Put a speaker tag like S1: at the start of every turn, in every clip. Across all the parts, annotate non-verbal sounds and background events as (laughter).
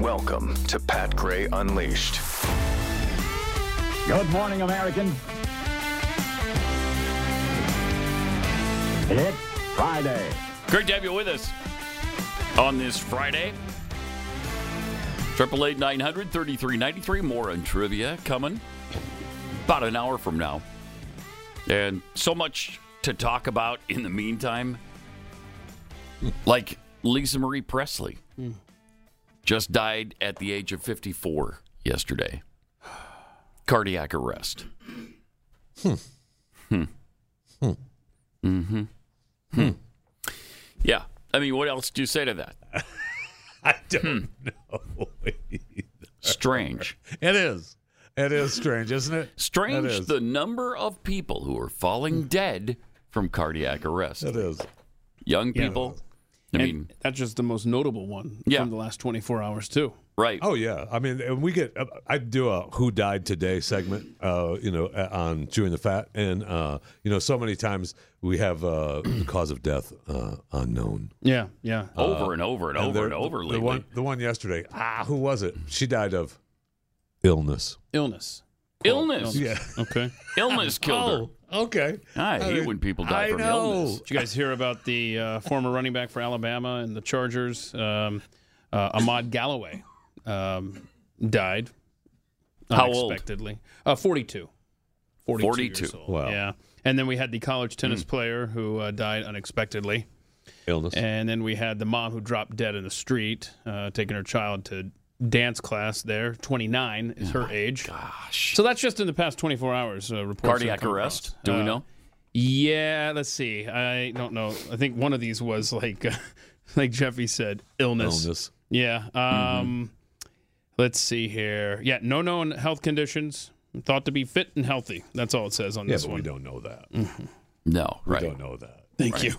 S1: Welcome to Pat Gray Unleashed.
S2: Good morning, American. It's Friday.
S3: Great to have you with us on this Friday. Triple eight nine hundred thirty three ninety three. More on trivia coming about an hour from now, and so much to talk about in the meantime. Like Lisa Marie Presley just died at the age of fifty four yesterday, cardiac arrest. Yeah, I mean, what else do you say to that?
S4: I don't
S3: Hmm.
S4: know.
S3: Strange.
S4: it is. It is strange, isn't it? It
S3: Strange
S4: is.
S3: the number of people who are falling dead from cardiac arrest.
S4: it is.
S3: Young people. I mean,
S5: And that's just the most notable one
S3: Yeah.
S5: from the last 24 hours too.
S3: right.
S4: Oh yeah. I mean, and we get. I do a "Who Died Today" segment, uh, you know, on chewing the fat, and uh, you know, so many times we have uh,
S3: (clears throat)
S4: the cause of death uh, unknown.
S5: Yeah, yeah.
S3: over and over and over and over
S4: uh, The
S3: lately.
S4: (laughs) one, the one yesterday. Ah, who was it? She died of illness.
S5: Illness.
S4: Oh,
S3: illness. (laughs)
S5: Illness. Okay.
S3: Illness killed
S4: okay.
S3: her. I hate when people die
S4: Oh. I
S3: from
S4: know.
S3: illness.
S5: Did you guys hear about the uh, former running back for Alabama and the Chargers, um, uh, Ahmad Galloway, um, died
S3: How old?
S5: unexpectedly. Uh, 42. 42.
S3: 42.
S4: Wow.
S5: Yeah. And then we had the college
S3: Hmm.
S5: tennis player who uh, died unexpectedly.
S4: Illness.
S5: And then we had the mom who dropped dead in the street, uh, taking her child to dance class there. 29 is
S4: Oh
S5: her age.
S3: Gosh.
S5: So that's just in the past 24 hours. Uh, reports that
S3: Cardiac
S5: come
S3: arrest.
S5: across.
S3: Do we
S5: Uh,
S3: know?
S5: Yeah, let's see. I don't know. I think one of these was like, (laughs) like Jeffy said, illness.
S4: illness. Mm-hmm.
S5: Yeah. Um, Let's see here. Yeah, no known health conditions. Thought to be fit and healthy. That's all it says on
S4: Yeah,
S5: this
S4: but
S5: one.
S4: we don't know that.
S3: Mm-hmm. No.
S4: We
S3: Right.
S4: don't know that.
S5: Thank you.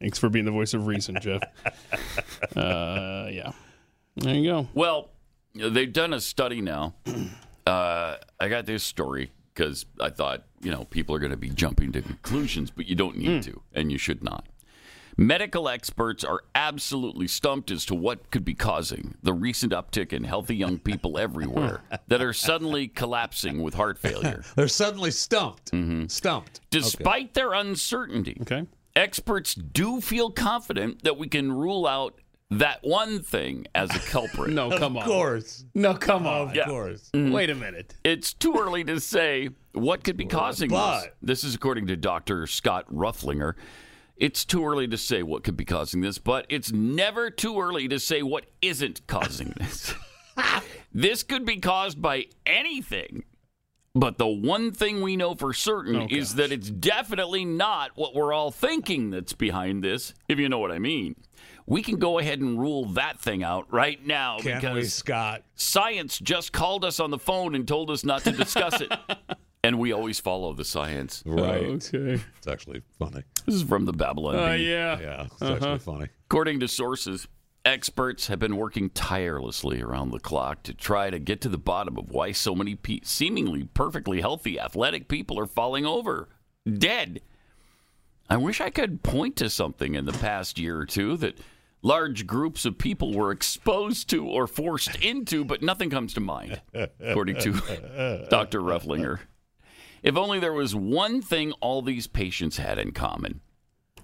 S5: Thanks for being the voice of reason, (laughs) Jeff. uh, yeah. There you go.
S3: Well, they've done a study now. (clears throat) Uh, I got this story because I thought, you know, people are going to be jumping to conclusions, but you don't need to, and you should not. Medical experts are absolutely stumped as to what could be causing the recent uptick in healthy young people everywhere that are suddenly collapsing with heart failure.
S4: They're suddenly stumped.
S3: Mm-hmm.
S4: Stumped.
S3: Despite their uncertainty,
S5: Okay.
S3: experts do feel confident that we can rule out that one thing as a culprit.
S5: No, come
S4: Of
S5: on.
S4: course.
S5: No, come on.
S3: Yeah.
S4: Of course.
S5: Wait a minute.
S3: It's too early to say what could be causing
S4: But-
S3: this. This is according to Dr. Scott Rufflinger. It's too early to say what could be causing this, but it's never too early to say what isn't causing
S4: (laughs)
S3: this. this could be caused by anything, but the one thing we know for certain
S4: Oh,
S3: is that it's definitely not what we're all thinking that's behind this, if you know what I mean. We can go ahead and rule that thing out right now
S4: Can't we,
S3: because
S4: Scott?
S3: science just called us on the phone and told us not to discuss
S5: (laughs)
S3: it. and we always follow the science.
S4: Right.
S5: Okay.
S4: It's actually funny.
S3: This is from the Babylon
S5: Uh,
S3: Bee.
S5: yeah.
S4: Yeah, it's
S3: Uh-huh. (laughs)
S4: actually funny.
S3: According to sources, experts have been working tirelessly around the clock to try to get to the bottom of why so many pe- seemingly perfectly healthy athletic people are falling over dead. I wish I could point to something in the past year or two that large groups of people were exposed to or forced into, but nothing comes to mind, according to Dr. Rufflinger. If only there was one thing all these patients had in common.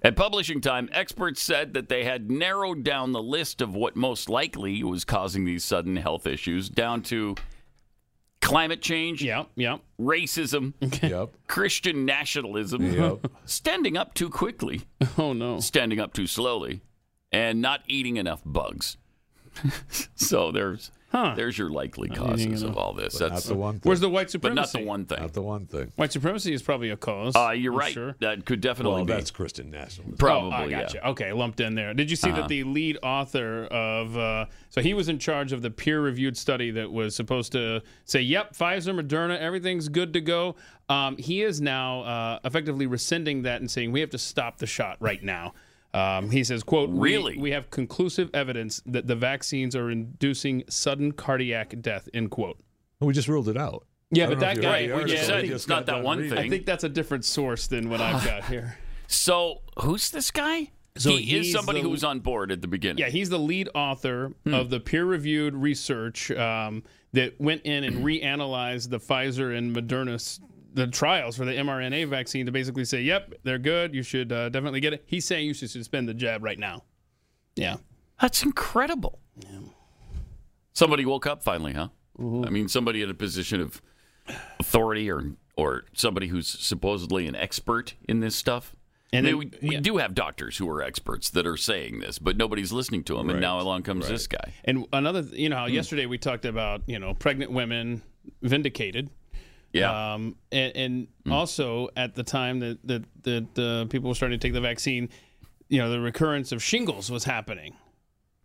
S3: At publishing time, experts said that they had narrowed down the list of what most likely was causing these sudden health issues down to climate change,
S5: Yeah. Yeah.
S3: racism,
S4: Yep.
S3: Christian nationalism,
S4: Yep.
S3: standing up too quickly,
S5: Oh, no.
S3: standing up too slowly, and not eating enough bugs. (laughs) so there's
S5: Huh.
S3: there's your likely causes of all this. (laughs)
S4: Not
S3: That's
S4: the one thing.
S5: Where's the white
S3: but
S5: supremacy?
S3: not the one thing.
S4: Not the one thing.
S5: White supremacy is probably a cause.
S3: Uh, you're
S5: I'm
S3: right.
S5: sure.
S3: That could definitely
S4: Well,
S3: be
S4: that's Christian nationalism.
S3: probably.
S5: oh, I
S3: yeah. Uh-huh.
S5: gotcha. Okay, lumped in there. Did you see that the lead author of uh, so he was in charge of the peer-reviewed study that was supposed to say, "Yep, Pfizer, Moderna, everything's good to go." Um, he is now uh, effectively rescinding that and saying we have to stop the shot right now. Um, he says, "Quote: "We-
S3: Really?
S5: we, have conclusive evidence that the vaccines are inducing sudden cardiac death." End quote.
S4: We just ruled it out.
S5: Yeah,
S4: I don't
S5: but
S4: know
S5: that
S4: if you
S5: guy,
S4: read the
S3: we
S4: article.
S3: just said
S4: We
S3: it's not
S4: got
S3: that
S4: done
S3: one
S4: reading.
S3: thing. (laughs)
S5: I think that's a different source than what I've got here.
S3: So who's this guy?
S5: So
S3: he is
S5: he's
S3: somebody
S5: the-
S3: who was on board at the beginning.
S5: Yeah, he's the lead author of the peer-reviewed research um, that went in and reanalyzed the Pfizer and Moderna s- the trials for the mRNA vaccine to basically say, "Yep, they're good. You should uh, definitely get it." He's saying you should suspend the jab right now. Yeah,
S3: That's incredible. Somebody woke up finally, huh? I mean, somebody in a position of authority or or somebody who's supposedly an expert in this stuff. And
S5: And
S3: they,
S5: then-
S3: we, we
S5: yeah.
S3: do have doctors who are experts that are saying this, but nobody's listening to them. And now along comes this guy.
S5: and another, you know, how yesterday we talked about you know pregnant women vindicated.
S3: Yeah. Hmm.
S5: Um, and and also at the time that that that uh, people were starting to take the vaccine, you know, the recurrence of shingles was happening,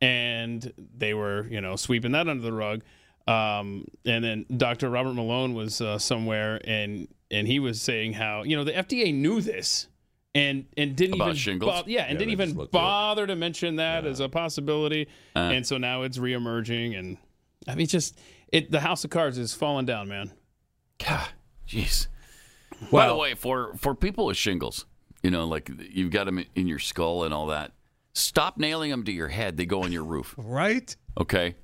S5: and they were you know sweeping that under the rug. Um, and then Dr. Robert Malone was uh, somewhere, and and he was saying how you know the FDA knew this. And, and didn't
S3: About
S5: even
S3: shingles?
S5: bo- yeah, and
S4: they
S5: didn't
S4: just
S5: even
S4: looked it up.
S5: bother to mention that as a possibility,
S3: Uh.
S5: and so now it's reemerging, and I mean, just it the house of cards is falling down, man.
S3: God, jeez. By the
S4: Well-
S3: way, for for people with shingles, you know, like you've got them in your skull and all that. Stop nailing them to your head. They go on your roof.
S4: Right?
S3: Okay.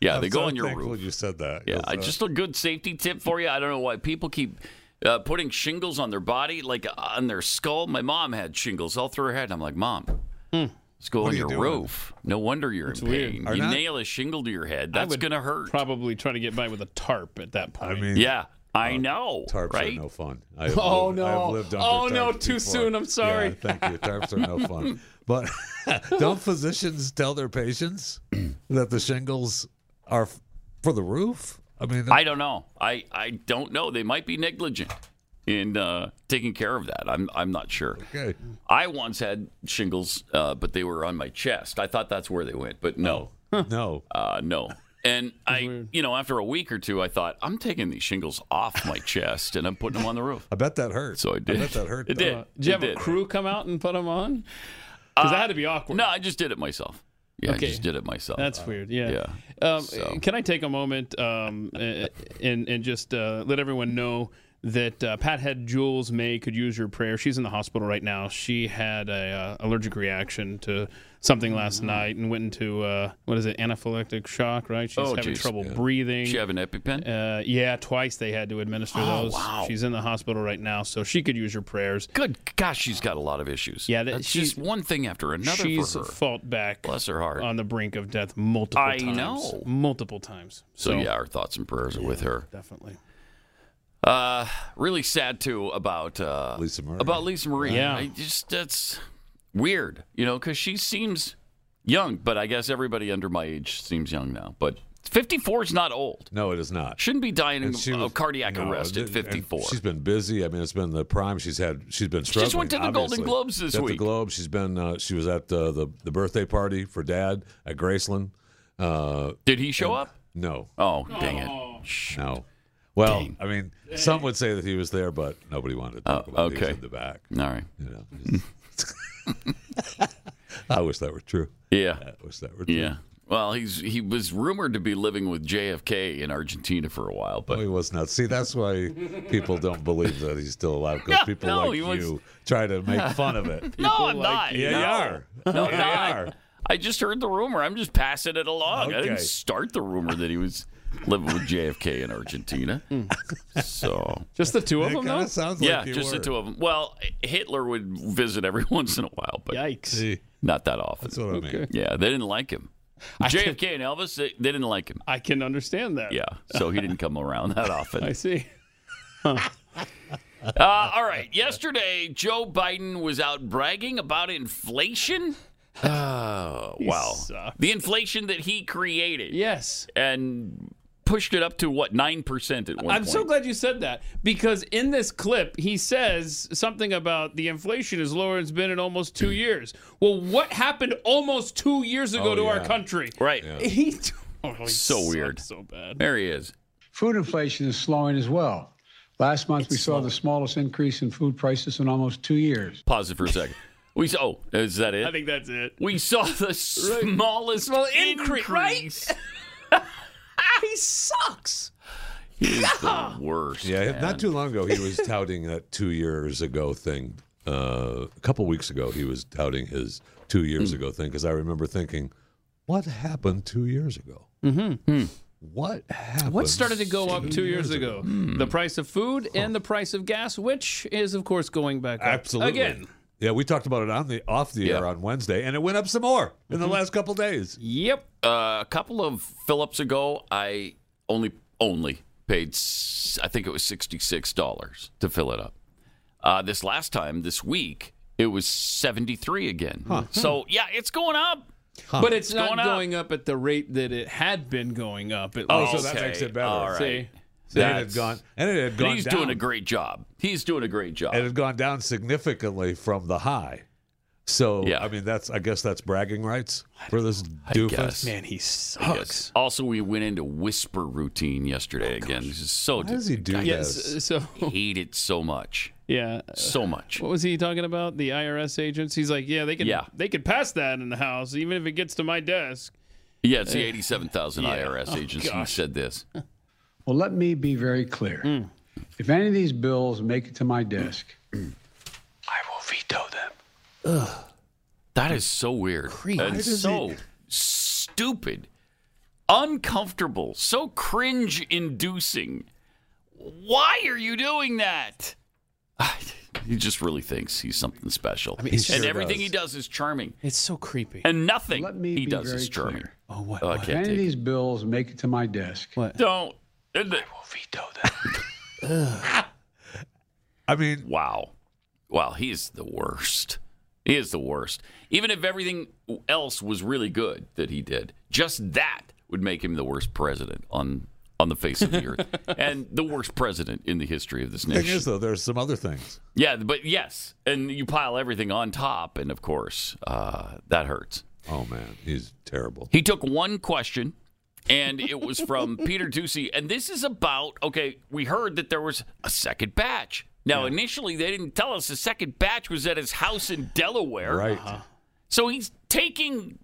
S3: Yeah, they
S4: I'm
S3: go
S4: so
S3: on your
S4: thankful
S3: roof.
S4: You said that.
S3: Yeah,
S4: 'cause,
S3: I
S4: uh,
S3: just a good safety tip for you. I don't know why people keep uh, putting shingles on their body, like uh, on their skull. My mom had shingles all through her head. And I'm like, Mom, let's go on
S4: Hmm. are you
S3: your
S4: doing?
S3: roof. No wonder you're in
S5: weird.
S3: pain.
S4: Are
S3: you
S4: not-
S3: nail a shingle to your head, that's
S5: would
S3: going to hurt.
S5: probably try to get by with a tarp at that
S4: I
S5: point.
S4: mean,
S3: yeah, I know.
S4: Uh, tarps
S3: right?
S4: are no fun.
S3: (laughs)
S4: I have
S5: Oh,
S4: lived-
S5: no.
S4: I have lived under
S5: Oh, no,
S4: tarps
S5: too
S4: before.
S5: soon. I'm sorry.
S4: Yeah, thank you. Tarps
S3: (laughs)
S4: are no fun. But (laughs) don't physicians tell their patients (clears throat) that the shingles are f- for the roof? I mean,
S3: I don't know. I, I don't know. They might be negligent in uh, taking care of that. I'm I'm not sure.
S4: okay.
S3: I once had shingles, uh, but they were on my chest. I thought that's where they went, but no.
S4: no.
S3: Uh, no. And I, you know, after a week or two, I thought I'm taking these shingles off my chest and I'm putting them on the
S5: (laughs)
S3: roof.
S4: I bet that hurt.
S3: So I did.
S4: I bet that hurt.
S3: It
S4: though.
S3: did.
S5: Uh, did you
S3: It
S5: have a
S3: did. Uh,
S5: crew come out and put them on? Because that had to be awkward.
S3: No, I just did it myself. Yeah,
S5: Okay.
S3: I just did it myself.
S5: That's weird. Yeah. Um,
S3: so.
S5: Can I take a moment um, uh, and and just uh, let everyone know that uh, Pathead Jules May could use your prayer. She's in the hospital right now. She had a uh, allergic reaction to something last
S4: Mm-hmm.
S5: night and went into uh, what is it anaphylactic shock. Right. She's
S3: Oh,
S5: having
S3: geez.
S5: trouble breathing.
S3: Did you have an EpiPen?
S5: uh, yeah, twice they had to administer those.
S3: wow.
S5: She's in the hospital right now, so she could use your prayers.
S3: Good gosh, she's got a lot of issues.
S5: Yeah, that-
S3: That's
S5: she's-
S3: just one thing after another
S5: She's
S3: for her.
S5: fought back
S3: Bless her heart.
S5: on the brink of death multiple
S3: I
S5: times.
S3: know.
S5: Multiple times.
S3: so yeah, our thoughts and prayers are with her.
S5: Definitely.
S3: Uh, really sad too about uh,
S4: Lisa Marie.
S3: About Lisa Marie.
S5: Yeah.
S3: I just that's weird, you know, because she seems young, but I guess everybody under my age seems young now. But 54 is not old.
S4: No, it is not.
S3: Shouldn't be dying
S4: And
S3: of
S4: she was-
S3: cardiac
S4: no,
S3: arrest
S4: and-
S3: at
S4: and
S3: 54.
S4: She's been busy. I mean, it's been the prime. She's had. She's been struggling.
S3: just went to the Golden
S4: obviously.
S3: Globes this
S4: She's at
S3: week.
S4: The Globe. She's been. Uh, she was at uh, the the birthday party for Dad at Graceland. Uh,
S3: Did he show up?
S4: no,
S3: Oh, dang it. Shh.
S4: no. Well, I mean, some would say that he was there, but nobody wanted to talk about it. He was
S3: Oh, okay.
S4: in the back.
S3: All right.
S4: You know. (laughs) I wish that were true.
S3: Yeah.
S4: I wish that were true.
S3: Yeah. Well, he's he was rumored to be living with JFK in Argentina for a while,
S4: No,
S3: but
S4: he was not. See, that's why people don't believe that he's still alive because
S3: Yeah, (laughs)
S4: people
S3: no,
S4: like
S3: he was-
S4: you try
S3: (laughs)
S4: to make fun of it.
S3: no, I'm not.
S4: Yeah,
S3: no.
S4: you are.
S3: No,
S4: Yeah,
S3: I'm
S4: you
S3: not.
S4: are.
S3: I just heard the rumor. I'm just passing it along. I didn't
S4: Okay.
S3: start the rumor that he was living with JFK in Argentina. so,
S5: Just the two of them,
S4: It kind
S5: though?
S4: of sounds
S3: yeah,
S4: like you
S3: just
S4: were.
S3: the two of them. Well, Hitler would visit every (laughs) once in a while, but
S5: Yikes.
S4: See,
S3: not that often.
S4: that's what I mean.
S3: yeah, they didn't like him. JFK and Elvis, they, they didn't like him.
S5: I can understand that.
S3: Yeah, so he didn't come around that often.
S5: (laughs) I see.
S3: Uh, all right. Yesterday, Joe Biden was out bragging about inflation. Oh, wow.
S5: sucked.
S3: The inflation that he created
S5: Yes.
S3: and pushed it up to what, 9% at one
S5: I'm
S3: point.
S5: so glad you said that because in this clip, he says something about the inflation is lower than it's been in
S3: (clears throat)
S5: almost two years. Well, what happened almost two years ago
S4: Oh,
S5: to our
S4: yeah.
S5: country?
S3: Right.
S5: (laughs) He totally
S3: So
S5: sucked
S3: weird.
S5: So bad.
S3: There he is.
S6: Food inflation is slowing as well. Last month, we saw the smallest increase in food prices in almost two years.
S3: Pause it for a second. We saw, oh, is that it?
S5: I think
S3: (laughs)
S5: that's it.
S3: we saw the smallest
S5: Small incre-
S3: increase. Ah,
S5: He sucks. (laughs)
S3: He is the worst.
S4: Yeah, not too long ago he was touting that two years ago thing uh, a couple weeks ago he was touting his two
S3: Hmm.
S4: years ago thing because I remember thinking, what happened two years ago? Mm-hmm.
S3: Hmm.
S4: What happened?
S5: What started to go up two years ago? Hmm. The price of food and the price of gas, which is, of course, going back up
S4: Absolutely.
S5: again.
S4: Yeah, we talked about it on the off the
S3: Yeah. Mm-hmm.
S4: air on Wednesday, and it went up some more in the last couple days.
S3: Yep. Uh, a couple of Phillips ago, I only only paid s- I think it was sixty six dollars to fill it up. Uh, this last time this week, it was seventy three again. So yeah, it's going up.
S5: But it's, not
S3: going
S5: going
S3: up.
S5: up. at the rate that it had been going up. At
S4: Oh,
S5: least.
S4: so that
S3: Okay,
S4: makes it better.
S3: all right.
S4: And
S5: See?
S4: it had
S3: That's-
S4: gone, and it had
S3: And
S4: gone
S3: he's
S4: down.
S3: doing a great job. He's doing a great job.
S4: it had gone down significantly from the high. So
S3: Yeah.
S4: I mean, that's I guess that's bragging rights for this doofus.
S3: guess.
S5: Man, he sucks.
S3: Also, we went into whisper routine yesterday again. This is so.
S4: Why does he do this?
S5: Yes. So,
S3: (laughs) I hate it so much,
S5: yeah.
S3: so much.
S5: What was he talking about? The IRS agents. He's like, yeah, they can,
S3: Yeah.
S5: they could pass that in the house, even if it gets to my desk.
S3: Yeah, it's the eighty-seven thousand
S5: Yeah.
S3: IRS
S5: Oh,
S3: agents who
S5: gosh.
S3: said this.
S6: Well, let me be very clear. If any of these bills make it to my desk, I will veto them.
S3: That is so weird and so stupid, uncomfortable, so cringe-inducing. Why are you doing that? (laughs) He just really thinks he's something special,
S5: mean, it's
S3: and
S5: sure
S3: everything
S4: does.
S3: he does is charming,
S5: It's so creepy.
S3: and nothing
S6: Let me
S3: he
S6: be
S3: does
S6: very
S3: is charming.
S6: clear.
S5: oh, what?
S3: Oh, I
S6: If
S3: can't
S6: any of
S3: take it.
S6: these bills make it to my desk,
S5: What?
S3: Don't. and the-
S4: I mean,
S3: Wow. Wow, he is the worst. He is the worst. Even if everything else was really good that he did, just that would make him the worst president on on the face of the
S5: (laughs)
S3: earth and the worst president in the history of this
S4: thing
S3: nation.
S4: is though, there's some other things.
S3: yeah, but yes, and you pile everything on top and of course, uh, that hurts.
S4: Oh man, he's terrible.
S3: He took one question, and it was from (laughs) Peter Ducey. And this is about okay, we heard that there was a second batch. Now, initially, they didn't tell us the second batch was at his house in Delaware.
S4: Right. Oh,
S3: So he's taking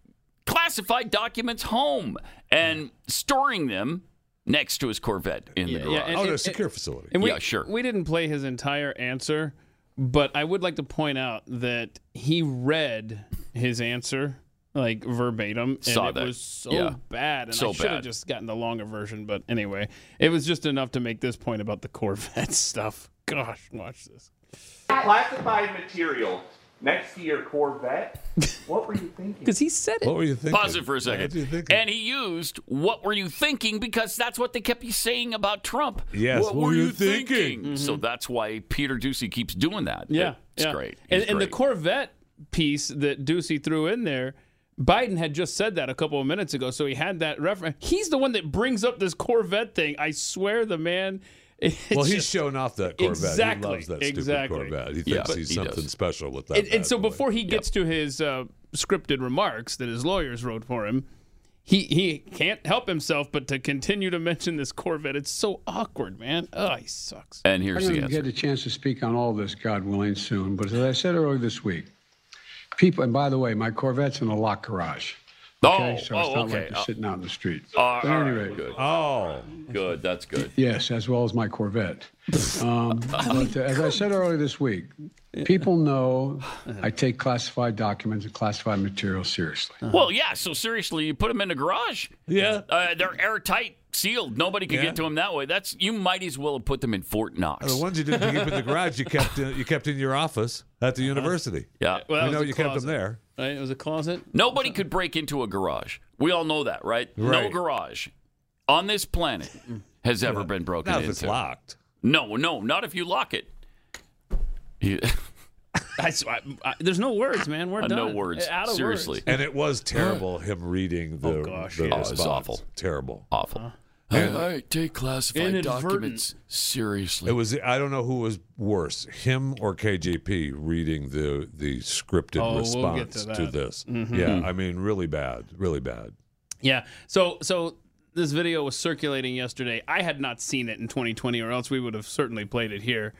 S3: classified documents home and storing them next to his Corvette in the garage.
S5: yeah, and-
S4: Oh, no, secure facility.
S5: And we,
S3: Yeah, sure.
S5: We didn't play his entire answer, but I would like to point out that he read his answer like verbatim, and
S3: Saw
S5: it
S3: that.
S5: was so
S3: Yeah.
S5: bad. And
S3: So
S5: I should
S3: bad.
S5: have just gotten the longer version, but anyway, it was just enough to make this point about the Corvette (laughs) stuff. Gosh, watch this.
S7: Classified material. Next to your Corvette. What were you thinking?
S5: Because he said it.
S4: what were you thinking? (laughs)
S3: Pause it for a
S4: What were you
S3: second.
S4: thinking?
S3: And he used "What were you thinking?" because that's what they kept saying about Trump.
S4: Yes,
S3: What were you thinking?
S4: Mm-hmm.
S3: So that's why Peter Ducey keeps doing that.
S5: Yeah,
S3: it's
S5: yeah.
S3: great.
S5: And,
S3: It's
S5: and the
S3: great.
S5: Corvette piece that Ducey threw in there, Biden had just said that a couple of minutes ago, so he had that reference. He's the one that brings up this Corvette thing. I swear, the man. (laughs) it's
S4: well, he's
S5: just-
S4: showing off that Corvette.
S5: Exactly,
S4: He loves that stupid
S5: exactly.
S4: Corvette. He
S3: Yeah,
S4: thinks
S3: but
S4: he's
S3: he
S4: something
S3: does.
S4: special with that.
S5: and, and
S4: bad
S5: so
S4: boy.
S5: before he gets to his uh, scripted remarks that his lawyers wrote for him. He, he can't help himself but to continue to (laughs) mention this Corvette. It's so awkward, man. Oh, he sucks.
S3: and
S6: I'm
S3: here's
S6: going
S3: the
S6: to
S3: answer.
S6: get a chance to speak on all this, God willing, soon. But as I said earlier this week, people, and by the way, my Corvette's in a locked garage.
S3: oh,
S6: so it's
S3: oh,
S6: not
S3: okay.
S6: like you're sitting out in the street.
S3: Uh,
S6: But at
S3: all
S6: any
S3: right,
S6: rate,
S3: good.
S4: oh,
S3: Good. That's good.
S6: Yes, as well as my Corvette. Um, but uh, as I said earlier this week, people know I take classified documents and classified material seriously.
S3: Well, yeah. So seriously, you put them in the garage.
S4: yeah.
S3: Uh, they're airtight, sealed. Nobody can
S4: Yeah.
S3: get to them that way. That's you might as well have put them in Fort Knox.
S4: Uh, The ones you didn't keep in the garage, you kept in, you kept in your office at the university.
S3: yeah.
S5: Well, Uh-huh. that
S4: we
S5: was
S4: know
S5: a
S4: you kept them
S5: closet,
S4: there.
S5: Right? It was a closet.
S3: Nobody could break into a garage. We all know that, right? No
S4: Right.
S3: garage on this planet has ever been broken
S4: Now if
S3: into.
S4: it's locked.
S3: No, no, not if you lock it. You- (laughs)
S5: I, s- I- I- there's no words,
S4: (laughs)
S5: man. We're done.
S3: no words.
S5: Out of
S3: Seriously,
S5: words.
S4: And it was terrible him reading the,
S5: Oh, gosh,
S4: the
S5: yeah.
S3: Oh, it's
S4: response.
S3: awful.
S4: Terrible.
S3: awful.
S5: Uh-huh.
S3: All right, take classified
S5: Inadvertent.
S3: documents seriously.
S4: It was I don't know who was worse, him or KJP reading the the scripted
S5: Oh, we'll get to
S4: response to,
S5: that. Mm-hmm.
S4: this. Yeah, I mean really bad, really bad.
S5: Yeah. So so this video was circulating yesterday. I had not seen it in 2020, or else we would have certainly played it here.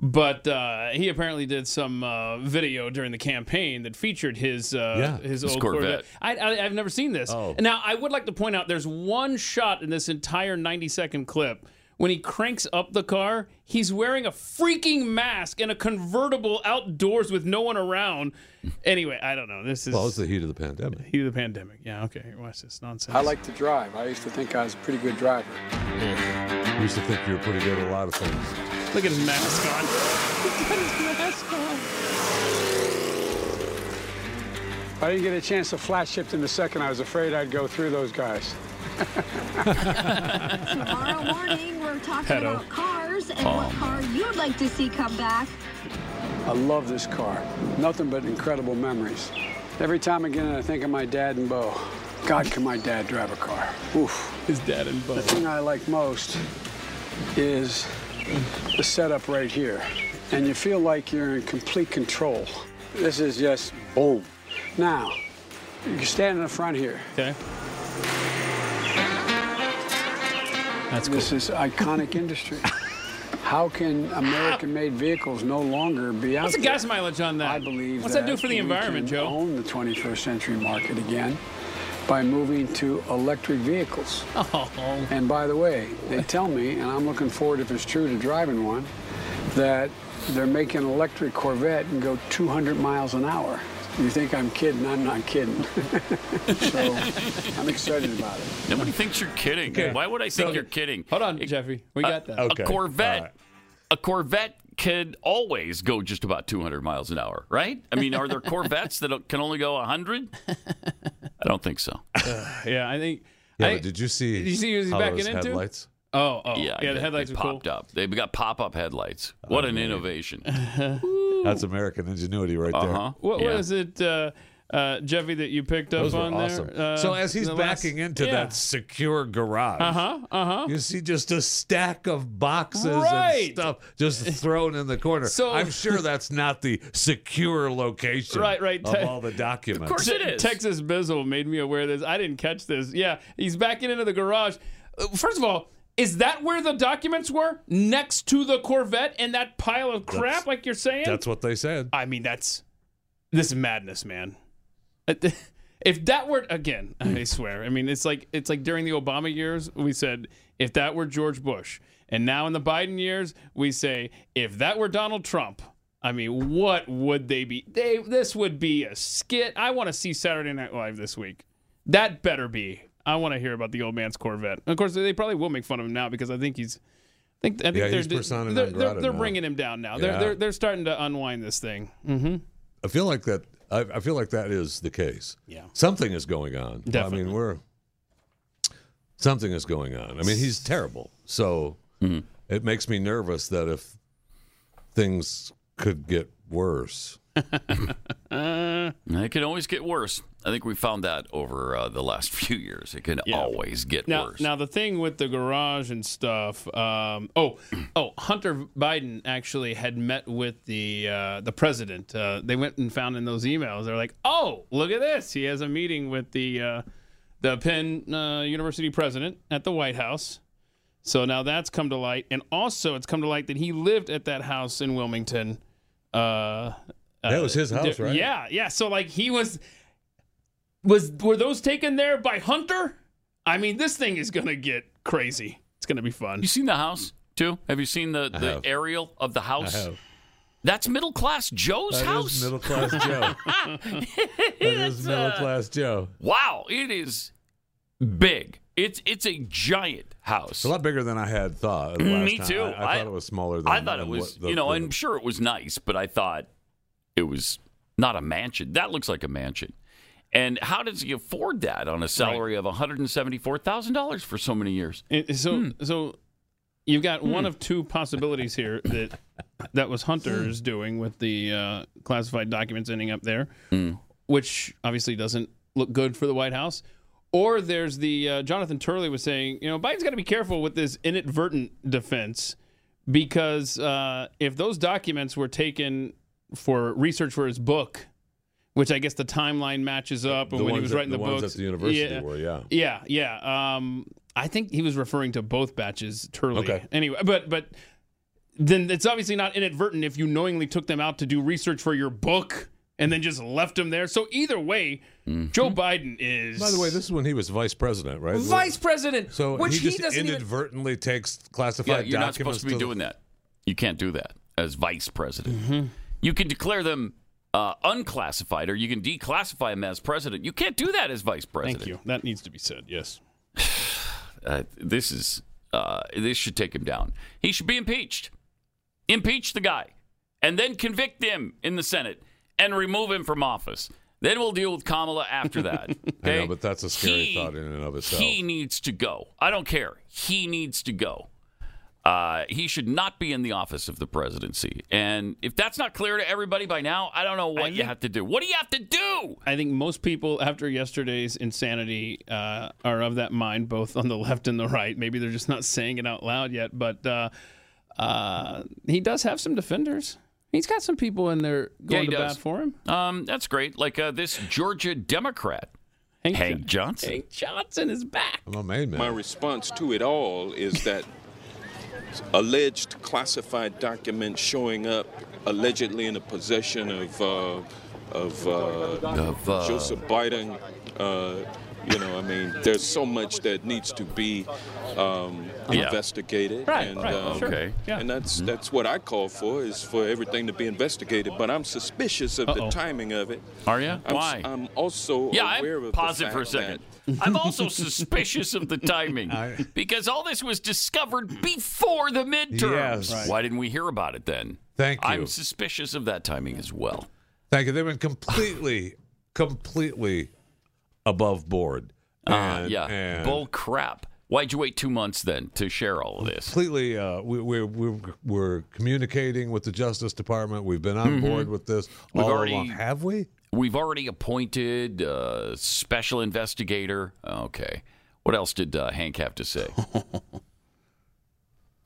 S5: But uh, he apparently did some uh, video during the campaign that featured his uh,
S4: Yeah,
S5: his
S3: his
S5: old
S3: Corvette.
S5: Corvette. I, I, I've never seen this.
S4: Oh.
S5: Now I would like to point out there's one shot in this entire 90 second clip when he cranks up the car, he's wearing a freaking mask and a convertible outdoors with no one around. Anyway, I don't know. This is
S4: Well, it's the heat of the pandemic.
S5: heat of the pandemic. Yeah, okay. Here, Watch this nonsense.
S6: I like to drive. I used to think I was a pretty good driver.
S4: We used to think you were pretty good at a lot of things.
S5: Look at his mask on. He's got his mask on.
S6: I didn't get a chance to flat shift in the second. I was afraid I'd go through those guys.
S8: Tomorrow morning, we're talking
S5: Pedo.
S8: about cars and what car you'd like to see come back.
S6: I love this car. Nothing but incredible memories. Every time I get in, I think of my dad and Bo. God, can my dad drive a car? Oof.
S5: His dad and Bo.
S6: The thing I like most is the setup right here. And you feel like you're in complete control. This is just boom. Now, you can stand in the front here.
S5: Okay. That's cool.
S6: This is iconic
S5: (laughs)
S6: industry. How can American-made vehicles no longer be out
S5: What's the
S6: there?
S5: gas mileage on that?
S6: I believe
S5: What's that, do for the
S6: we
S5: environment,
S6: can
S5: Joe?
S6: Own the 21st century market again by moving to electric vehicles.
S5: (laughs) Oh,
S6: And by the way, they tell me, and I'm looking forward if it's true to driving one, that they're making an electric Corvette and go 200 miles an hour. You think I'm kidding? I'm not kidding. (laughs) so I'm excited about it.
S3: Nobody thinks you're kidding. Why would I think you're kidding?
S5: hold on, Jeffrey. We got
S6: Uh,
S5: that.
S6: oh.
S4: okay.
S3: A Corvette,
S4: All right.
S3: a Corvette could always go just about 200 miles an hour, right? I mean,
S5: (laughs)
S3: are there Corvettes that can only go 100? I don't think
S5: (laughs)
S3: so.
S5: Yeah, I think.
S4: Yeah,
S5: I-
S4: but did you see?
S5: Did you see who he's
S4: how
S5: backing
S4: those
S5: into?
S4: headlights?
S5: Oh, oh, yeah.
S3: I
S5: Yeah,
S3: bet
S5: the headlights
S3: they
S5: are cool. Oh,
S3: popped up. They've got pop-up headlights. What an
S5: (laughs)
S3: innovation!
S4: That's American ingenuity right there.
S3: Uh-huh.
S5: What
S3: Yeah.
S5: was it, uh, uh, Jeffy, that you picked up
S4: Those were
S5: on
S4: awesome.
S5: there? Uh,
S4: so as he's
S5: the last-
S4: backing into
S5: Yeah.
S4: that secure garage,
S5: Huh? Uh huh.
S4: you see just a stack of boxes
S5: Right.
S4: and stuff
S5: (laughs)
S4: just thrown in the corner.
S5: So-
S4: I'm sure that's not the secure location
S5: Right, right.
S4: of all
S5: (laughs)
S4: the documents.
S3: Of course it is.
S5: Texas Bizzle made me aware of this. I didn't catch this. Yeah, he's backing into the garage. Uh, First of all, is that where the documents were? Next to the Corvette and that pile of crap,
S4: That's-
S5: like you're saying?
S4: That's what they said.
S5: I mean, that's this is madness, man. (laughs) If that were again,
S4: Mm.
S5: I swear. I mean, it's like it's like during the Obama years, we said if that were George Bush, and now in the Biden years, we say if that were Donald Trump. I mean, what would they be? They this would be a skit. I want to see Saturday Night Live this week. That better be. I want to hear about the old man's Corvette. Of course, they probably will make fun of him now because I think he's. I think, I think
S4: Yeah,
S5: they're,
S4: he's persona non
S5: they're, they're,
S4: grata
S5: they're
S4: now.
S5: bringing him down now. They're,
S4: Yeah.
S5: they're they're starting to unwind this thing. Mm-hmm.
S4: I feel like that. I, I feel like that is the case.
S5: Yeah.
S4: something is going on. I
S5: Definitely.
S4: mean, we're something is going on. I mean, he's terrible. So
S5: Mm-hmm.
S4: it makes me nervous that if things could get worse,
S3: It can always get worse. I think we found that over uh, the last (laughs) few years. It can always get
S5: Now,
S3: worse.
S5: now the thing with the garage and stuff. Um, oh, (clears throat) oh, Hunter Biden actually had met with the uh, the president. Uh, they went and found in those emails. They're like, oh, look at this. He has a meeting with the uh, the Penn uh, University president at the White House. So now that's come to light, and also it's come to light that he lived at that house in Wilmington. Uh,
S4: that was his house,
S5: Di-
S4: right?
S5: Uh, Yeah, yeah. So like he was was were those taken there by Hunter? I mean, this thing is gonna get crazy. It's gonna be fun.
S3: you seen the house too? Have you seen the, the
S4: have.
S3: aerial of the house?
S4: I have.
S3: That's middle class Joe's
S4: That
S3: house.
S4: is
S3: (laughs)
S4: middle class Joe. that is middle class Joe.
S3: wow, it is big. It's it's a giant house.
S4: It's a lot bigger than I had thought. last
S3: Mm, Me
S4: time.
S3: too.
S4: I, I
S3: I-
S4: thought it was smaller. than
S3: I thought it
S4: than
S3: was,
S4: what the-
S3: you know,
S4: the-
S3: I'm sure it was nice, but I thought it was not a mansion. That looks like a mansion. And how does he afford that on a salary of $174,000 for so many years?
S5: And so so you've got one of two possibilities here that that was Hunter's doing with the uh, classified documents ending up there, which obviously doesn't look good for the White House. Or there's the uh, Jonathan Turley was saying, you know, Biden's got to be careful with this inadvertent defense because uh, if those documents were taken for research for his book, which I guess the timeline matches up, and
S4: the
S5: when he
S4: ones
S5: was
S4: at-
S5: writing the,
S4: the ones
S5: books,
S4: at the university
S5: yeah,
S4: were, yeah.
S5: yeah, yeah. Um, I think he was referring to both batches, Turley.
S4: Okay.
S5: Anyway, but but then it's obviously not inadvertent if you knowingly took them out to do research for your book. and then just left him there. So either way, Joe Biden is.
S4: By the way, this Mm-hmm. is when he was vice president, right?
S9: Vice president.
S4: So
S9: which
S4: he
S9: he,
S4: just
S9: doesn't even.
S4: inadvertently takes classified
S3: Yeah, you're not
S4: documents.
S3: supposed to be
S4: the-
S3: doing that. You can't do that as vice president. You can declare them uh, unclassified, or you can declassify them as president. You can't do that as vice president.
S5: Thank you. That needs to be said. Yes.
S3: Uh, this is uh, this should take him down. He should be impeached. Impeach the guy, and then convict him in the Senate and remove him from office. Then we'll deal with Kamala
S4: (laughs)
S3: after that.
S4: I know,
S3: okay?
S4: but that's a scary
S3: He-
S4: thought in and of itself.
S3: He needs to go. I don't care. He needs to go. Uh, he should not be in the office of the presidency. And if that's not clear to everybody by now, I don't know what you
S5: think-
S3: have to do. What do you have to do?
S5: I think most people, after yesterday's insanity, uh, are of that mind, both on the left and the right. Maybe they're just not saying it out loud yet, but uh, uh, he does have some defenders. He's got some people in there
S3: Yeah,
S5: going
S3: he
S5: to
S3: does.
S5: bat for him.
S3: Um, that's great. Like uh, this Georgia Democrat,
S5: Hank,
S3: Hank Johnson.
S5: Hank Johnson is back.
S4: I'm a main man.
S10: My response to it all is that (laughs) alleged classified documents showing up allegedly in the possession of uh, of, uh,
S3: Of, uh,
S10: Joseph Biden. Uh, you know, I mean, there's so much that needs to be um,
S3: Yeah.
S10: investigated,
S5: Right,
S10: and um,
S5: right, sure,
S3: Okay.
S5: yeah.
S10: and that's that's what I call for is for everything to be investigated. But I'm suspicious of
S5: Uh-oh.
S10: the timing of it.
S3: Are you?
S10: I'm,
S3: Why?
S10: I'm also
S3: yeah,
S10: aware
S3: I'm
S10: of the
S3: pause it for a
S10: fact that-
S3: second. (laughs) I'm also suspicious of the
S4: (laughs)
S3: timing because all this was discovered before the midterms.
S4: Yes. Right.
S3: Why didn't we hear about it then?
S4: Thank you.
S3: I'm suspicious of that timing as well.
S4: Thank you. They've been completely, completely above board.
S3: Uh,
S4: And-
S3: yeah,
S4: and
S3: bull crap. Why'd you wait two months then to share all of this?
S4: Completely, uh, we, we're, we're we're communicating with the Justice Department. We've been on board with this
S3: We've
S4: all
S3: already-
S4: along. Have we?
S3: We've already appointed a special investigator. Okay. What else did uh, Hank have to say?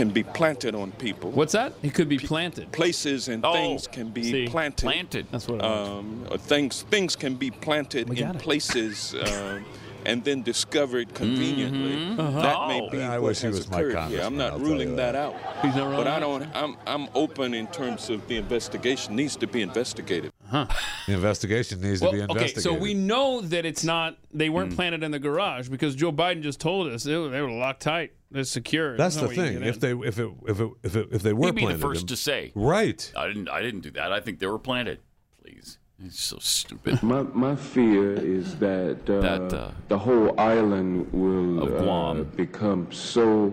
S10: can be planted on people.
S5: What's that? He could be planted.
S10: places and
S3: Oh,
S10: things can be
S5: see,
S10: planted.
S3: Planted.
S5: That's what. I meant.
S10: Um, or things things can be planted
S5: We got
S10: in
S5: it.
S10: places um, and then discovered conveniently.
S5: Uh-huh.
S10: That may
S3: Oh.
S10: be
S4: I
S10: what
S4: wish he
S10: has
S4: was my
S10: occurred here. I'm
S4: congressman,
S10: not
S4: I'll tell you
S10: ruling
S4: that.
S10: that, out.
S5: He's not ruling
S10: but I
S5: it?
S10: don't. I'm I'm open in terms of the investigation needs to be investigated.
S4: The investigation needs to be
S5: Well, okay,
S4: investigated. Hmm.
S5: so we know that it's not. They weren't planted in the garage because Joe Biden just told us they were, they were locked tight. They're secure.
S4: That's the
S5: There's no way you
S4: thing.
S5: can get
S4: If
S5: in.
S4: they if it if it if, it, if they were
S3: He'd be the
S4: planted,
S3: first
S4: in-
S3: to say.
S4: right?
S3: I didn't. I didn't do that. I think they were planted. Please, it's so stupid. (laughs)
S11: My, my fear is that, uh,
S3: That, uh,
S11: the whole island will
S3: Of Guam.
S11: uh, become so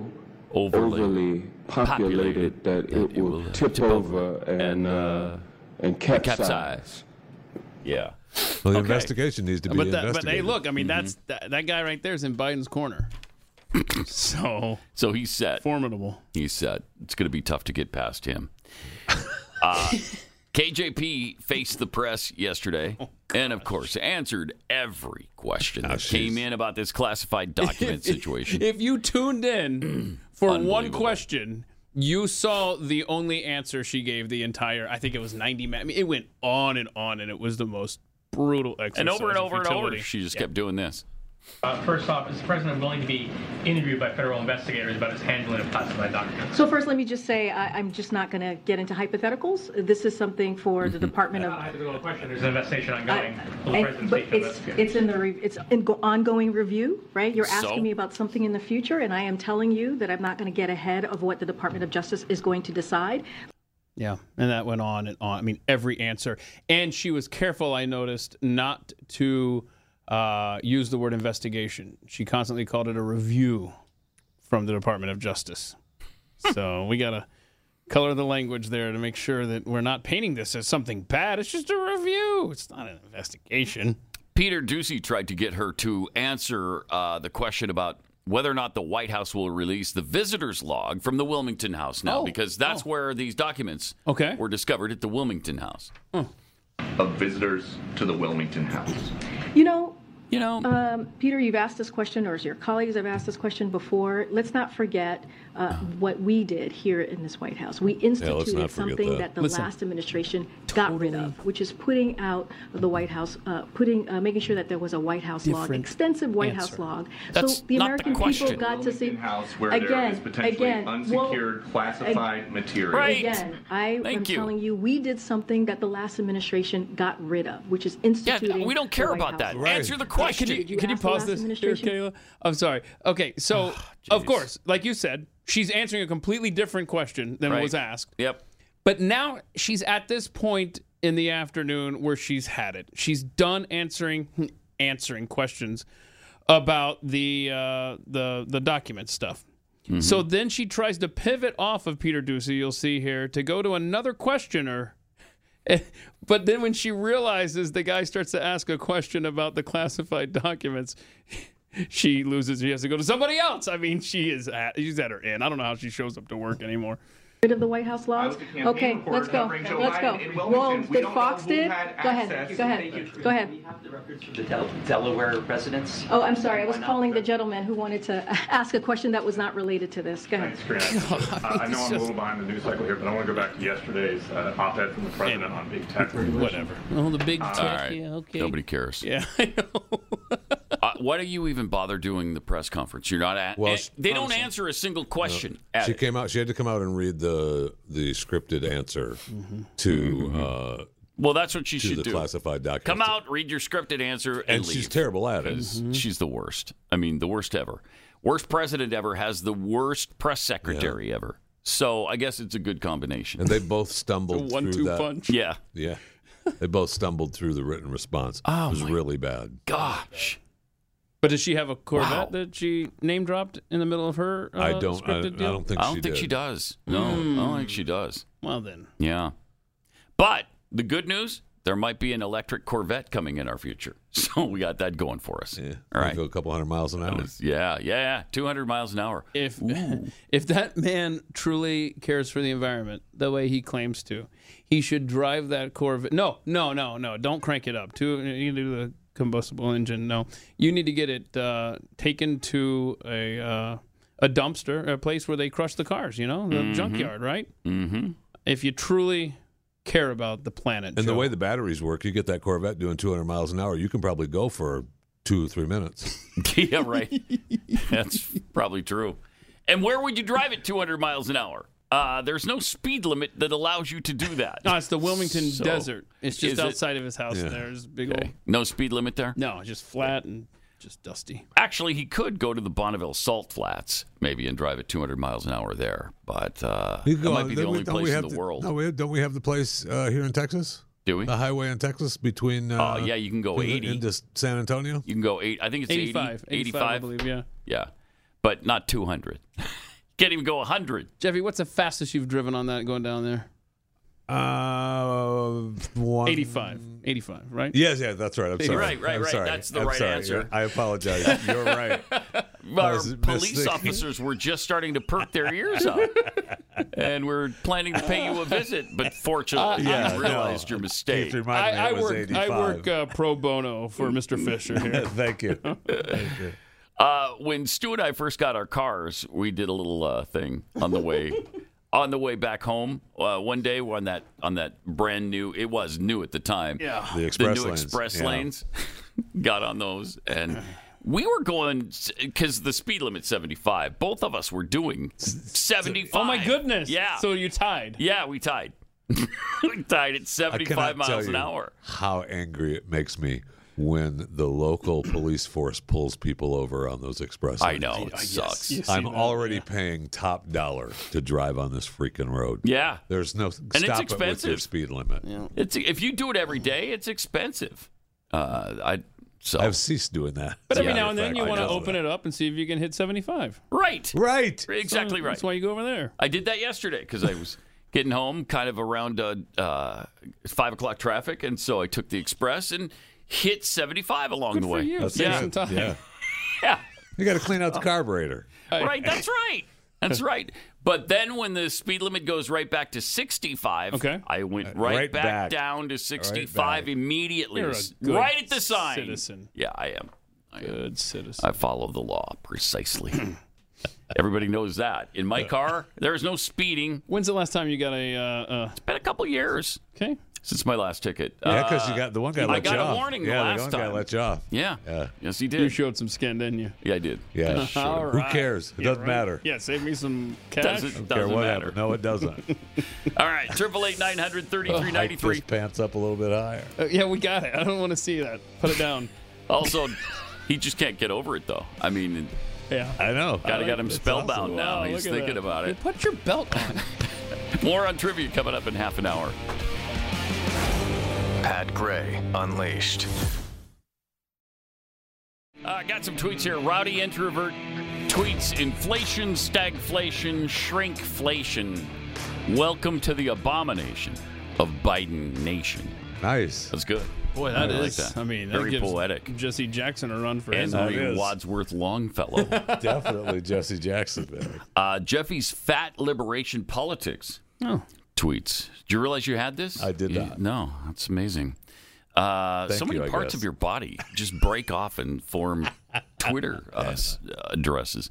S3: Overly
S11: overly, populated,
S3: populated
S11: that it, will tip, over and,
S3: and,
S11: uh, and capsize.
S3: capsize. Yeah.
S4: Well,
S3: Okay.
S4: the investigation needs to be
S5: But that, but
S4: investigated.
S5: hey, look, I mean, that's that, that guy right there is in Biden's corner. (coughs) so
S3: So he's set.
S5: formidable.
S3: He's set. It's going to be tough to get past him. Uh, KJP faced the press yesterday, and of course answered every question that came in about this classified document situation.
S5: (laughs) If you
S3: (clears throat)
S5: tuned in for one
S3: Unbelievable.
S5: question, you saw the only answer she gave the entire. I think it was ninety. ma- I mean, it went on and on, and it was the most brutal exercise.
S3: and over and
S5: of
S3: over and over,
S5: futility.
S3: she just kept doing this.
S12: Uh, first off, is the president willing to be interviewed by federal investigators about his handling of classified documents?
S8: So first, let me just say I, I'm just not going to get into hypotheticals. This is something for
S4: Mm-hmm.
S8: the Department of.
S12: I have to go to a question. There's an investigation ongoing.
S8: I-
S12: Will the
S8: and-
S12: president
S8: but
S12: speak to
S8: it's
S12: investigate?
S8: it's in the re, it's in go, ongoing review, right? You're asking
S3: So?
S8: me about something in the future, and I am telling you that I'm not going to get ahead of what the Department of Justice is going to decide.
S5: Yeah, and that went on and on. I mean, every answer. And she was careful, I noticed, not to uh, use the word investigation. She constantly called it a review from the Department of Justice. so we got to color the language there to make sure that we're not painting this as something bad. It's just a review, it's not an investigation.
S3: Peter Ducey tried to get her to answer uh, the question about whether or not the White House will release the visitor's log from the Wilmington House now,
S5: Oh,
S3: because that's where these documents
S5: Okay.
S3: were discovered at the Wilmington House.
S7: Of visitors to the Wilmington House.
S8: You know,
S3: You know,
S8: um, Peter, you've asked this question, or as your colleagues have asked this question before. Let's not forget uh, what we did here in this White House. We instituted
S4: not forget
S8: something
S4: that.
S8: that, the
S4: Listen.
S8: last administration got rid of, which is putting out the White House, uh, putting, uh, making sure that there was a White House log,
S9: Different
S8: extensive White
S9: answer.
S8: House log,
S9: That's
S8: so the
S9: not the
S8: American people
S9: question.
S8: got to see
S7: House where
S8: again,
S7: there is potentially
S8: again, well,
S7: unsecured classified
S8: ag-
S7: material.
S8: Again, I am
S3: Thank you.
S8: telling you, we did something that the last administration got rid of, which is instituting.
S3: we don't
S8: the
S3: care
S8: White
S3: about
S8: House
S3: that.
S8: log.
S3: Answer the question.
S5: Can you, can you
S8: asked the
S5: pause
S8: last
S5: this here,
S8: administration-
S5: Kayla? I'm sorry. Okay, so
S3: Ah,
S5: of course, like you said, she's answering a completely different question than
S3: Right.
S5: was asked.
S3: Yep.
S5: But now she's at this point in the afternoon where she's had it. She's done answering (laughs) answering questions about the uh, the the document stuff. So then she tries to pivot off of Peter Ducey, you'll see here, to go to another questioner. (laughs) But then when she realizes the guy starts to ask a question about the classified (laughs) documents, she loses. She has to go to somebody else. I mean, she is at, she's at her end. I don't know how she shows up to work anymore.
S8: Rid of the White House logs?
S5: campaign
S8: Okay,
S5: reporter
S8: let's go.
S7: uh,
S5: covering Joe
S8: Let's
S5: Biden
S8: go.
S5: in
S7: Wilmington.
S8: Well,
S7: We
S8: that
S7: don't
S8: Fox
S7: know who
S8: did?
S7: had
S8: Go ahead,
S7: access.
S8: go
S7: Thank you.
S8: ahead, go ahead.
S13: The Del- Delaware residents.
S8: Oh, I'm sorry, I was calling the gentleman who wanted to ask a question that was not related to this. Go ahead.
S14: Uh, (laughs) I know I'm a little behind the news cycle here, but I want to go back to yesterday's uh, op-ed from the president on big tech.
S5: Whatever. Oh, the big tech.
S3: All right.
S5: Yeah, okay.
S3: Nobody cares.
S5: Yeah. (laughs)
S3: uh, why do you even bother doing the press conference? You're not at.
S4: Well,
S3: eh,
S4: she-
S3: they don't answer a single question.
S4: No,
S3: at
S4: she
S3: it.
S4: came out. She had to come out and read the the scripted answer to. Uh,
S3: well, that's what she
S4: to
S3: should
S4: the
S3: do.
S4: Classified document.
S3: Come out, read your scripted answer, and,
S4: And she's terrible at it.
S3: She's the worst. I mean, the worst ever. Worst president ever has the worst press secretary ever. So I guess it's a good combination.
S4: And they both stumbled.
S5: (laughs)
S3: The one-two
S4: through that.
S3: punch. Yeah. (laughs)
S4: yeah. They both stumbled through the written response. Oh, it was really bad.
S3: Gosh.
S5: But does she have a Corvette that she name dropped in the middle of her?
S3: Oh,
S5: Uh,
S4: I don't- I-
S5: Scripted
S4: I
S5: deal?
S4: don't think
S3: I don't think she does. No, I don't think she does.
S5: Well then.
S3: Yeah. But the good news, there might be an electric Corvette coming in our future. (laughs) So we got that going for us. Yeah. All right.
S4: Go a couple hundred miles an hour.
S3: Yeah, yeah, 200 miles an hour.
S5: If if that man truly cares for the environment the way he claims to, he should drive that Corvette. No, no, no, no! Don't crank it up. Too, you need to do the combustible engine. No, you need to get it uh, taken to a uh, a dumpster, a place where they crush the cars. You know, the
S4: Mhm.
S5: junkyard, right?
S3: Mm-hmm.
S5: If you truly care about the planet,
S4: And the
S5: Joe.
S4: way the batteries work, you get that Corvette doing 200 miles an hour, you can probably go for two or three minutes.
S3: (laughs) yeah, right. That's probably true. And where would you drive it 200 miles an hour? Uh, there's no speed limit that allows you to do that.
S5: No, it's the Wilmington
S3: So,
S5: Desert. It's
S3: is it-
S5: just outside of his house.
S3: Yeah.
S5: There's a big
S3: Okay.
S5: old
S3: No speed limit there?
S5: no, just flat and just dusty.
S3: Actually, he could go to the Bonneville Salt Flats, maybe, and drive at 200 miles an hour there. But uh,
S4: You
S3: that
S4: go
S3: might
S4: on-
S3: be the
S4: don't we-
S3: only
S4: don't oh, we
S3: place in
S4: have
S3: the
S4: the-
S3: world.
S4: No, we, uh, don't we have the place uh, here in Texas?
S3: Do we?
S4: The highway in Texas between. Uh,
S3: Uh, yeah, you can go
S4: to the-
S3: 80.
S4: into San Antonio?
S3: You can go eight. I think it's
S5: 85,
S3: 80,
S5: 85, I believe, yeah.
S3: Yeah, but not 200. (laughs) Can't even go 100.
S5: Jeffy, what's the fastest you've driven on that going down there?
S4: Uh,
S5: Um,
S4: one,
S5: 85. 85, right?
S4: Yes, yeah, that's right. I'm sorry.
S5: Right, right,
S4: I'm
S5: right.
S4: sorry.
S3: That's the
S4: I'm
S3: right
S4: sorry.
S3: answer.
S4: I apologize.
S3: (laughs)
S4: You're right. I
S3: Our
S4: was
S3: police
S4: mistaken.
S3: officers were just starting to perk their ears
S4: (laughs)
S3: up, and we're planning to pay you a visit. But fortunately,
S4: Uh, yeah,
S3: you realized
S4: no.
S3: your mistake.
S4: Keith reminded me it was 85.
S5: I work uh, pro bono (laughs) for Mr. Fisher here.
S4: (laughs) Thank
S5: (laughs)
S4: you. Thank you.
S3: Uh, when Stu and I first got our cars, we did a little uh, thing on the
S4: (laughs)
S3: way on the way back home. Uh, one day, we're on that on that brand new. It was new at the time.
S5: Yeah.
S4: The express
S3: new
S4: lanes,
S3: express
S4: yeah.
S3: lanes. (laughs) got on those, and we were going because the speed limit's seventy five. Both of us were doing seventy five.
S5: Oh, my goodness.
S3: Yeah.
S5: So you tied.
S3: yeah, we tied. (laughs) we tied at
S4: I
S3: seventy
S4: cannot
S3: five
S4: tell
S3: miles an
S4: you
S3: hour.
S4: How angry it makes me when the local police force pulls people over on those express.
S3: I
S4: lanes.
S3: know, it I- I- yes, sucks. you see
S4: I'm
S3: that,
S4: already paying top dollar to drive on this freaking road.
S3: Yeah.
S4: there's no
S3: And it's
S4: stop it with your
S3: expensive.
S4: speed limit.
S3: It's if you do it every day, it's expensive. Uh, I so
S4: I've ceased doing that.
S5: But every
S3: Yeah,
S5: now and then
S3: fact,
S5: you
S3: I
S5: want to
S3: know
S5: open it up and see if you can hit 75.
S3: Right.
S4: Right.
S3: Exactly
S5: So
S3: right.
S5: That's why you go over there.
S3: I did that yesterday because I was getting home kind of around uh, uh, five o'clock traffic, and so I took the express and hit seventy-five along
S5: Good
S3: the
S5: for
S3: way.
S5: you. Save
S3: Yeah. Uh,
S5: some time.
S4: Yeah,
S3: (laughs) yeah,
S4: you got to
S3: (laughs)
S4: clean out the carburetor.
S3: right. That's right. That's right. But then when the speed limit goes right back to sixty-five,
S5: Okay.
S3: I went right,
S4: right
S3: back,
S4: back.
S3: down to sixty-five immediately,
S5: You're a good
S3: right at the sign.
S5: citizen.
S3: Yeah, I am.
S5: Good citizen.
S3: I follow the law precisely. (clears throat) Everybody knows that. In my car, there is no speeding.
S5: When's the last time you got a? Uh, uh... It's
S3: been a couple years.
S5: Okay.
S3: Since my last ticket. Uh,
S4: Yeah, because you got the one guy.
S3: I
S4: let
S3: got
S4: you
S3: a
S4: off.
S3: warning the
S4: Yeah,
S3: last
S4: the one
S3: time.
S4: guy let you off.
S3: Yeah. Yes, he did.
S5: (laughs) You showed some skin, didn't you?
S3: Yeah, I did.
S5: (laughs)
S4: Yeah.
S5: Sure. All
S4: Who
S5: right.
S4: cares? It
S5: Yeah,
S4: doesn't
S5: right.
S4: matter.
S5: Yeah, save me some cash.
S3: Doesn't-
S4: Don't care
S3: doesn't
S4: what
S3: matter.
S4: happened. No, it
S5: (laughs)
S4: doesn't.
S3: All right. Triple eight nine hundred thirty
S4: Oh,
S3: three ninety
S4: Hike
S3: three.
S4: his pants up a little bit higher.
S5: Uh, yeah, we got it. I don't want to see that. Put it down.
S3: Also, he just can't get over it though. I mean,
S5: (laughs) Yeah.
S4: I know.
S3: gotta get him
S5: It's
S3: spellbound
S5: awesome.
S3: now.
S5: Wow,
S3: He's
S5: look at
S3: thinking
S5: that.
S3: about it.
S5: Yeah, Put your belt on.
S3: (laughs) More on trivia coming up in half an hour.
S1: Pat Gray Unleashed.
S3: Uh, got some tweets here. Rowdy introvert tweets inflation, stagflation, shrinkflation. Welcome to the abomination of Biden nation. (laughs)
S4: Nice.
S3: That's good.
S5: Boy, that is.
S3: I
S5: I
S3: like that.
S5: mean, that
S3: very
S5: gives
S3: poetic.
S5: Jesse Jackson a run for his
S3: Henry
S5: money.
S3: Wadsworth
S5: (laughs)
S3: Longfellow.
S4: Definitely Jesse Jackson. There.
S3: Uh, Jeffy's fat liberation politics
S5: Oh.
S3: tweets. Do you realize you had this? I did
S4: not.
S3: No, that's amazing. Uh,
S4: Thank
S3: so many
S4: you, I
S3: parts
S4: guess.
S3: of your body just break off and
S4: (laughs)
S3: form Twitter uh, s- addresses.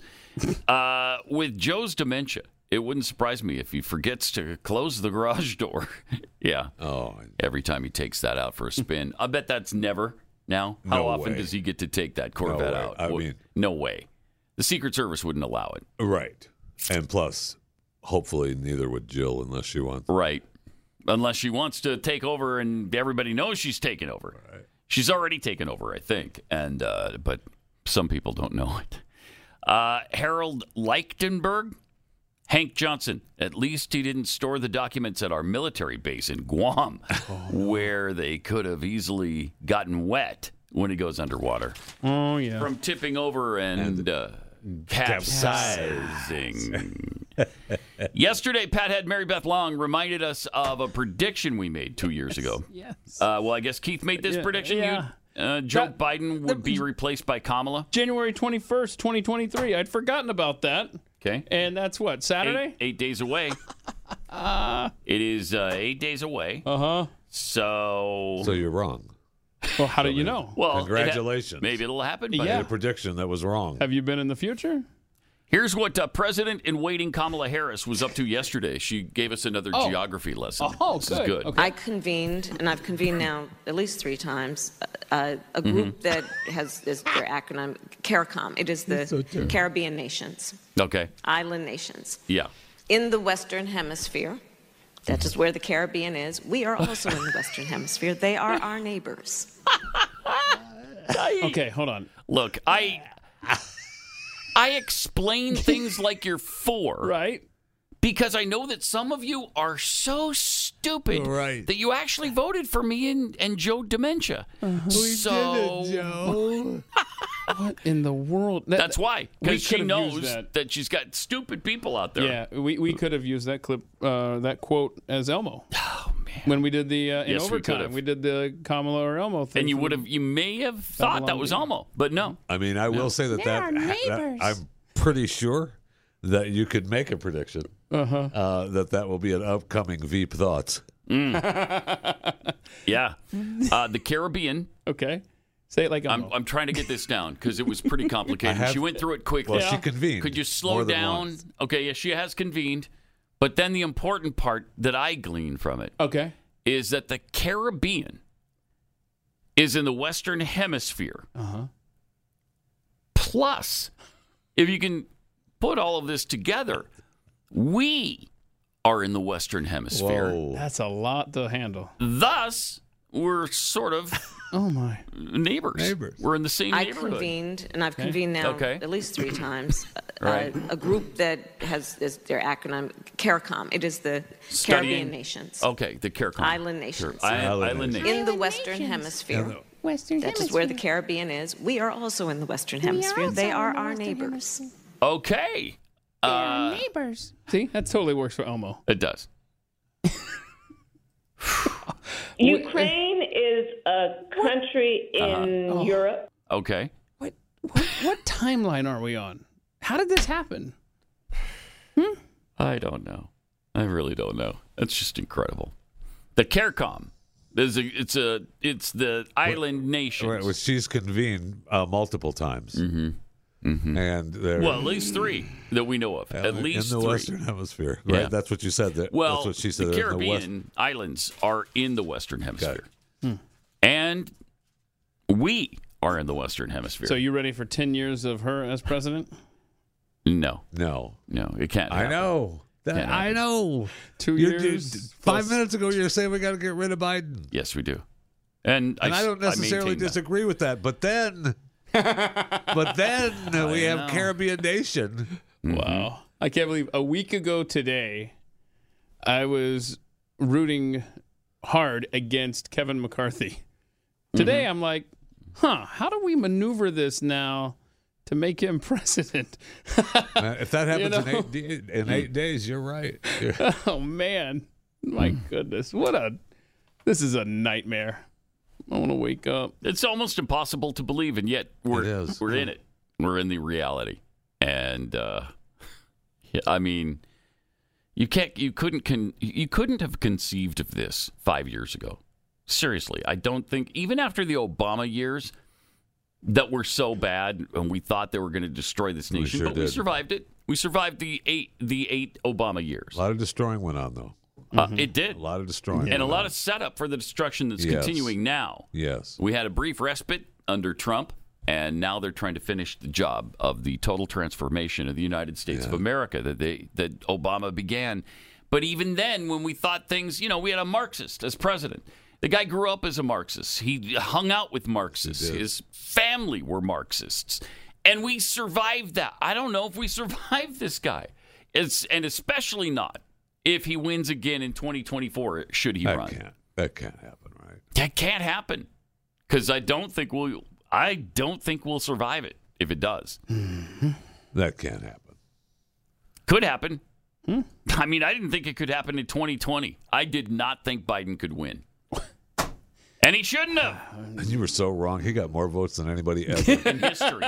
S3: Uh, with Joe's dementia, it wouldn't surprise me if he forgets to close the garage door. (laughs) yeah.
S4: Oh.
S3: Every time he takes that out for a spin, I bet that's never now. How
S4: No
S3: often
S4: way.
S3: does he get to take that Corvette
S4: way.
S3: out?
S4: I
S3: Wo-
S4: mean-
S3: no way. The Secret Service wouldn't allow it.
S4: Right. And plus, hopefully, neither would Jill unless she wants.
S3: Right. Unless she wants to take over and everybody knows she's taken over. She's already taken over, I think. And uh, but some people don't know it. Uh, Harold Lichtenberg, Hank Johnson. At least he didn't store the documents at our military base in Guam, where they could have easily gotten wet when he goes underwater
S5: Oh yeah.
S3: from tipping over and, uh, capsizing. (laughs) Yesterday, Pat had Mary Beth Long reminded us of a prediction we made two years ago.
S5: Yes.
S3: Uh, well, I guess Keith made this
S5: Yeah,
S3: prediction.
S5: yeah.
S3: You, uh, Joe Biden would be replaced by Kamala.
S5: January 21st, 2023. I'd forgotten about that.
S3: Okay.
S5: And that's what,
S3: Eight,
S5: Saturday?
S3: eight days
S5: (laughs)
S3: away. it is uh, eight days away.
S5: Uh huh.
S3: So,
S4: So you're wrong.
S5: Well, how do you know?
S3: well, it ha-
S4: Congratulations.
S3: maybe it'll happen. But
S4: I
S5: Yeah.
S4: made a prediction that was wrong.
S5: Have you been in the future?
S3: Here's what uh, President in waiting Kamala Harris was up to yesterday. She gave us another
S5: Oh.
S3: geography lesson.
S5: Oh,
S3: this
S5: good.
S3: is good.
S5: Okay.
S9: I convened, and I've convened now at least three times, uh, a group that has is their acronym CARICOM. It is the Caribbean nations,
S3: Okay.
S9: island nations.
S3: Yeah.
S9: In the Western Hemisphere, that is where the Caribbean is. We are also in the Western Hemisphere. They are our neighbors.
S5: Okay, hold on.
S3: Look,
S5: (laughs)
S3: I I explain things like you're four,
S5: Right?
S3: Because I know that some of you are so stupid
S4: Right.
S3: that you actually voted for me and, and Joe Dementia.
S5: Uh-huh.
S3: so
S5: What in the world? That-
S3: that's why.
S5: We
S3: Because she
S5: could've
S3: knows
S5: used that.
S3: that. she's got stupid people out there.
S5: Yeah, we, we could have used that clip, uh, that quote as
S3: (sighs)
S5: Elmo. Oh, man. When we did the, uh, in
S3: Yes, we could
S5: overtime,
S3: have.
S5: we, did the Kamala or Elmo thing.
S3: And you
S5: from-
S3: would have you may have thought that
S5: Babylon
S3: was
S5: Bee.
S3: Elmo, but
S5: Mm-hmm.
S3: no.
S4: I mean, I will say that that, that I'm pretty sure that you could make a prediction
S5: Uh-huh.
S4: uh, that that will be an upcoming Veep thoughts. (laughs)
S3: Yeah. Uh, the Caribbean.
S5: Okay. Say it like Elmo.
S3: I'm, I'm trying to get this down because it was pretty
S4: (laughs)
S3: complicated.
S4: Oh. I have-
S3: she went through it quickly.
S4: Well, she convened.
S3: Could you slow
S4: more than
S3: down?
S4: once.
S3: Okay, yeah, she has convened. But then the important part that I glean from it
S5: okay.
S3: is that the Caribbean is in the Western Hemisphere.
S5: Uh-huh.
S3: Plus, if you can put all of this together, we are in the Western Hemisphere.
S4: Whoa.
S5: That's a lot to handle.
S3: Thus, we're sort of
S5: Oh, my.
S3: neighbors.
S4: Neighbors.
S3: We're in the same
S9: I
S3: neighborhood.
S9: convened, and I've convened now
S3: Okay.
S9: at least
S3: (clears throat)
S9: three times, uh,
S3: Right.
S9: a group that has is their acronym CARICOM. It is the
S3: Studying-
S9: Caribbean nations.
S3: Okay, the CARICOM.
S9: Island nations.
S3: I- Island,
S4: Island
S3: nations.
S4: nations.
S9: in the Western Hemisphere.
S15: Western
S9: That is where the Caribbean is. We are also in the Western Hemisphere. They are our neighbors.
S3: Okay. Uh,
S15: neighbors.
S5: See, that totally works for Elmo.
S3: it does.
S16: Ukraine is a country
S3: Uh-huh.
S16: in Europe.
S3: Okay.
S5: What, what what timeline are we on? How did this happen?
S3: I don't know. I really don't know. That's just incredible. The CARICOM There's a, it's a it's the island nation.
S4: Right, well, she's convened uh, multiple times, mm-hmm. and they're
S3: Well, at least three that we know of. At
S4: in
S3: least
S4: the
S3: three.
S4: Western Hemisphere, right?
S3: Yeah.
S4: That's what you said. That,
S3: well,
S4: that's what she said.
S3: the
S4: in West-
S3: Caribbean islands are in the Western Hemisphere,
S5: Hmm.
S3: and we are in the Western Hemisphere.
S5: So you ready for ten years of her as president?
S3: no,
S4: no,
S3: no, it can't.
S4: I know. That-
S3: Can't
S4: I
S3: happen.
S4: know.
S5: Two
S4: You- you-
S5: years.
S4: Five minutes ago, you were saying we got to get rid of Biden,
S3: Yes, we do. And,
S4: and I,
S3: s-
S4: don't necessarily
S3: maintain that.
S4: disagree with that.
S3: (laughs)
S4: But then, but then we have Caribbean Nation.
S5: Wow. Mm-hmm. I can't believe a week ago today, I was rooting hard against Kevin McCarthy. Today, I'm like, huh, how do we maneuver this now to make him (laughs) president?
S4: Uh, if that
S5: You
S4: happens
S5: know?
S4: in eight da- in eight days,
S3: (laughs)
S4: you're right. You're-
S5: oh, man. My goodness. What a. This is a nightmare. I want to wake up.
S3: It's almost impossible to believe, and yet we're we're in it. We're in the reality, and uh, yeah, I mean, you can't, you couldn't, con, you couldn't have conceived of this five years ago. Seriously, I don't think even after the Obama years that were so bad, and we thought they were going to destroy this
S4: We
S3: nation,
S4: sure
S3: but we
S4: did.
S3: survived it. We survived the eight the eight Obama years.
S4: A lot of destroying went on though.
S3: Uh,
S4: Mm-hmm.
S3: It did,
S4: A lot of destroying,
S3: and a
S4: went
S3: lot of setup for the destruction that's
S4: Yes.
S3: continuing now.
S4: on. yes.
S3: We had a brief respite under Trump, and now they're trying to finish the job of the total transformation of the United States of America that they that Obama began. But even then, when we thought things, you know, we had a Marxist as president. The guy grew up as a Marxist. He hung out with Marxists. His family were Marxists, and we survived that. I don't know if we (laughs) survived this guy, it's, and especially not if he wins again in 2024. Should he
S4: That
S3: run?
S4: can't that can't happen, right?
S3: That can't happen because I don't think we'll. I don't think we'll survive it if it does.
S4: That can't happen.
S3: Could happen.
S5: Hmm.
S3: I mean, I didn't think it could happen in 2020. I did not think Biden could win, and he shouldn't have.
S4: And you were so wrong. He got more votes than
S3: (laughs)
S4: anybody ever.
S3: In
S5: (laughs)
S3: history,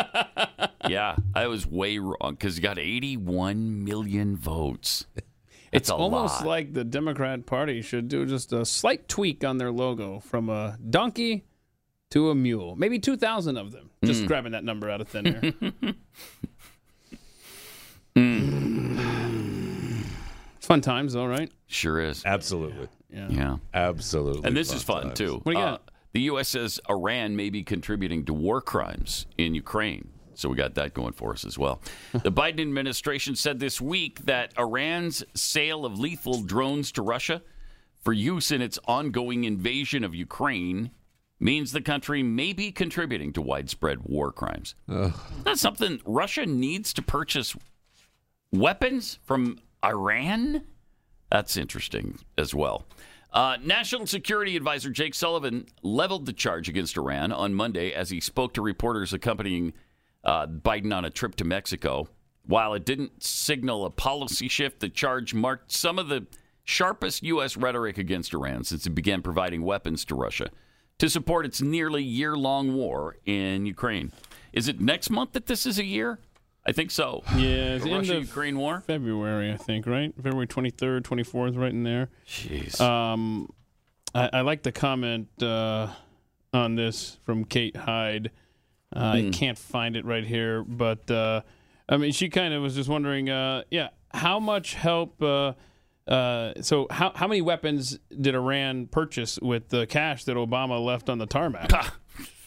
S3: yeah, I was way wrong because he got 81 million votes. It's
S5: it's
S3: a
S5: almost
S3: lot.
S5: like the Democrat Party should do just a slight tweak on their logo from a donkey to a mule. Maybe 2,000 of them. Just
S3: Mm.
S5: grabbing that number out of thin air.
S3: (laughs)
S5: fun times, all right.
S3: Sure is.
S4: Absolutely.
S5: Yeah.
S3: Yeah.
S4: Absolutely.
S3: And this is fun too. Uh,
S5: What do you got?
S3: the U.S. says Iran may be contributing to war crimes in Ukraine. So we got that going for us as
S5: (laughs)
S3: well. the Biden administration said this week that Iran's sale of lethal drones to Russia for use in its ongoing invasion of Ukraine means the country may be contributing to widespread war crimes. That's something Russia needs to purchase weapons from Iran? That's interesting as well. Uh, National Security Advisor Jake Sullivan leveled the charge against Iran on Monday as he spoke to reporters accompanying uh, Biden on a trip to Mexico. While it didn't signal a policy shift, the charge marked some of the sharpest U.S. rhetoric against Iran since it began providing weapons to Russia to support its nearly year long war in Ukraine. Is it next month that this is a year? I think so.
S5: Yeah, it's
S3: The
S5: end
S3: Russia
S5: of
S3: Ukraine war.
S5: February, I think, right? February 23rd, 24th, right in there.
S3: Jeez.
S5: Um, I, I like the comment uh, on this from Kate Hyde. Uh,
S3: Hmm.
S5: I can't find it right here, but uh, I mean, she kind of was just wondering, uh, yeah, how much help? Uh, uh, so, how how many weapons did Iran purchase with the cash that Obama left on the tarmac?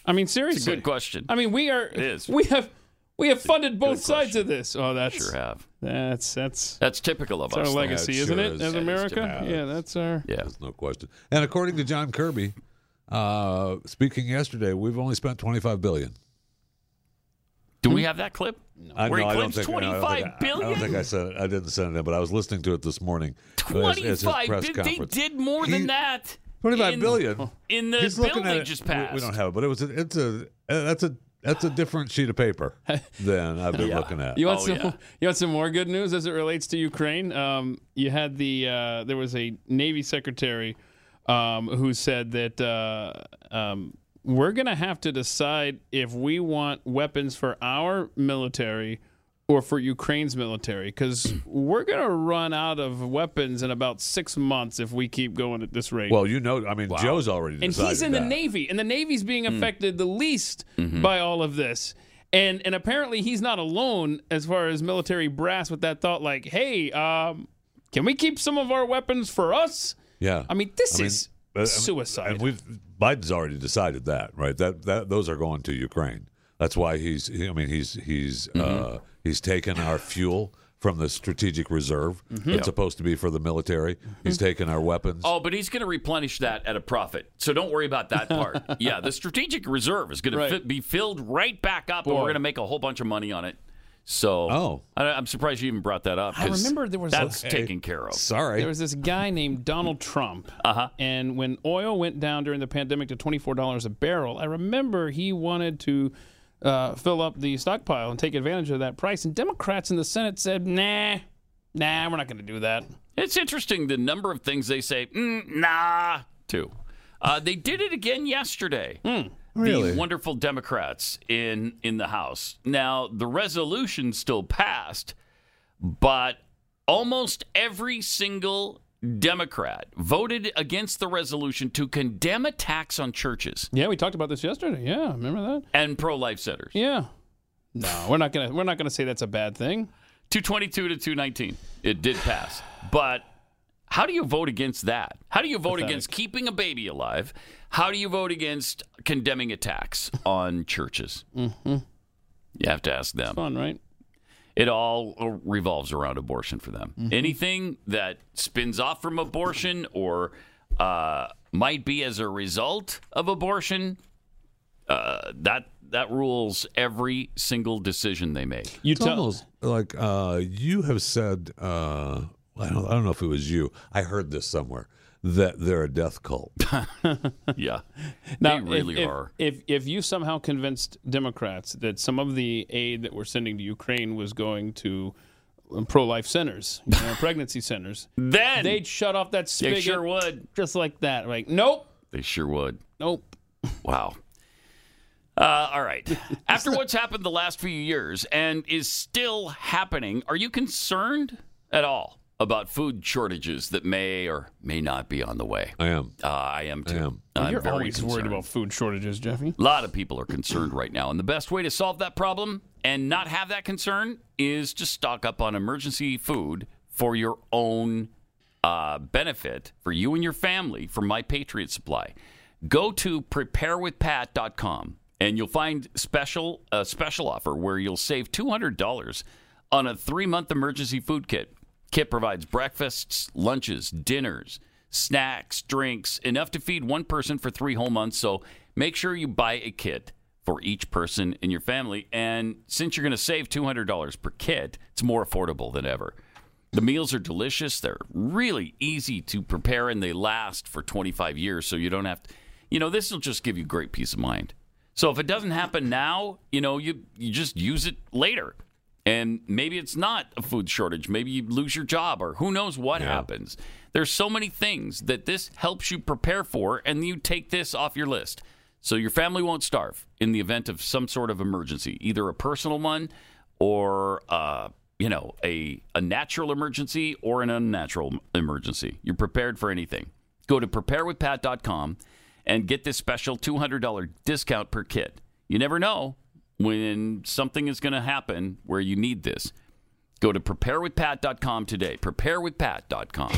S5: I mean, seriously,
S3: It's a good question.
S5: I mean, we are. It
S3: is.
S5: We have we have funded both sides of this. Oh, that's
S3: sure have.
S5: that's that's
S3: That's typical of
S5: that's our
S3: us. though.
S5: legacy,
S4: That
S5: isn't
S4: sure
S5: it?
S4: is.
S5: As
S4: That is
S5: America,
S4: typical.
S5: yeah, that's our.
S3: Yeah.
S4: There's no question. And according to John Kirby, uh, speaking yesterday, we've only spent 25 billion.
S3: Do
S5: Hmm?
S3: we have that clip?
S4: I,
S3: Where
S4: Uh, no,
S3: he
S4: I don't
S3: claims
S4: think, no, I don't
S3: twenty-five
S4: think-
S3: billion.
S4: I- I don't think I said it. I didn't send it in, but I was listening to it this morning. as- as his
S3: 25
S4: press
S3: did, they
S4: conference.
S3: did more
S4: He-
S3: than that
S4: 25
S3: in,
S4: billion.
S3: in the
S4: He's
S3: bill
S4: looking at
S3: they
S4: it.
S3: just
S4: We-
S3: passed
S4: We, don't have it, but it was a, it's a uh, that's a that's a different sheet
S3: (laughs)
S4: of paper than I've been
S3: Yeah.
S4: looking at.
S5: You want
S3: Oh,
S5: some?
S3: yeah.
S5: (laughs) You want some more good news as it relates to Ukraine? Um, you had the uh, there was a Navy secretary um, who said that uh, um, we're going to have to decide if we want weapons for our military or for Ukraine's military because we're going to run out of weapons in about six months if we keep going at this rate.
S4: Well, you know, I mean, Joe's already
S5: and
S4: decided
S5: he's in the
S4: that.
S5: Navy, and the Navy's being
S4: Mm.
S5: affected the least
S4: Mhm.
S5: by all of this. And and apparently he's not alone as far as military brass with that thought. Like, hey, um, can we keep some of our weapons for us?
S4: Yeah.
S5: I mean, this is
S4: uh, I mean,
S5: suicide.
S4: And we've Biden's already decided that, right? That that those are going to Ukraine. That's why he's. he- I mean, he's he's
S5: Mm-hmm.
S4: uh, he's taken our fuel from the strategic reserve. It's
S5: Mm-hmm.
S3: Mhm. Yep.
S4: supposed to be for the military. He's taken our weapons.
S3: Oh, but he's going to replenish that at a profit. So don't worry about that
S4: (laughs)
S3: part. yeah, the strategic reserve is going
S4: Right.
S3: to fi- be filled right back up, and
S5: Boy.
S3: we're going to make a whole bunch of money on it. So,
S4: Oh.
S3: I, I'm surprised you even brought that up.
S5: I
S3: 'cause
S5: remember there was
S3: that's
S5: a-
S3: taken care of.
S5: There was this guy named Donald Trump. Uh-huh. And when oil went down during the pandemic to $24 a barrel, I remember he wanted to uh, fill up the stockpile and take advantage of that price. And Democrats in the Senate said, nah, nah, we're not going to do that.
S3: It's interesting the number of things they say, mm, nah, to. Uh, they did it again yesterday.
S4: Really?
S3: The wonderful Democrats in, in the House. Now, the resolution still passed, but almost every single Democrat voted against the resolution to condemn attacks on churches
S5: Yeah, we talked about this yesterday. Yeah, remember that?
S3: and pro life centers.
S5: Yeah. No, we're not gonna we're not gonna say that's a bad thing.
S3: 222 to 219. It did pass. But how do you vote against that? How do you vote
S5: Pathetic.
S3: against keeping a baby alive? How do you vote against condemning attacks on churches?
S5: Mm-hmm.
S3: You have to ask them.
S5: Fun, right?
S3: It all revolves around abortion for them.
S5: Mm-hmm.
S3: Anything that spins off from abortion or uh, might be as a result of abortion, uh, that that rules every single decision they make.
S4: You it's almost like uh, you have said. Uh, I don't. I don't know if it was you. I heard this somewhere that they're a death cult.
S3: yeah,
S5: (laughs)
S3: they
S5: Now, if-
S3: really
S5: if,
S3: are.
S5: If if you somehow convinced Democrats that some of the aid that we're sending to Ukraine was going to um, pro-life centers, you
S3: (laughs)
S5: know, pregnancy centers,
S3: then
S5: they'd shut off that spigot.
S3: They Hmm. sure would.
S5: Just like that. Like, nope,
S3: They sure would.
S5: nope.
S3: Wow. Uh, all
S5: (laughs)
S3: right. After what's happened the last few years and is still happening, are you concerned at all about food shortages that may or may not be on the way?
S4: I am.
S3: Uh, I am too. I'm
S5: You're
S3: very
S5: always
S3: concerned.
S5: worried about food shortages, Jeffy.
S3: A lot of people are concerned right now, and the best way to solve that problem and not have that concern is to stock up on emergency food for your own uh, benefit, for you and your family, from My Patriot Supply. Go to preparewithpat.com and you'll find special a special offer where you'll save two hundred dollars on a three month emergency food kit. Kit provides breakfasts, lunches, dinners, snacks, drinks, enough to feed one person for three whole months. So make sure you buy a kit for each person in your family. And since you're going to save $200 per kit, it's more affordable than ever. The meals are delicious. They're really easy to prepare and they last for 25 years. So you don't have to, you know, this will just give you great peace of mind. So if it doesn't happen now, you know, you, you just use it later. And maybe it's not a food shortage. Maybe you lose your job or who knows what happens. There's so many things that this helps you prepare for, and you take this off your list. So your family won't starve in the event of some sort of emergency, either a personal one or uh, you know, a, a natural emergency or an unnatural emergency. You're prepared for anything. Go to preparewithpat.com and get this special $200 discount per kit. You never know when something is going to happen where you need this. Go to preparewithpat.com today. Preparewithpat.com.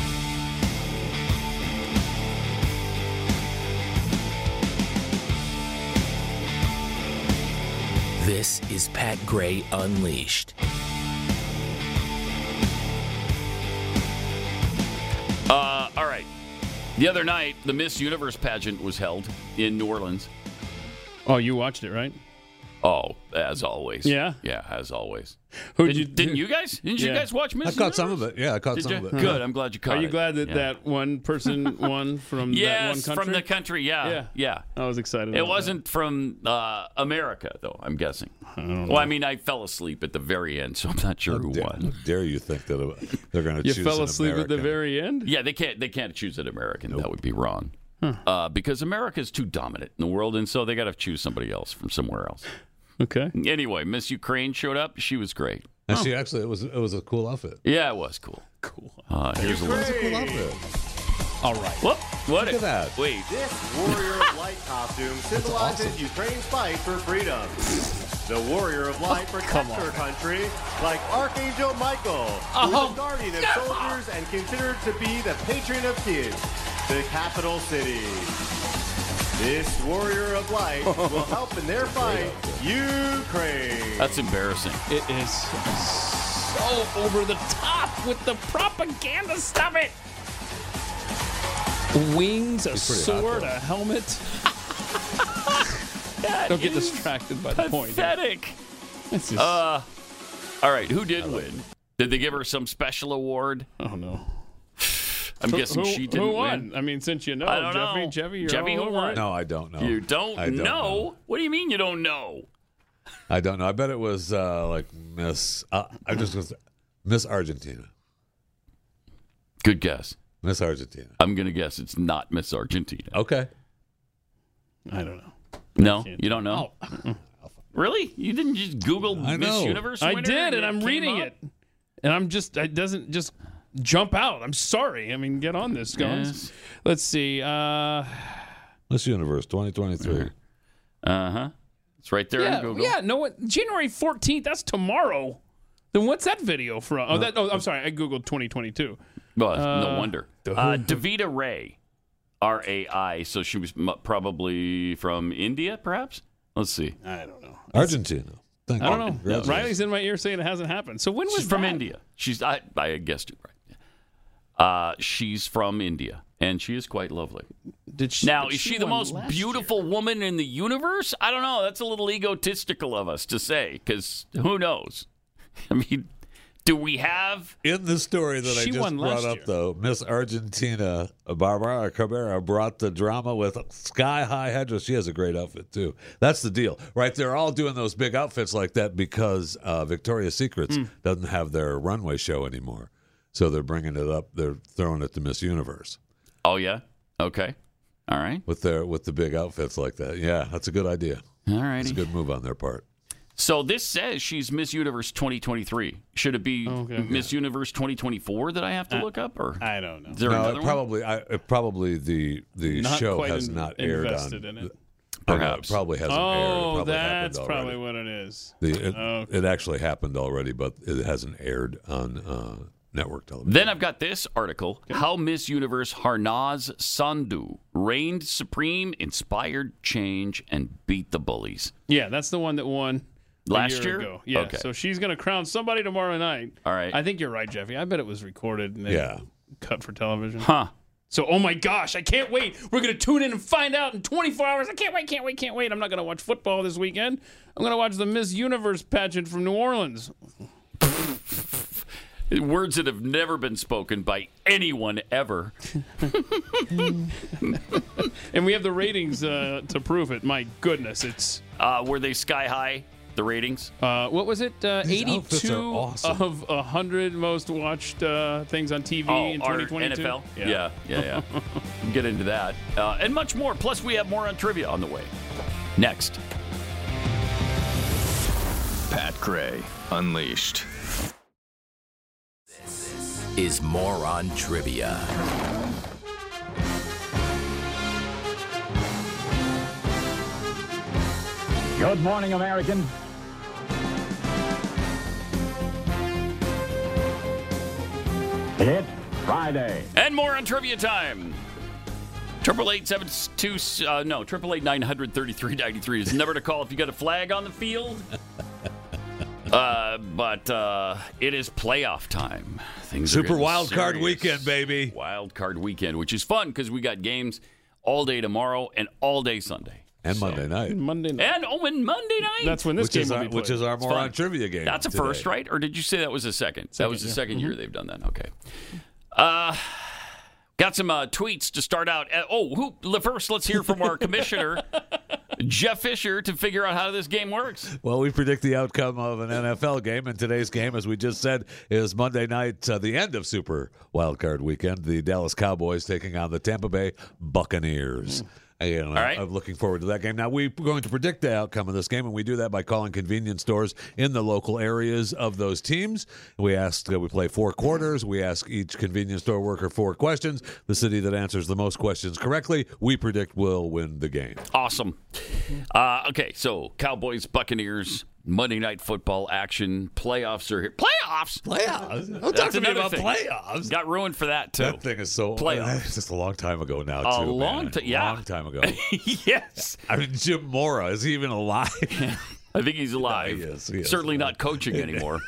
S15: This is Pat Gray Unleashed.
S3: Uh, all right. The other night, the Miss Universe pageant was held in New Orleans.
S5: Oh, you watched it, right?
S3: Oh, as always.
S5: Yeah?
S3: Yeah, as always.
S5: Who
S3: did, did not you guys? Didn't you
S5: Yeah.
S3: guys watch Miss
S4: I
S3: Universe?
S4: caught some of it. Yeah, I caught
S3: Did
S4: some
S3: you?
S4: of it.
S3: Good. I'm glad you caught
S5: Are you
S3: it.
S5: glad that
S3: Yeah.
S5: that one
S3: (laughs)
S5: person won from
S3: Yes,
S5: that one country?
S3: from the country. Yeah,
S5: Yeah.
S3: yeah.
S5: I was excited.
S3: It
S5: about
S3: wasn't from uh, America, though. I'm guessing.
S5: don't
S3: Well, I
S5: know.
S3: mean, I fell asleep at the very end, so I'm not sure
S4: Oh,
S3: who won.
S4: Dare you think that uh, they're going to
S5: You
S4: choose
S5: fell
S4: an
S5: asleep at the
S4: American.
S5: very end.
S3: Yeah, they can't. They can't choose an American. That would be wrong. Uh, because America is too dominant in the world, and so they got to choose somebody else from somewhere else.
S5: Okay.
S3: Anyway, Miss Ukraine showed up. She was great.
S5: Oh.
S4: Actually, actually, it was it was a cool outfit.
S3: Yeah, it was cool. Cool. Uh, here's a little.
S4: Cool outfit.
S3: All right. Whoop. What?
S4: Look at that.
S3: Wait.
S17: This warrior of light (laughs) costume symbolizes Ukraine's fight for freedom. The warrior of light protects her country like Archangel Michael, who is a guardian of soldiers and considered to be the patron of Kiev, the capital city. This warrior of light will help in their fight, Ukraine.
S3: That's embarrassing.
S5: It is so over the top with the propaganda stuff. It. Wings, a
S3: He's pretty hot,
S5: sword,
S3: though.
S5: a (laughs) helmet.
S3: That
S5: Don't get
S3: is
S5: distracted by the point.
S3: Pathetic. Uh, all right. Who did win? Did they give her some special award?
S5: Oh no.
S3: I'm
S5: Who-
S3: guessing
S5: who-
S3: she didn't
S5: Who won?
S3: win.
S5: I mean, since you know,
S3: I don't
S5: Jeffy,
S3: know.
S5: Jeffy, you're
S3: Jeffy,
S5: all
S3: who
S5: over
S3: won?
S5: it.
S4: No, I don't know.
S3: You don't,
S4: I don't
S3: know.
S4: know.
S3: What do you mean you don't know?
S4: I don't know. I bet it was uh, like Miss. Uh, I just was Miss Argentina.
S3: Good guess.
S4: Miss Argentina.
S3: I'm gonna guess it's not Miss Argentina.
S4: Okay.
S5: I don't know.
S3: No, you don't know. (laughs) Really? You didn't just Google Miss Universe?
S5: Oh. I
S3: winner
S5: did, and I'm
S3: came
S5: reading
S3: up?
S5: it, and I'm just it doesn't just jump out. I'm sorry. I mean, get on this, guys.
S3: Yes.
S5: Let's see. Uh,
S4: Miss Universe 2023.
S3: Uh huh. It's right there
S5: yeah,
S3: on Google.
S5: yeah. No, what- January 14th. That's tomorrow. Then what's that video from? Oh, that. Oh, I'm sorry. I googled 2022.
S3: Well,
S5: Uh,
S3: no wonder. Uh, Davita Ray, R A I. So she was m- probably from India, perhaps. Let's see.
S5: I don't know.
S4: Argentina. Thank
S5: I
S4: you.
S5: don't know.
S4: Congratulations.
S5: Riley's in my ear saying it hasn't happened. So when was
S3: She's from
S5: that?
S3: India. She's I, I guessed it right. Uh, she's from India, and she is quite lovely.
S5: Did she,
S3: now
S5: but
S3: is
S5: she
S3: she, the
S5: won
S3: most
S5: last
S3: beautiful woman in the universe? I don't know. That's a little egotistical of us to say, because who knows? (laughs) I mean, do we have?
S4: In the story that I
S3: She
S4: just
S3: won last
S4: brought up, though, Miss Argentina uh, Barbara Cabrera brought the drama with sky high headdress. She has a great outfit too. That's the deal, right? They're all doing those big outfits like that because uh, Victoria's
S3: Hmm.
S4: Secrets doesn't have their runway show anymore, so they're bringing it up. They're throwing it to Miss Universe
S3: Oh yeah. Okay. All right.
S4: with their with the big outfits like that. Yeah, that's a good idea.
S3: All
S4: it's a good move on their part.
S3: So this says she's Miss Universe 2023. Should it be Miss Universe 2024 that I have to look up, or
S5: Oh, Uh, I don't know.
S3: Is there
S4: no,
S3: another
S4: it
S3: one?
S4: probably I, it probably the the
S5: Not
S4: show
S5: quite
S4: has
S5: in-
S4: not aired on.
S5: invested in it.
S4: I know, it probably hasn't aired. It probably
S5: Oh,
S4: happened
S5: that's
S4: already.
S5: probably what it is.
S4: The, it,
S5: Oh,
S4: it actually happened already, but it hasn't aired on uh, network television.
S3: Then I've got this article: How Miss Universe Harnaz Sandhu reigned supreme, inspired change, and beat the bullies.
S5: Yeah, that's the one that won a
S3: Last year?
S5: Ago. Yeah.
S3: Okay.
S5: So she's gonna crown somebody tomorrow night.
S3: All right.
S5: I think you're right, Jeffy. I bet it was recorded and then
S4: Yeah.
S5: cut
S3: (laughs)
S5: for television.
S3: Huh.
S5: So oh my gosh, I can't wait. We're gonna tune in and find out in 24 hours. I can't wait, can't wait, can't wait. I'm not gonna watch football this weekend. I'm gonna watch the Miss Universe pageant from New Orleans.
S3: Words that have never been spoken by anyone ever.
S5: And we have the ratings uh, (laughs) to prove it. My goodness, it's
S3: Uh, were they sky high? The ratings?
S5: uh, what was it? Uh,
S3: These outfits
S5: 82
S3: are awesome.
S5: of 100 most watched uh, things on TV
S3: oh,
S5: in
S3: our
S5: 2022.
S3: NFL. yeah, yeah. yeah. We'll get into that uh, and much more. Plus, we have more on trivia on the way. Next.
S1: Pat Gray Unleashed.
S15: Is moron trivia.
S2: Good morning, American. It's Friday.
S3: And more on trivia time. Triple eight seven two uh, no triple eight nine hundred thirty three ninety three is the number to call if you got a flag on the
S4: (laughs)
S3: field. Uh, but uh, it is playoff time. Things are
S4: Super
S3: getting
S4: wild card
S3: serious.
S4: weekend, baby.
S3: Wild card weekend, which is fun because we got games all day tomorrow and all day Sunday.
S4: And Monday night.
S5: Monday night.
S3: And oh, and Monday night.
S5: That's when this
S4: which
S5: game
S4: is
S5: will
S4: our,
S5: be played.
S4: Which is our
S3: It's
S4: moron
S3: fun.
S4: trivia game.
S3: That's a
S4: today.
S3: first, right? Or did you say that was a second? that
S4: Second,
S3: was the
S4: yeah. Mm-hmm.
S3: 2nd year they've done that. Okay. Uh, got some uh, tweets to start out. Uh, oh, who? le- First, let's hear from our
S4: (laughs)
S3: commissioner, Jeff Fisher, to figure out how this game works.
S4: Well, we predict the outcome of an NFL game, and today's game, as we just said, is Monday night, uh, the end of
S3: Hmm.
S4: Super Wild Card Weekend. The Dallas Cowboys taking on the Tampa Bay Buccaneers. I, don't know. I'm looking forward to that game. Now, we're going to predict the outcome of this game, and we do that by calling convenience stores in the local areas of those teams. We ask that we play four quarters. We ask each convenience store worker four questions. The city that answers the most questions correctly, we predict will win the game.
S3: Awesome. Uh, okay, so Cowboys, Buccaneers, Monday Night Football action. Playoffs are here. Playoffs?
S4: Playoffs? Don't
S3: That's
S4: talk to me
S3: another
S4: about
S3: thing.
S4: playoffs.
S3: Got ruined for that, too.
S4: That thing is
S3: (laughs)
S4: so.
S3: Playoffs.
S4: (laughs) It's just a long time ago now,
S3: A
S4: too.
S3: long
S4: man.
S3: ti- yeah.
S4: Long time ago.
S3: (laughs) yes.
S4: I mean, Jim Mora, is he even alive? (laughs)
S3: I think he's alive.
S4: Oh, yes, yes.
S3: Certainly not
S4: (laughs)
S3: coaching anymore.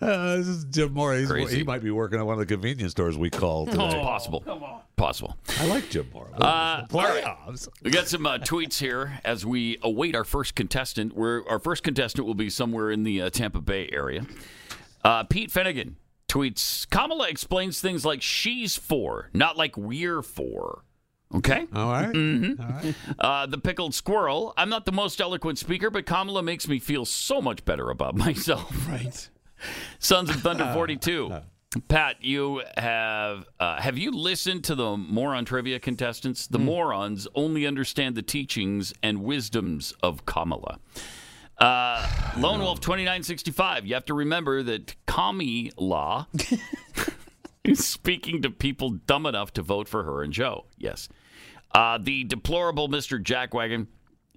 S4: Uh, this is Jim Mora. He's-
S3: Crazy.
S4: He might be working at one of the convenience stores we call
S3: It's
S4: today.
S3: possible. Possible.
S4: I like Jim Mora.
S3: Uh, all right.
S4: Playoffs.
S3: We got some uh, tweets here as we await our first contestant. Where our first contestant will be somewhere in the uh, Tampa Bay area. Uh, Pete Finnegan tweets: Kamala explains things like she's for, not like we're for. Okay.
S4: All right.
S3: Mhm. Uh, the pickled squirrel. I'm not the most eloquent speaker, but Kamala makes me feel so much better about (laughs) myself. Right. Sons of Thunder 42. Pat, you have uh, have you listened to the moron trivia contestants? The morons only understand the teachings and wisdoms of Kamala. Uh, Lone Wolf 2965. You have to remember that commie law is speaking to people dumb enough to vote for her and Joe. Yes. Uh, the deplorable Mr. Jackwagon.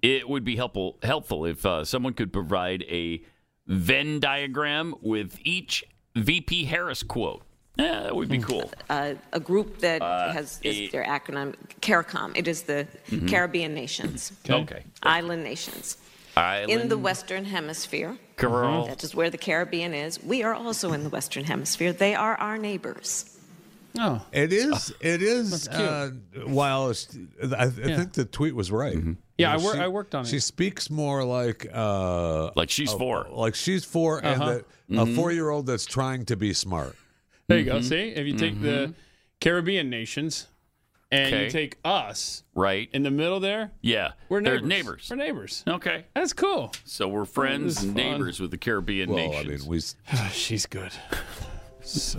S3: It would be helpful helpful if uh, someone could provide a Venn diagram with each VP Harris quote. Yeah, that would
S4: Hmm.
S3: be cool.
S9: uh, a group that
S1: Uh,
S9: has
S1: e-
S9: is their acronym CARICOM. It is the
S1: Mm-hmm.
S3: Mhm.
S9: Caribbean nations,
S3: Okay.
S9: island nations. In the Mm-hmm. Western Hemisphere,
S3: Correct.
S9: that is where the Caribbean is. We are also in the Western Hemisphere. They are our neighbors.
S5: Oh,
S4: No. It is. It is. Uh, while it's, I, I think the tweet was right.
S3: Mm-hmm.
S5: Yeah, I
S4: She-
S5: wor- I worked on it.
S4: She speaks more like uh,
S3: like she's
S4: four, like she's 4
S5: Uh-huh.
S4: and that
S5: Mhm.
S3: Mm-hmm.
S4: a four-year-old that's trying to be smart.
S5: There you go. See, if you take the Caribbean nations and
S3: Mm-hmm. Okay.
S5: you take us
S3: right
S5: in the middle there,
S3: Yeah,
S5: we're
S3: They're
S5: neighbors. We're neighbors.
S3: Okay,
S5: that's cool.
S3: So we're friends
S5: This is
S3: and
S5: fun.
S3: neighbors with the Caribbean
S4: Well, I
S3: nations.
S4: mean, we.
S5: Ah, She's
S4: (laughs)
S5: good. So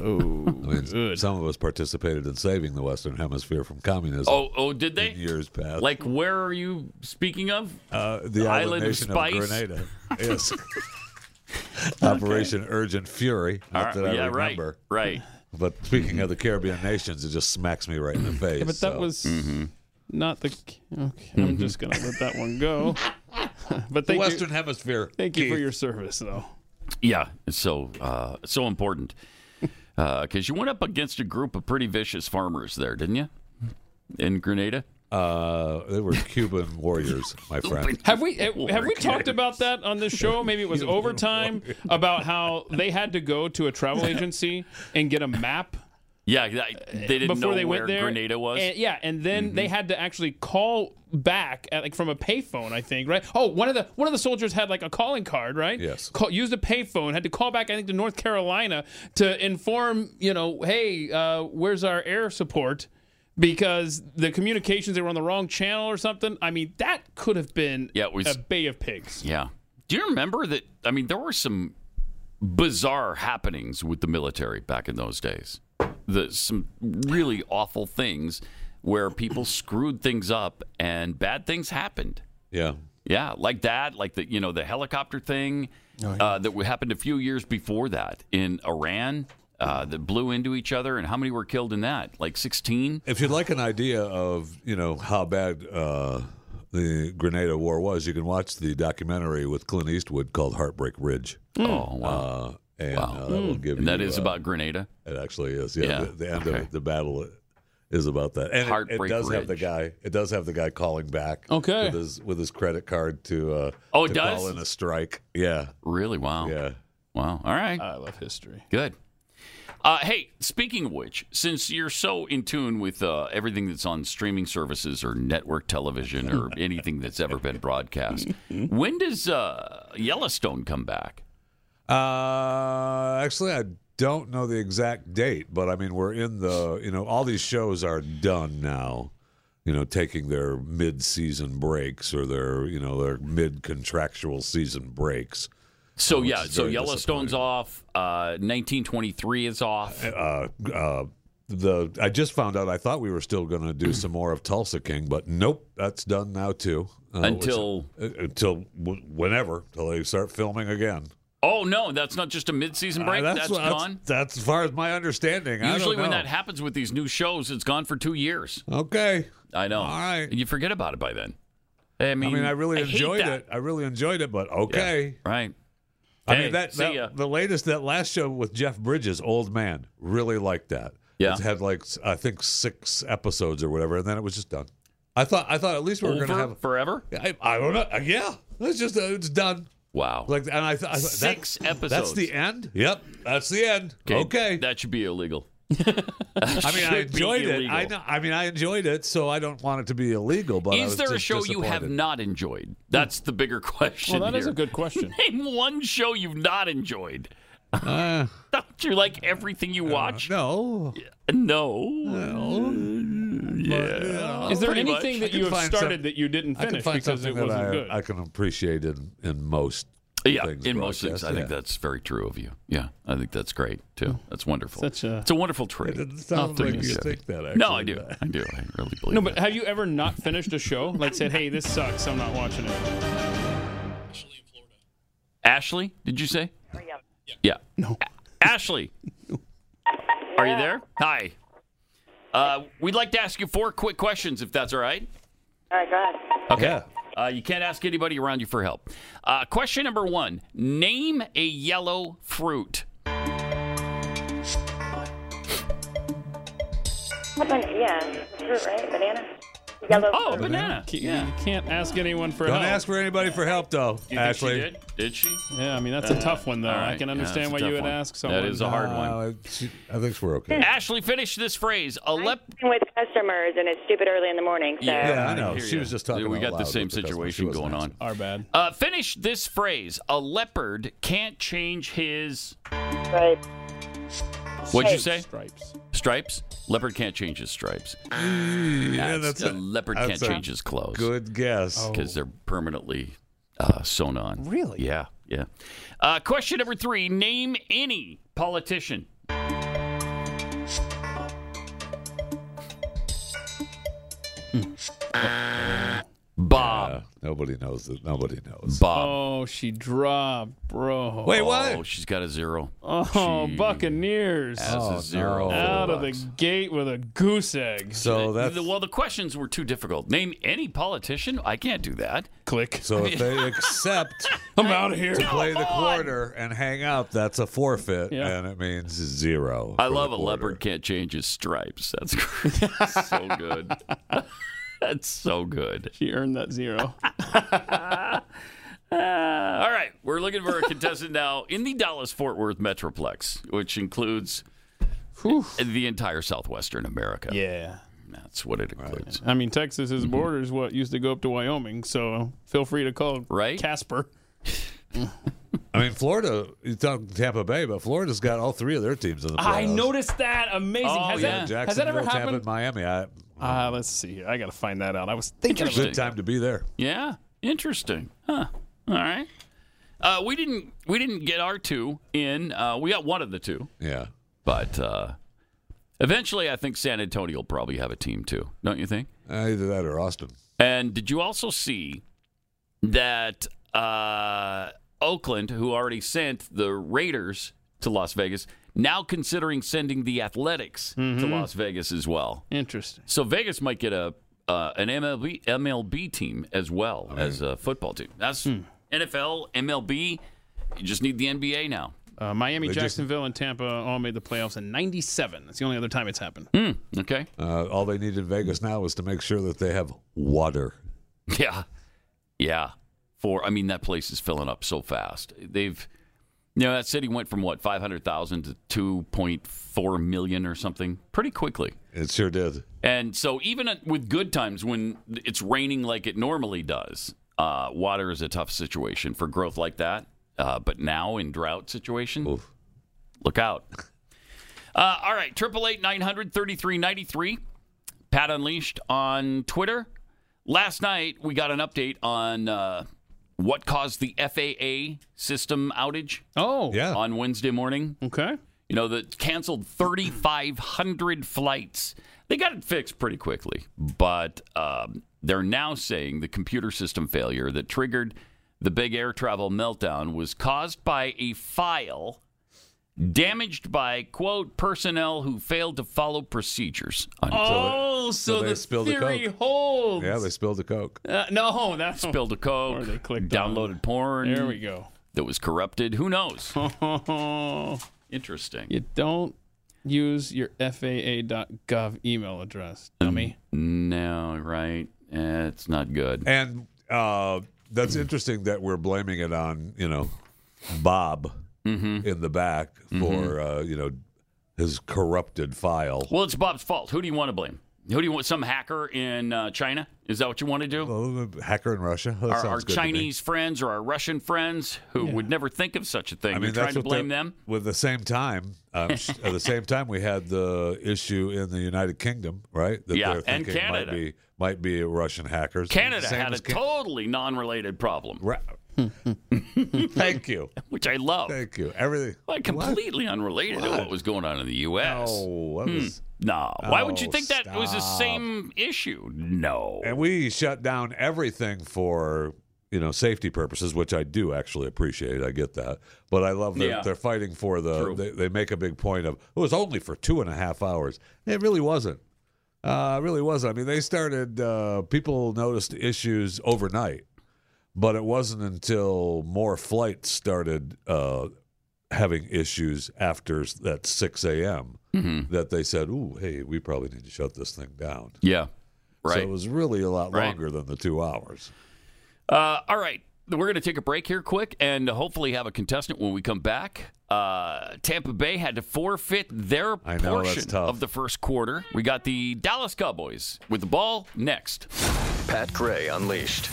S4: good. Some of us participated in saving the Western Hemisphere from communism.
S3: oh, oh, did they?
S4: in years past.
S3: Like, where are you speaking of?
S4: Uh, the island,
S3: of
S4: nation
S3: Spice.
S4: of Grenada. Yes. (laughs) Operation Urgent Fury. Not
S3: All right,
S4: that I
S3: yeah, right,
S4: remember. (laughs)
S3: Right.
S4: But speaking of the Caribbean nations, it just smacks me right in the face.
S5: Yeah, but that
S4: so. Mm-hmm.
S5: was not the. Okay, I'm just gonna let that one
S4: (laughs)
S5: go. but
S4: the
S5: thank
S4: Western
S5: you.
S4: Hemisphere.
S5: Thank you for
S4: Keith.
S5: your service, though.
S3: Yeah, it's so uh, so
S5: (laughs)
S3: important because you went up against a group of pretty vicious farmers there, didn't you? In Grenada,
S4: uh, they were Cuban warriors, my friend.
S5: Have we eh, have we talked about that on this show? Maybe
S4: (laughs)
S5: it was overtime about how they had to go to
S4: (laughs)
S5: a travel agency and get a map
S3: Yeah, that- they didn't
S5: before
S3: know
S5: they
S3: where
S5: went there.
S3: Grenada was. Mm-hmm.
S5: And- yeah, and then they had to actually call back at, like from a payphone, I think. Right? Oh, one of the one of the soldiers had like a calling card, right?
S4: Yes.
S5: Call, used a payphone, had to call back, I think, to North Carolina to inform, you know, hey, uh, where's our air support? Because the communications they were on the wrong channel or something. I mean, that could have been
S3: Yeah, it was-
S5: a Bay of Pigs.
S3: Yeah. Do you remember that? I mean, there were some bizarre happenings with the military back in those days. The, some really awful things where people screwed things up and bad things happened.
S4: Yeah.
S3: Yeah, like that, like the you know the helicopter thing uh, that happened a few years before that in Iran uh, that blew into each other, and how many were killed in that? Like sixteen.
S4: If you'd like an idea of you know how bad uh, the Grenada War was, you can watch the documentary with Clint Eastwood called Heartbreak Ridge.
S3: Mm. Oh, wow. Hmm.
S4: Uh, and uh, that will give
S3: And that
S4: you,
S3: is
S4: uh,
S3: about Grenada.
S4: It actually is. Yeah,
S3: Yeah,
S4: the, the end
S3: okay.
S4: of the battle is about that. And it- it,
S3: Heartbreak
S4: does have the
S3: Ridge.
S4: guy. It does have the guy calling back.
S5: Okay.
S4: with his with his credit card to. Uh,
S3: Oh, it
S4: to
S3: does?
S4: Call in a strike. Yeah.
S3: Really? Wow.
S4: Yeah.
S3: Wow. All right.
S5: I love history.
S3: Good. Uh, hey, speaking of which, since you're so in tune with uh, everything that's on streaming services or network television or anything that's ever been broadcast, when does uh, Yellowstone come back?
S4: Uh, actually, I don't know the exact date, but I mean, we're in the you know all these shows are done now. You know, taking their mid-season breaks or their you know their mid-contractual season breaks.
S3: So
S4: which
S3: yeah,
S4: is
S3: so
S4: very
S3: Yellowstone's off. Uh, 1923 is off.
S4: uh, uh, the I just found out I thought we were still going to do some more of Tulsa King, but nope, that's done now too. which-
S3: Until-
S4: uh, until w- whenever, till they start filming again.
S3: Oh no, that's not just a mid-season break.
S4: Uh,
S3: that's
S4: what-
S3: gone.
S4: That's as far as my understanding. I
S3: Usually,
S4: don't
S3: when
S4: know.
S3: that happens with these new shows, it's gone for two years.
S4: Okay.
S3: I know.
S4: All right.
S3: You forget about it by then. I mean,
S4: I mean, I really
S3: I hate
S4: enjoyed
S3: that.
S4: it. I really enjoyed it, but okay.
S3: right.
S4: I
S3: Hey,
S4: mean that,
S3: see
S4: that-
S3: ya.
S4: the latest that last show with Jeff Bridges, Old Man, really liked that.
S3: Yeah.
S4: it had like s- I think six episodes or whatever, and then it was just done. I thought I thought at least we were going to
S3: Over
S4: have
S3: forever.
S4: I, I don't know. Uh, Yeah, it's just uh, it's done.
S3: Wow.
S4: Like and I, th- I thought that-
S3: Six episodes.
S4: That's the end. Yep, that's the end.
S3: Okay,
S4: Okay.
S3: That should be
S5: (laughs)
S3: illegal.
S4: I mean, I
S3: should be
S4: enjoyed it. I
S3: illegal.
S4: know. I mean, I enjoyed it, so I don't want it to be illegal. But I
S3: is
S4: was
S3: there a
S4: just
S3: show you have
S4: disappointed.
S3: not enjoyed? That's the bigger (laughs) question.
S5: Well, that is
S3: here.
S5: a good question.
S3: (laughs) Name one show you've not enjoyed.
S4: Uh,
S3: Don't you like everything you watch?
S4: no.
S3: No.
S4: Yeah.
S5: Is there
S3: Pretty much.
S5: anything
S3: I
S5: that
S3: can
S5: you have
S3: find
S5: started
S3: some-
S5: that you didn't
S4: I can
S5: finish
S4: find
S5: because it
S4: something that
S5: wasn't
S4: I,
S5: good?
S4: I can appreciate in in most.
S3: Yeah,
S4: things
S3: in most
S4: broadcast,
S3: things, I think
S4: yeah.
S3: that's very true of you. Yeah, I think that's great too. That's wonderful.
S5: Such a-
S3: it's a wonderful trait.
S4: It doesn't sound
S3: Nothing
S4: like
S3: is-
S4: you think that,
S3: No, I
S4: actually,
S3: do. I do. I really believe.
S5: No, but have you ever not finished a show? Like said, hey, this sucks. I'm not watching it.
S3: Ashley, did you say? Yeah. No. Ashley, are you there? Hi. Uh, we'd like to ask you four quick questions, if that's all right.
S18: All right, go ahead.
S3: Okay. Uh, you can't ask anybody around you for help. Uh, question number one: Name a yellow fruit.
S18: Banana, yeah, fruit, right? Banana. Yellow.
S3: Oh,
S18: fruit.
S3: banana.
S5: Ca- You can't ask anyone for
S4: Don't
S5: help.
S4: ask for anybody for help, though.
S5: you think she
S4: Ashley,
S5: did?
S3: Did she?
S5: Yeah, I mean that's a tough one though.
S3: All
S5: I
S3: right,
S5: can
S3: yeah,
S5: understand
S3: that's a
S5: why you
S3: tough
S5: would
S3: one.
S5: ask someone.
S3: That is a hard one.
S4: Uh, she- I think we're okay.
S3: Ashley, finish this phrase. Eleven.
S18: With customers, and it's stupid early in the morning. So.
S4: Yeah, I know. She was just talking
S3: We
S4: out
S3: got the
S4: loud
S3: same
S4: with the customer. She
S3: situation
S4: wasn't
S3: going on.
S5: Our bad.
S3: Uh, finish this phrase. A leopard can't change his.
S18: Right.
S3: What'd you say?
S5: Stripes.
S3: Stripes. Leopard can't change his stripes.
S4: (gasps) Yeah,
S3: That's-
S4: that's
S3: a leopard can't
S4: that's a
S3: change his clothes.
S4: Good guess.
S3: because they're permanently uh, sewn on.
S5: Oh. Really?
S3: Yeah, yeah. Uh, question number three: Name any politician. Hmm.
S4: Oh.
S3: Bob.
S4: Uh, Nobody knows that. Nobody knows.
S3: Bob.
S5: Oh, she dropped, bro.
S4: Wait, what?
S3: Oh, she's got a zero.
S5: Oh, Buccaneers.
S3: Has a zero. Uh,
S5: Out of the gate with a goose egg.
S4: So that's
S3: well, the questions were too difficult. Name any politician. I can't do that.
S5: Click.
S4: so
S3: (laughs)
S4: if they accept
S5: I'm out of here.
S4: to play the quarter and hang up, that's a forfeit,
S5: Yeah.
S4: and it means zero.
S3: I
S4: for the
S3: love a
S4: quarter.
S3: leopard can't change his stripes. (laughs) That's great. so good. (laughs) That's so good.
S5: (laughs) She earned
S3: (laughs)
S5: that zero.
S3: Uh, All right, we're looking for a contestant now in the Dallas Fort Worth Metroplex, which includes the entire southwestern America.
S5: yeah.
S3: That's what it includes.
S5: I mean,
S3: Mm-hmm.
S5: Texas's borders what used to go up to Wyoming, so feel free to call
S3: Right?
S5: Casper.
S4: I mean, Florida. You talk Tampa Bay, but Florida's got all three of their teams in the playoffs.
S5: I noticed that. Amazing.
S3: Oh,
S5: has,
S3: yeah,
S5: that, has that ever
S4: Jacksonville, Tampa,
S5: happened?
S4: and Miami. I,
S5: Ah, let's see here. I got to find that out. I was thinking of
S4: good
S5: it.
S4: time to be there.
S3: Yeah, interesting. Huh. All right. Uh, we didn't we didn't get our two in. Uh, we got one of the two,
S4: Yeah.
S3: but uh, eventually, I think San Antonio will probably have a team too. Don't you think?
S4: Uh, either that or Austin.
S3: And did you also see that uh, Oakland, who already sent the Raiders to Las Vegas, now considering sending the Athletics to Las Vegas as well?
S5: Interesting.
S3: So Vegas might get a uh, an MLB MLB team as well as a football team. That's NFL, MLB. You just need the NBA now.
S5: Uh, Miami,
S4: They just-
S5: Jacksonville, and Tampa all made the playoffs in '97. That's the only other time it's happened.
S3: Okay.
S4: Uh, all they need in Vegas now is to make sure that they have water.
S3: (laughs) Yeah. Yeah. For I mean that place is filling up so fast. They've you know that city went from what 500,000 to 2.4 million or something pretty quickly.
S4: It sure did.
S3: And so even at- with good times when it's raining like it normally does, uh, water is a tough situation for growth like that. Uh, but now in drought situation, look out. Uh, all right, triple eight nine hundred thirty three ninety three. Pat Unleashed on Twitter. Last night we got an update on uh, what caused the FAA system outage
S5: Oh,
S4: Yeah.
S3: on Wednesday morning.
S5: okay.
S3: You know, that canceled 3,500 flights. They got it fixed pretty quickly, but um, they're now saying the computer system failure that triggered the big air travel meltdown was caused by a file damaged by quote personnel who failed to follow procedures.
S5: Oh, so,
S4: they
S5: the
S4: spilled the
S5: theory
S4: Coke.
S5: holds.
S4: Yeah, they spilled the coke.
S5: Uh, no, that's
S3: spilled a coke, downloaded porn.
S5: There we go. (laughs)
S3: That was corrupted. Who knows? Interesting.
S5: You don't use your FAA.gov email address, dummy.
S3: No, right? Eh, it's not good.
S4: And uh, that's interesting that we're blaming it on you know Bob in the back for uh, you know his corrupted file.
S3: Well, it's Bob's fault. Who do you want to blame? Who do you want? Some hacker in uh, China? Is that what you want to do?
S4: Hacker in Russia. That
S3: our
S4: sounds
S3: our
S4: good to me.
S3: Chinese friends or our Russian friends who would never think of such a thing.
S4: I mean,
S3: You're trying
S4: that's
S3: to
S4: what
S3: blame
S4: they're-
S3: them?
S4: With the same time,
S3: (laughs)
S4: um, sh- at the same time, we had the issue in the United Kingdom, right? That
S3: Yeah,
S4: they're
S3: and
S4: thinking
S3: Canada.
S4: Might be, might be Russian hackers.
S3: Canada
S4: Same
S3: had a
S4: as Can-
S3: totally non-related problem. (laughs)
S4: Thank you.
S3: Which I love.
S4: Thank you. Everything.
S3: Like completely unrelated to what was going on in the U.S.
S4: No, Oh, that
S3: Hmm.
S4: was-
S3: no. Why would you
S4: No,
S3: think that was the
S4: stop.
S3: same issue? No.
S4: And we shut down everything for you know safety purposes, which I do actually appreciate. I get that, but I love that
S3: Yeah.
S4: they're fighting for the.
S3: True.
S4: They, they make a big point of it was only for two and a half hours. It really wasn't. Uh, it really wasn't. I mean, they started. Uh, people noticed issues overnight, but it wasn't until more flights started uh, having issues after s- that six a.m.
S3: Mhm.
S4: that they said, "Ooh, hey, we probably need to shut this thing down."
S3: Yeah.
S4: So
S3: Right.
S4: it was really a lot
S3: Right.
S4: longer than the two hours.
S3: Uh, all right. We're going to take a break here quick and hopefully have a contestant when we come back. Uh, Tampa Bay had to forfeit their
S4: I know, that's
S3: portion
S4: tough.
S3: of the first quarter. We got the Dallas Cowboys with the ball next.
S1: Pat Gray Unleashed.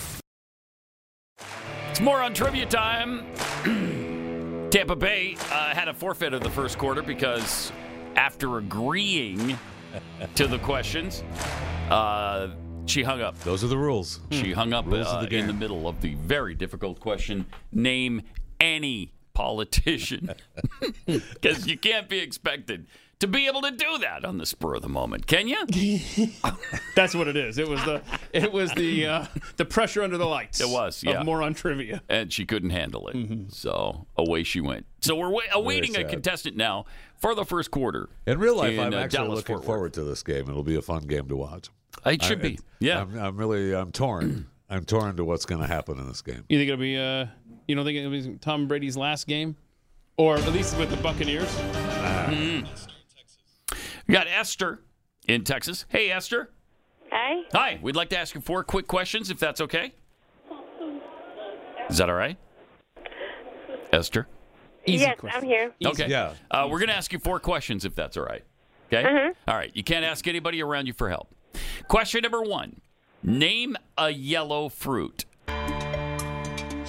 S3: It's more on trivia time. (clears throat) Tampa Bay uh, had a forfeit of the first quarter because after agreeing to the questions, uh, she hung up.
S4: Those are the rules.
S3: She hung up
S4: Hmm. Rules of
S3: uh,
S4: the
S3: in the
S4: game.
S3: middle of the very difficult question name any
S4: (laughs)
S3: politician. Because you can't be expected to be able to do that on the spur of the moment, can
S4: (laughs)
S3: you?
S5: That's what it is. It was the it was the uh, the pressure under the lights.
S3: It was, yeah.
S5: Of moron trivia.
S3: and she couldn't handle it. So away she went. So we're wa- awaiting a
S4: Mm-hmm. sad.
S3: contestant now for the first quarter.
S4: In real life,
S3: in,
S4: I'm
S3: uh,
S4: actually
S3: Dallas,
S4: looking
S3: Fort Worth.
S4: forward to this game. It'll be a fun game to watch.
S3: It should
S4: I-
S3: be. Yeah.
S4: I'm, I'm really, I'm torn. (clears throat) I'm torn to what's going to happen in this game.
S5: You think it'll be uh you don't think it'll be Tom Brady's last game? Or at least with the Buccaneers?
S3: We got Esther in Texas. Hey, Esther.
S18: Hi.
S3: Hi. We'd like to ask you four quick questions, if that's okay. Is that all right? Esther?
S18: yes, I'm here.
S3: Okay. Yeah. Uh, we're going to ask you four questions, if that's all right. Okay?
S18: Mhm.
S3: All right. You can't ask anybody around you for help. Question number one Name a yellow fruit.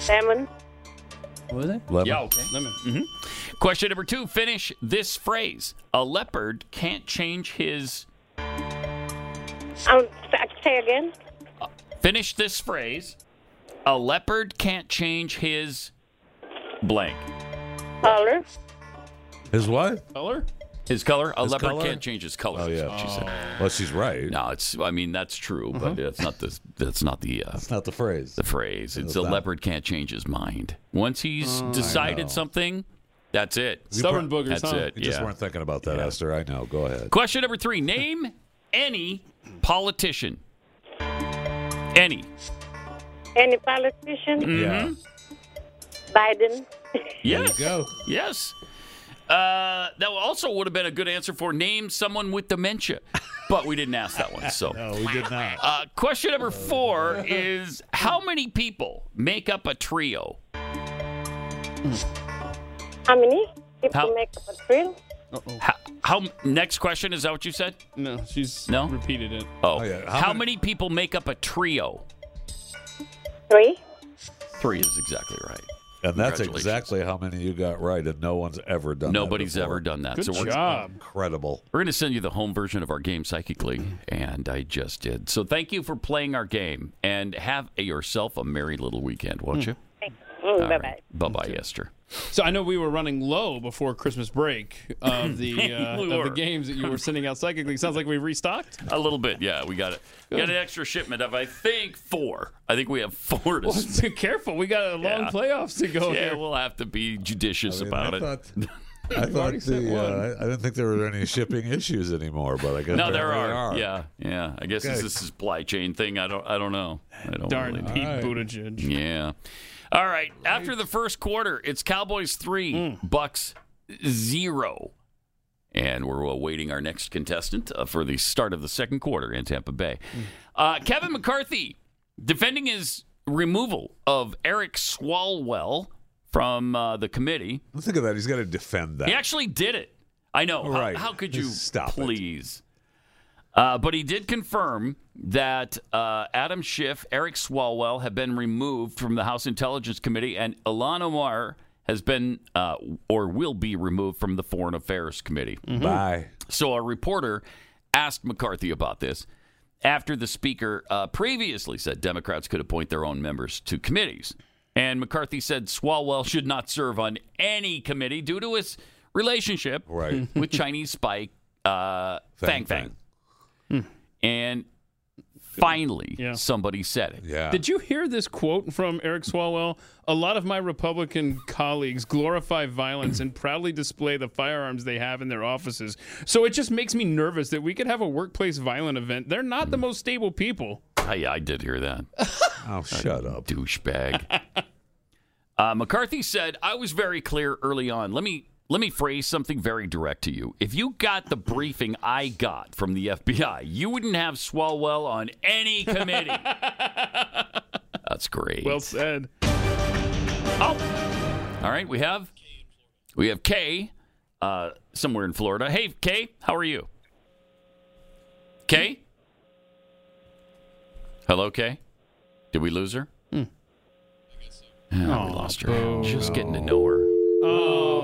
S18: Lemon.
S5: What was it?
S4: Lemon.
S3: Yeah, okay.
S5: Lemon.
S3: Mm-hmm. Question number two finish this phrase A leopard can't change his.
S18: Um, say again.
S3: Uh, Finish this phrase A leopard can't change his blank.
S18: Color.
S4: His what?
S5: Color?
S3: His color? A
S4: His
S3: leopard
S4: color?
S3: can't change his color.
S4: Oh, yeah.
S3: That's what she said.
S4: Well, she's right.
S3: No, it's. I mean, that's true,
S18: Mm-hmm.
S3: but that's not the. That's not the. Uh,
S4: That's not the phrase.
S3: the phrase. It's
S4: It's
S3: a
S4: not.
S3: leopard can't change his mind. Once he's decided something, that's it.
S5: Stubborn boogers,
S3: That's
S5: huh?
S3: it.
S4: You just
S3: yeah.
S4: weren't thinking about that, Esther. I know. Go ahead.
S3: Question number three:
S4: (laughs)
S3: Name any politician. Any.
S18: Any politician?
S3: Mm. Mm-hmm.
S4: Yeah.
S18: Biden.
S3: Yes.
S4: There you go.
S3: Yes. Uh, that also would have been a good answer for name someone with dementia, but we didn't ask
S4: (laughs)
S3: that one. So
S4: No, we did not.
S3: Uh, question number four is how many people make up a trio?
S18: How many? People
S3: How-
S18: make up a drill.
S3: How, how next question is that what you said?
S5: No, she's
S3: No?
S5: repeated it.
S3: Oh,
S4: yeah.
S3: How,
S4: How
S3: many people make up a trio?
S18: Three.
S3: Three is exactly right.
S4: And that's
S3: Congratulations.
S4: exactly how many you got right, and no one's ever done.
S3: Nobody's
S4: that before.
S3: ever done that.
S5: Good
S3: so we're,
S5: job.
S4: Incredible.
S3: we're going to send you the home version of our game psychically, and I just did. So thank you for playing our game, and have a, yourself a merry little weekend, won't you?
S18: Thank you.
S3: All
S18: bye
S3: right.
S18: bye.
S3: Bye-bye, Esther.
S5: So I know we were running low before Christmas break
S3: (laughs)
S5: of the uh,
S3: We
S5: of
S3: were.
S5: the games that you were sending out psychically. Sounds like we restocked.
S3: A little bit, yeah. We got it. We Got an extra shipment of I think four. I think we have four to
S5: Well,
S3: spare.
S5: be (laughs) careful. We got a long
S3: Yeah.
S5: playoffs to go
S3: Yeah,
S5: here.
S3: we'll have to be judicious
S4: I mean,
S3: about
S4: I
S3: it. (laughs)
S4: thought- I thought the, uh, I I didn't think there were any shipping issues anymore, but I guess
S3: no, there
S4: apparently
S3: are. Yeah, yeah. I guess it's
S4: Okay.
S3: a supply chain thing. I don't. I don't know. I don't
S5: Darn
S3: really know.
S5: Pete Buttigieg.
S3: Yeah. All right. After the first quarter, it's Cowboys three, Bucks zero, and we're awaiting our next contestant uh, for the start of the second quarter in Tampa Bay. Uh, Kevin McCarthy defending his removal of Eric Swalwell from uh, the committee.
S4: Think of that. He's got to defend that.
S3: He actually did it. I know. How-
S4: Right.
S3: How, could you
S4: Stop it.
S3: please? Uh, but he did confirm that uh, Adam Schiff, Eric Swalwell have been removed from the House Intelligence Committee, and Ilan Omar has been uh, or will be removed from the Foreign Affairs Committee.
S4: Bye.
S3: So a reporter asked McCarthy about this after the speaker uh, previously said Democrats could appoint their own members to committees. And McCarthy said Swalwell should not serve on any committee due to his relationship (laughs)
S4: Right.
S3: with Chinese spy uh, Fang
S4: Fang
S3: Fang. Hmm. And finally,
S5: Yeah.
S3: somebody said it.
S4: Yeah.
S5: Did you hear this quote from Eric Swalwell? A lot of my Republican colleagues glorify violence and proudly display the firearms they have in their offices. So it just makes me nervous that we could have a workplace violent event. They're not the most stable people.
S3: I, I did hear that.
S4: oh, shut up.
S3: Douchebag. uh, McCarthy said, I was very clear early on. Let me let me phrase something very direct to you. If you got the briefing I got from the FBI, you wouldn't have Swalwell on any committee. That's great.
S5: Well said.
S3: All right, we have we have Kay uh, somewhere in Florida. Hey, Kay, how are you? Kay, hello, Kay. Did we lose her?
S5: Hmm.
S3: Ah, we lost her. Just getting to know her.
S5: Oh.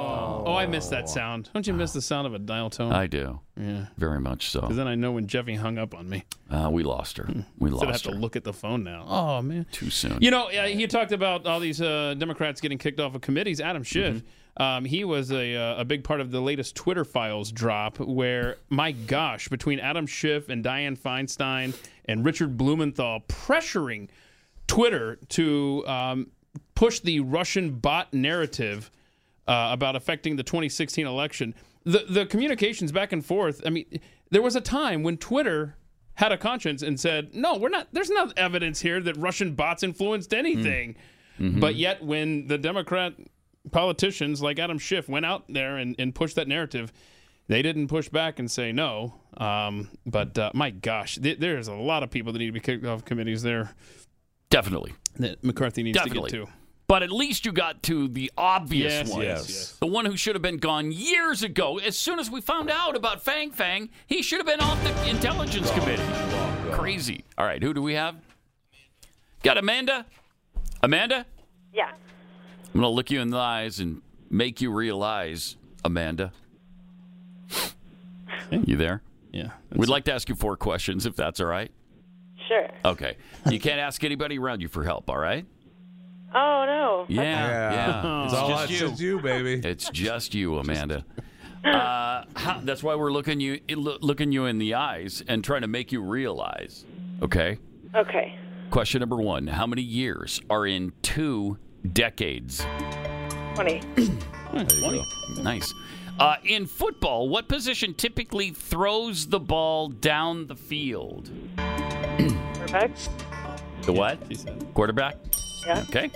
S5: Oh, I missed that sound. Don't you miss the sound of a dial tone?
S3: I do.
S5: Yeah.
S3: Very much so.
S5: Because then I know when Jeffy hung up on me.
S3: Uh, we lost her. We
S5: Hmm. Instead, I have
S3: lost
S5: to
S3: her.
S5: look at the phone now. Oh man.
S3: Too soon.
S5: You know, uh, you talked about all these uh, Democrats getting kicked off of committees. Adam Schiff, um, he was a, uh, a big part of the latest Twitter files drop, where my gosh, between Adam Schiff and Dianne Feinstein and Richard Blumenthal pressuring Twitter to um, push the Russian bot narrative uh, about affecting the 2016 election. The the communications back and forth. I mean, there was a time when Twitter had a conscience and said, "No, we're not. There's not evidence here that Russian bots influenced anything." But yet, when the Democrat politicians like Adam Schiff went out there and, and pushed that narrative, they didn't push back and say no. Um, but uh, my gosh, th- there's a lot of people that need to be kicked off committees there
S3: Definitely.
S5: that McCarthy needs
S3: Definitely.
S5: to get to.
S3: But at least you got to the obvious
S5: Yes,
S3: one.
S5: yes, yes.
S3: The one who should have been gone years ago. As soon as we found out about Fang Fang, he should have been off the Intelligence Committee. Crazy. All right, who do we have? Got Amanda? Amanda?
S18: Yeah.
S3: I'm going to look you in the eyes and make you realize, Amanda. You there?
S5: Yeah.
S3: We'd like to ask you four questions, if that's all right.
S18: Sure.
S3: Okay. You can't ask anybody around you for help, all right?
S18: Oh no.
S3: Yeah,
S4: Yeah.
S3: yeah.
S4: It's all it's just you, baby.
S3: It's just you, Amanda. Uh, how, that's why we're looking you eh, loo- looking you in the eyes and trying to make you realize. Okay.
S18: Okay.
S3: Question number one: How many years are in two decades?
S18: Twenty.
S3: There you go. Nice. Uh, in football, what position typically throws the ball down the field?
S18: Perfect.
S3: The what? Quarterback?
S18: Yeah.
S3: Okay.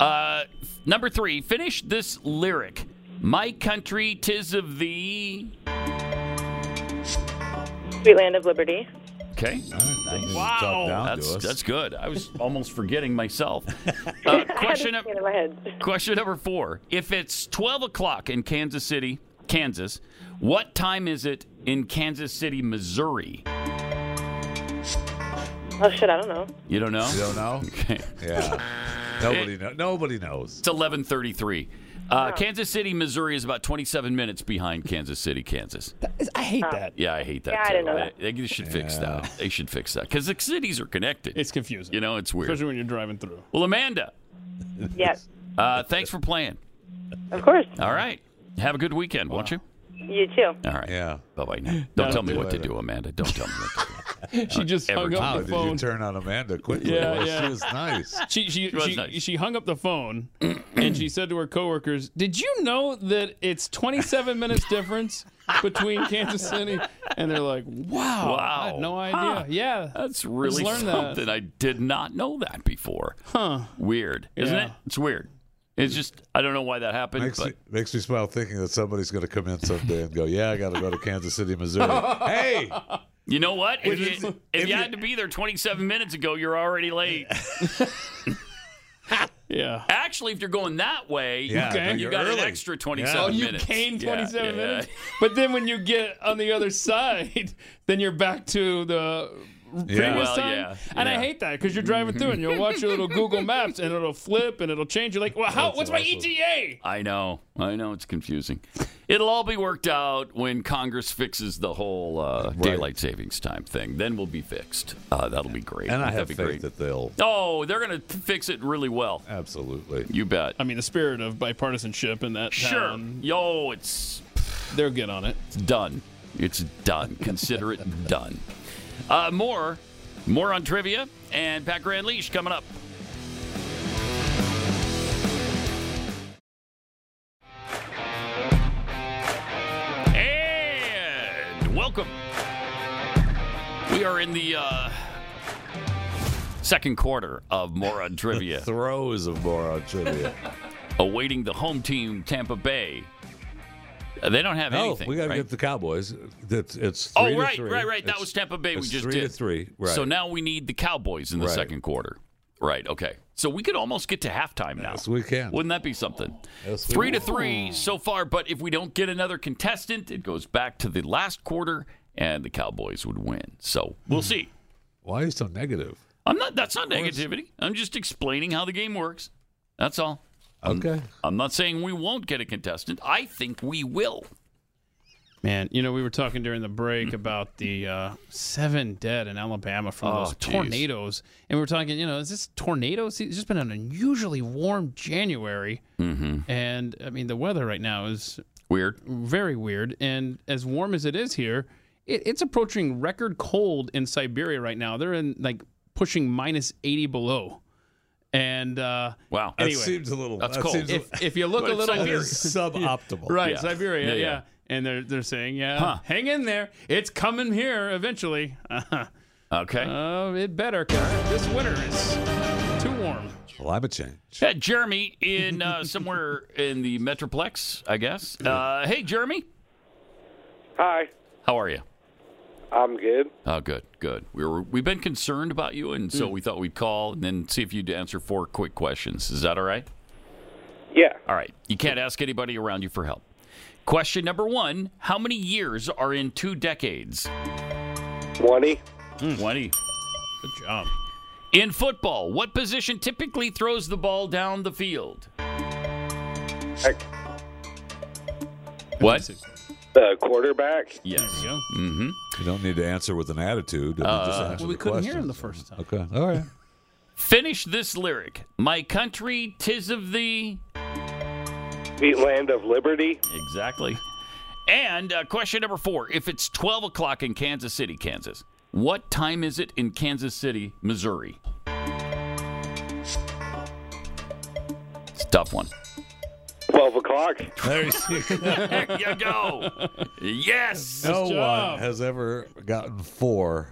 S3: Uh, number three, finish this lyric. My country, tis of thee.
S18: Sweet land of liberty.
S3: Okay.
S4: Nice.
S3: Wow. that's, that's good.
S18: (laughs)
S3: I was almost forgetting myself. (laughs) Uh, question,
S18: I had it in my head.
S3: question number four. If it's 12 o'clock in Kansas City, Kansas, what time is it in Kansas City, Missouri?
S18: Oh shit, I don't know.
S3: You don't know?
S4: You don't know?
S3: (laughs) Okay.
S4: Yeah. Nobody, know, nobody knows.
S3: It's 11:33. Uh, Kansas City, Missouri is about 27 minutes behind Kansas City, Kansas.
S5: I hate that.
S3: Yeah, I hate that.
S18: Yeah, I
S3: too.
S18: didn't know that.
S3: They, they should fix that. They should fix that because the cities are connected.
S5: It's confusing,
S3: You know, it's weird.
S5: especially when you're driving through.
S3: Well, Amanda,
S18: Yes.
S3: Uh, thanks for playing.
S18: Of course.
S3: All right. Have a good weekend, won't you?
S18: You too.
S3: All right. Yeah. Bye bye now. Don't tell me what to do, Amanda. Don't tell me what to do.
S5: She just hung up
S4: Wow,
S5: the
S4: did
S5: phone.
S4: you turn on Amanda quickly?
S5: Yeah,
S4: Well,
S5: yeah.
S4: She
S3: (laughs)
S4: was nice.
S5: She she
S4: She was
S5: she,
S4: nice.
S5: she hung up
S3: (clears throat)
S5: the phone and she said to her coworkers, "Did you know that
S3: (laughs)
S5: it's 27 minutes difference between Kansas City?" And they're like, (laughs) "Wow, I had
S3: Wow.
S5: no idea.
S3: Huh. Uh,
S5: Yeah,
S3: That's really
S5: learned that.
S3: something. I did not know that before.
S5: Huh?
S3: Weird, isn't
S5: Yeah.
S3: it? It's weird. It's just I don't know why that happened.
S4: Makes
S3: but
S4: me, makes me smile thinking that somebody's going to come in someday and go, "Yeah, I got to go to Kansas City,
S3: (laughs)
S4: Missouri." hey,
S3: you know what? If,
S4: Which is-
S3: you, if you had to be there 27 minutes ago, you're already late.
S5: yeah.
S3: Actually, if you're going that way,
S5: Yeah, Okay. no,
S3: you
S5: you're
S3: got an
S5: early.
S3: extra 27
S5: Oh, you
S3: minutes.
S5: gained
S3: Yeah,
S5: 27
S3: yeah, yeah.
S5: minutes. But then when you get on the other side, (laughs) then you're back to the previous
S3: Yeah. Well,
S5: time.
S3: yeah,
S5: And I
S3: yeah.
S5: hate that because you're driving through and you'll watch your little Google Maps and it'll flip and it'll change. You're like, well, how, what's my E ETA?
S3: I know. I know it's confusing. It'll all be worked out when Congress fixes the whole uh, daylight savings time thing. Then we'll be fixed. Uh, that'll be great.
S4: and I
S3: That'd
S4: have
S3: be
S4: faith
S3: great.
S4: that they'll
S3: Oh, they're going to fix it really well.
S4: absolutely.
S3: You bet.
S5: I mean, the spirit of bipartisanship in that
S3: Sure.
S5: town.
S3: Yo, it's
S5: they'll get on it.
S3: It's done. It's done. Consider it done. Uh, more, more on trivia and Pat Grand Leash coming up. And welcome. We are in the uh, second quarter of Moron
S4: (laughs)
S3: Trivia.
S4: throes of Moron
S3: (laughs)
S4: Trivia.
S3: Awaiting the home team, Tampa Bay. Uh, They don't have
S4: no,
S3: anything.
S4: we got to
S3: right?
S4: get the Cowboys. It's, it's three
S3: Oh,
S4: to
S3: right,
S4: three.
S3: right, right. That
S4: It's-
S3: was Tampa Bay.
S4: it's
S3: we just
S4: three
S3: did
S4: to three. Right.
S3: So now we need the Cowboys in the
S4: Right.
S3: second quarter. Right. Okay. So we could almost get to halftime now.
S4: Yes, we can.
S3: Wouldn't that be something?
S4: Yes, we
S3: three to
S4: can.
S3: three so far. But if we don't get another contestant, it goes back to the last quarter, and the Cowboys would win. So we'll see.
S4: Why are you so negative?
S3: I'm not. That's not negativity. I'm just explaining how the game works. That's all. Um,
S4: Okay.
S3: I'm not saying we won't get a contestant. I think we will.
S5: Man, you know, we were talking during the break about the uh, seven dead in Alabama from
S3: Oh,
S5: those
S3: geez.
S5: tornadoes. And we were talking, you know, is this tornado? season? It's just been an unusually warm January.
S3: Mm-hmm.
S5: And I mean, the weather right now is
S3: Weird.
S5: very weird. And as warm as it is here, it, it's approaching record cold in Siberia right now. They're in like pushing minus 80 below. And uh,
S3: Wow.
S4: That
S5: anyway,
S4: seems a little.
S3: That's
S4: that
S3: cold.
S4: seems a-
S5: if, if you look
S3: But
S5: a little
S4: that is suboptimal.
S5: Right,
S3: Yeah.
S5: Siberia,
S3: Yeah,
S5: yeah,
S3: yeah.
S5: And they're they're saying, yeah,
S3: Huh.
S5: hang in there. It's coming here eventually. (laughs) Uh-huh.
S3: Okay.
S5: Uh, it better, 'cause this winter is too warm.
S4: (sighs) Climate change.
S3: Uh, Jeremy in uh, somewhere in the Metroplex, I guess. Uh, hey, Jeremy,
S19: Hi,
S3: how are you?
S19: I'm good.
S3: Oh, good, good. We were we've been concerned about you, and
S19: Hmm.
S3: so we thought we'd call and then see if you'd answer four quick questions. Is that all right?
S19: Yeah.
S3: All right. You can't ask anybody around you for help. Question number one: How many years are in two decades?
S19: 20.
S3: Twenty.
S5: Good job.
S3: In football, what position typically throws the ball down the field?
S19: Heck,
S3: What?
S19: The quarterback?
S3: Yes.
S5: There you go.
S3: Mm-hmm.
S4: You don't need to answer with an attitude.
S3: Uh,
S4: just answer
S5: Well, we
S4: the
S5: couldn't hear
S4: question.
S5: him the first time.
S4: Okay. All
S3: (laughs)
S4: right.
S3: Finish this lyric. My country, tis of thee.
S19: The land of liberty?
S3: Exactly. And uh, question number four if it's 12 o'clock in Kansas City, Kansas, what time is it in Kansas City, Missouri? It's a tough one.
S19: 12 o'clock?
S4: There you
S3: there you go. (laughs) Yes.
S4: (laughs) No
S5: job.
S4: one has ever
S3: (laughs)
S4: gotten four.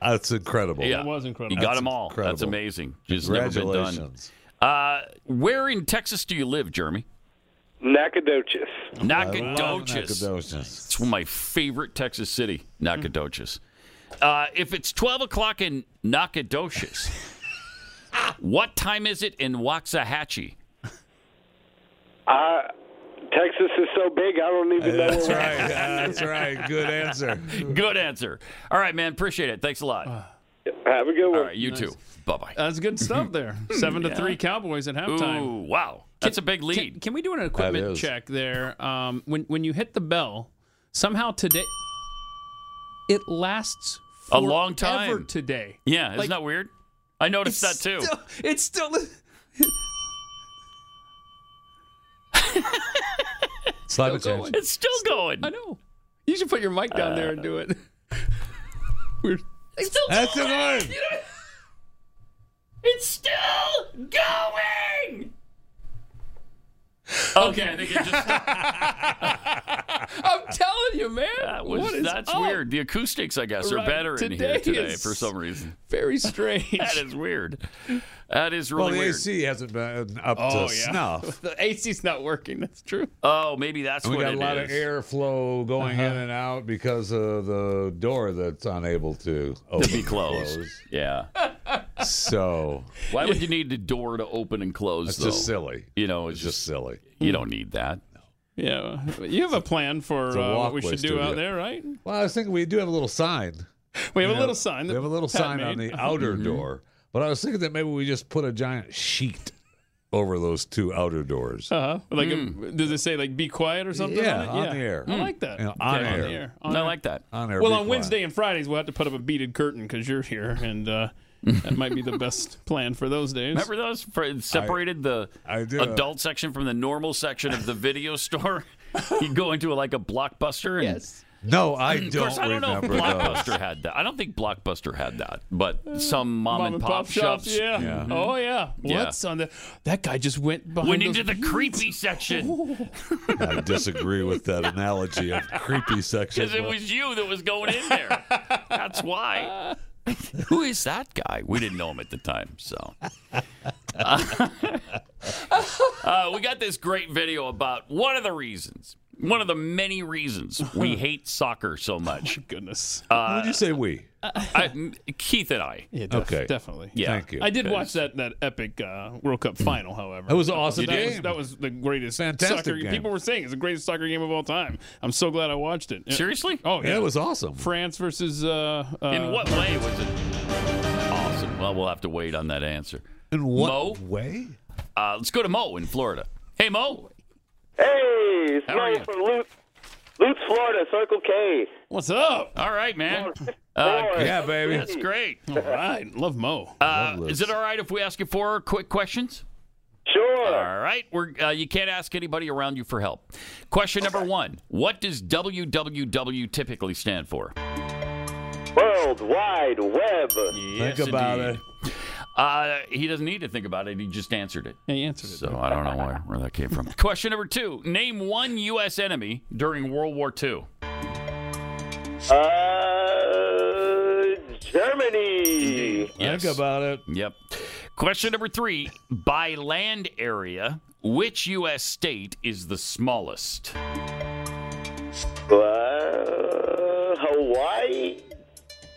S4: That's incredible.
S3: Yeah.
S5: That was incredible.
S3: You got
S4: That's
S3: them all. That's
S4: incredible.
S3: amazing. Just never been done.
S4: Congratulations.
S3: Uh, where in Texas do you live, Jeremy?
S19: Nacogdoches.
S3: Nacogdoches.
S4: Nacogdoches.
S3: It's one of my favorite Texas city, Nacogdoches.
S4: Hmm.
S3: Uh, if it's 12 o'clock in Nacogdoches, (laughs) what time is it in Waxahachie?
S19: Uh, Texas is so big, I don't even know
S5: (laughs)
S4: That's
S19: where
S4: right. Uh, That's right. Good answer.
S3: Good answer. All right, man. Appreciate it. Thanks a lot.
S5: Uh,
S19: Have a good one.
S3: All right, you too. Bye bye.
S5: That's
S3: (laughs)
S5: good stuff there. Seven to three Cowboys at halftime.
S3: Ooh, wow. That's a big lead.
S5: Can, can we do an equipment
S4: is.
S5: check there? Um, when when you hit the bell, somehow today it lasts
S3: A long time.
S5: forever Today,
S3: yeah, isn't
S5: Like-
S3: that weird? I noticed that too.
S5: Still- it's still.
S4: Climate
S5: Still
S4: change.
S5: going. It's still going. (laughs) I know. You should put your mic down there and do it. (laughs) We're it's still
S4: That's
S5: going.
S4: annoying.
S5: You know- it's still going. Okay, I think it just. I'm telling you, man.
S3: That was-
S5: what is
S3: that's
S5: up?
S3: weird. The acoustics, I guess, are
S5: Right.
S3: better in here
S5: Today
S3: today
S5: is
S3: for some reason. (laughs)
S5: Very strange.
S3: that is weird. That is really
S4: well, the
S3: weird.
S4: AC hasn't been up to
S5: Oh yeah,
S4: snuff.
S5: (laughs) the AC's not working. That's true.
S3: Oh, maybe that's
S4: And we
S3: what
S4: got a
S3: it
S4: lot
S3: is.
S4: of airflow going
S5: Uh-huh.
S4: in and out because of the door that's unable to open
S3: be
S4: and
S3: closed.
S4: close.
S3: Yeah.
S4: So
S3: Why would you need the door to open and close?
S4: That's
S3: though?
S4: just silly.
S3: You know, it's,
S4: just silly.
S3: You don't need that.
S5: Yeah, you have a plan for
S4: It's a
S5: uh, what
S4: walkway
S5: we should do
S4: studio.
S5: out there, right?
S4: Well, I was thinking we do have a little sign.
S5: We have
S4: You
S5: a little sign
S4: We
S5: that
S4: have a little
S5: Pat
S4: sign on
S5: made.
S4: the outer
S5: Mhm.
S4: door. But I was thinking that maybe we just put a giant sheet over those two outer doors.
S5: Uh-huh. Like,
S3: Hmm.
S5: a, does it say like "be quiet" or something?
S4: Yeah,
S5: on, it?
S4: on the air.
S5: I
S4: Mm.
S5: like that.
S4: You know, on
S5: Okay,
S4: air.
S5: On
S3: I
S5: air.
S3: like that.
S4: On air.
S5: well,
S4: be
S5: on
S4: quiet.
S5: Wednesday and Fridays, we'll have to put up a beaded curtain because you're here, and uh, that might be
S4: (laughs)
S5: the best plan for those days.
S3: Remember those? For, it separated the
S4: did a-
S3: adult section from the normal section of the video store. (laughs) you go into like a blockbuster. And, yes.
S4: No, I
S3: of course,
S4: don't
S3: I don't know if
S4: remember those.
S3: Blockbuster had that. I don't think Blockbuster had that, but some mom, and pop, shops.
S5: Yeah.
S3: Mhm.
S4: Mm-hmm.
S5: Oh yeah.
S3: Yeah.
S5: What's on the? That guy just went behind.
S3: Went
S5: those
S3: into the
S5: beads.
S3: creepy (laughs) section
S4: I disagree with that analogy of creepy section.
S3: because it was you that was going in there. That's why. (laughs) Who is that guy? We didn't know him at the time, so. (laughs) Uh, we got this great video about one of the reasons, one of the many reasons (laughs) we hate soccer so much.
S5: goodness.
S3: uh,
S4: Who would you say we?
S3: I, Keith and I.
S5: Yeah, def-
S4: Okay.
S5: definitely.
S3: Yeah.
S4: Thank you.
S5: I did watch that that epic uh, World Cup final, however.
S4: It was an awesome
S5: that Was,
S4: game.
S5: that was the greatest
S4: Fantastic
S5: soccer
S4: game.
S5: People were saying it's the greatest soccer game of all time. I'm so glad I watched it.
S3: Seriously?
S5: Oh yeah.
S4: Yeah, it was awesome.
S5: France versus. Uh, uh,
S3: In what way was it awesome? Well, we'll have to wait on that answer.
S4: In what
S3: Mo?
S4: way?
S3: Uh, let's go to Mo in Florida. Hey, Mo.
S20: Hey, it's
S3: How are
S20: Mo
S3: you?
S20: from Lutz, Lutz, Florida, Circle K.
S5: What's up?
S3: All right, man. Uh,
S20: Florida.
S4: yeah, baby.
S3: That's great.
S5: All right. Love Mo.
S3: Uh, is it all right if we ask you four quick questions?
S20: Sure.
S3: All right. We're, uh, you can't ask anybody around you for help. Question number one What does WWW typically stand for?
S20: World Wide Web.
S3: Yes,
S4: about
S3: indeed. Uh, he doesn't need to think about it. He just answered it.
S5: Yeah, you answered it.
S3: So I don't know where, where that came
S5: (laughs)
S3: from. Question number two Name one U.S. enemy during World War II.
S20: Uh, Germany.
S3: Yes.
S4: Think about it.
S3: Yep. Question number three By land area, which U.S. state is the smallest?
S20: Uh, Hawaii.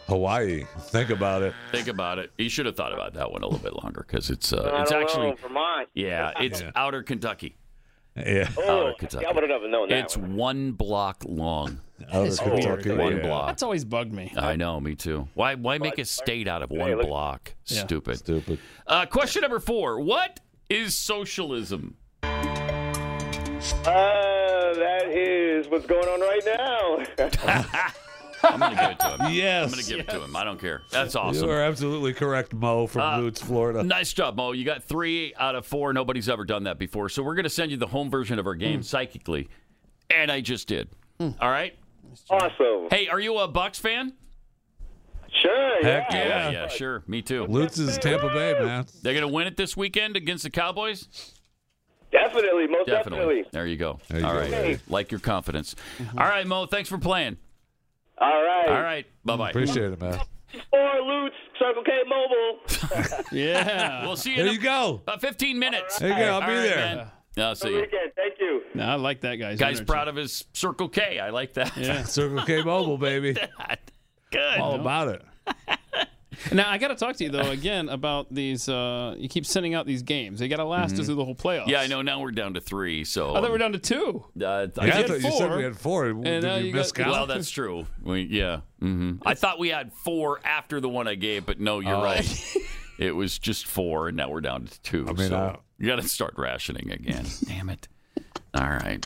S4: Hawaii. Think about it.
S3: Think about it. You should have thought about that one a little bit longer because it's uh,
S20: I
S3: it's
S20: don't
S3: actually
S20: know, Vermont.
S3: yeah,
S20: (laughs)
S3: it's
S4: Yeah.
S3: outer Kentucky.
S4: Yeah. (laughs)
S20: Oh,
S3: Outer Kentucky.
S20: I would have known that.
S3: It's
S20: one.
S3: one block long.
S4: Out of
S5: That's weird.
S4: Kentucky.
S3: One
S4: yeah.
S3: block.
S5: That's always bugged me.
S3: I know, me too. Why why make a state out of one
S20: look-
S3: block?
S5: Yeah.
S3: Stupid.
S4: Stupid.
S3: Uh, question number four. What is socialism?
S20: Uh, that is what's going on right now. (laughs)
S3: (laughs) I'm gonna give it to him.
S4: Yes.
S3: I'm gonna give it to him. I don't care. That's awesome.
S4: You are absolutely correct, Mo from Lutz, Florida.
S3: Nice job, Mo. You got three out of four. Nobody's ever done that before. So we're going to send you the home version of our game psychically. And I just did. All right.
S20: awesome.
S3: Hey, are you a Bucks fan?
S20: Sure.
S4: Heck
S20: yeah.
S3: Yeah,
S4: yeah.
S3: yeah, sure. Me too.
S4: Lutz is Tampa Bay, man.
S3: They're going to win it this weekend against the Cowboys?
S20: Definitely. Most definitely.
S3: Definitely. There you go. All
S4: There
S3: right.
S4: you go. Mm-hmm.
S3: Like your confidence. All right, Mo. Thanks for playing.
S20: All right.
S3: All right. Bye bye.
S4: Appreciate it, man.
S20: Or Lutz, Circle K Mobile.
S5: Yeah.
S3: We'll see you
S4: There
S3: in
S4: you go.
S3: about 15 minutes.
S4: There you go.
S3: All
S4: I'll be
S3: right,
S4: there.
S3: man. I'll see you.
S20: Weekend. Thank you.
S5: No, I like that guy's.
S3: Guy's
S5: energy.
S3: proud of his Circle K. I like that.
S5: Yeah.
S4: Circle K Mobile, baby.
S3: (laughs) Good.
S4: All about it.
S5: Now I got to talk to you though again about these. Uh, you keep sending out these games. They got to last us through the whole playoffs.
S3: Mm-hmm. Yeah, I know. Now we're down to three. So
S5: I thought we we're down to two.
S3: Uh, I
S4: Yeah, I (laughs)
S3: did-
S4: thought you said we had four. Did
S5: now
S4: you,
S5: you
S4: miss
S5: got-
S4: count?
S3: Well, that's true. We, yeah. hmm I thought we had four after the one I gave, but no, you're
S4: Oh.
S3: right. It was just four, and now we're down to two. I
S4: mean,
S3: so
S4: I-
S3: you got to start rationing again. (laughs) Damn it. All right.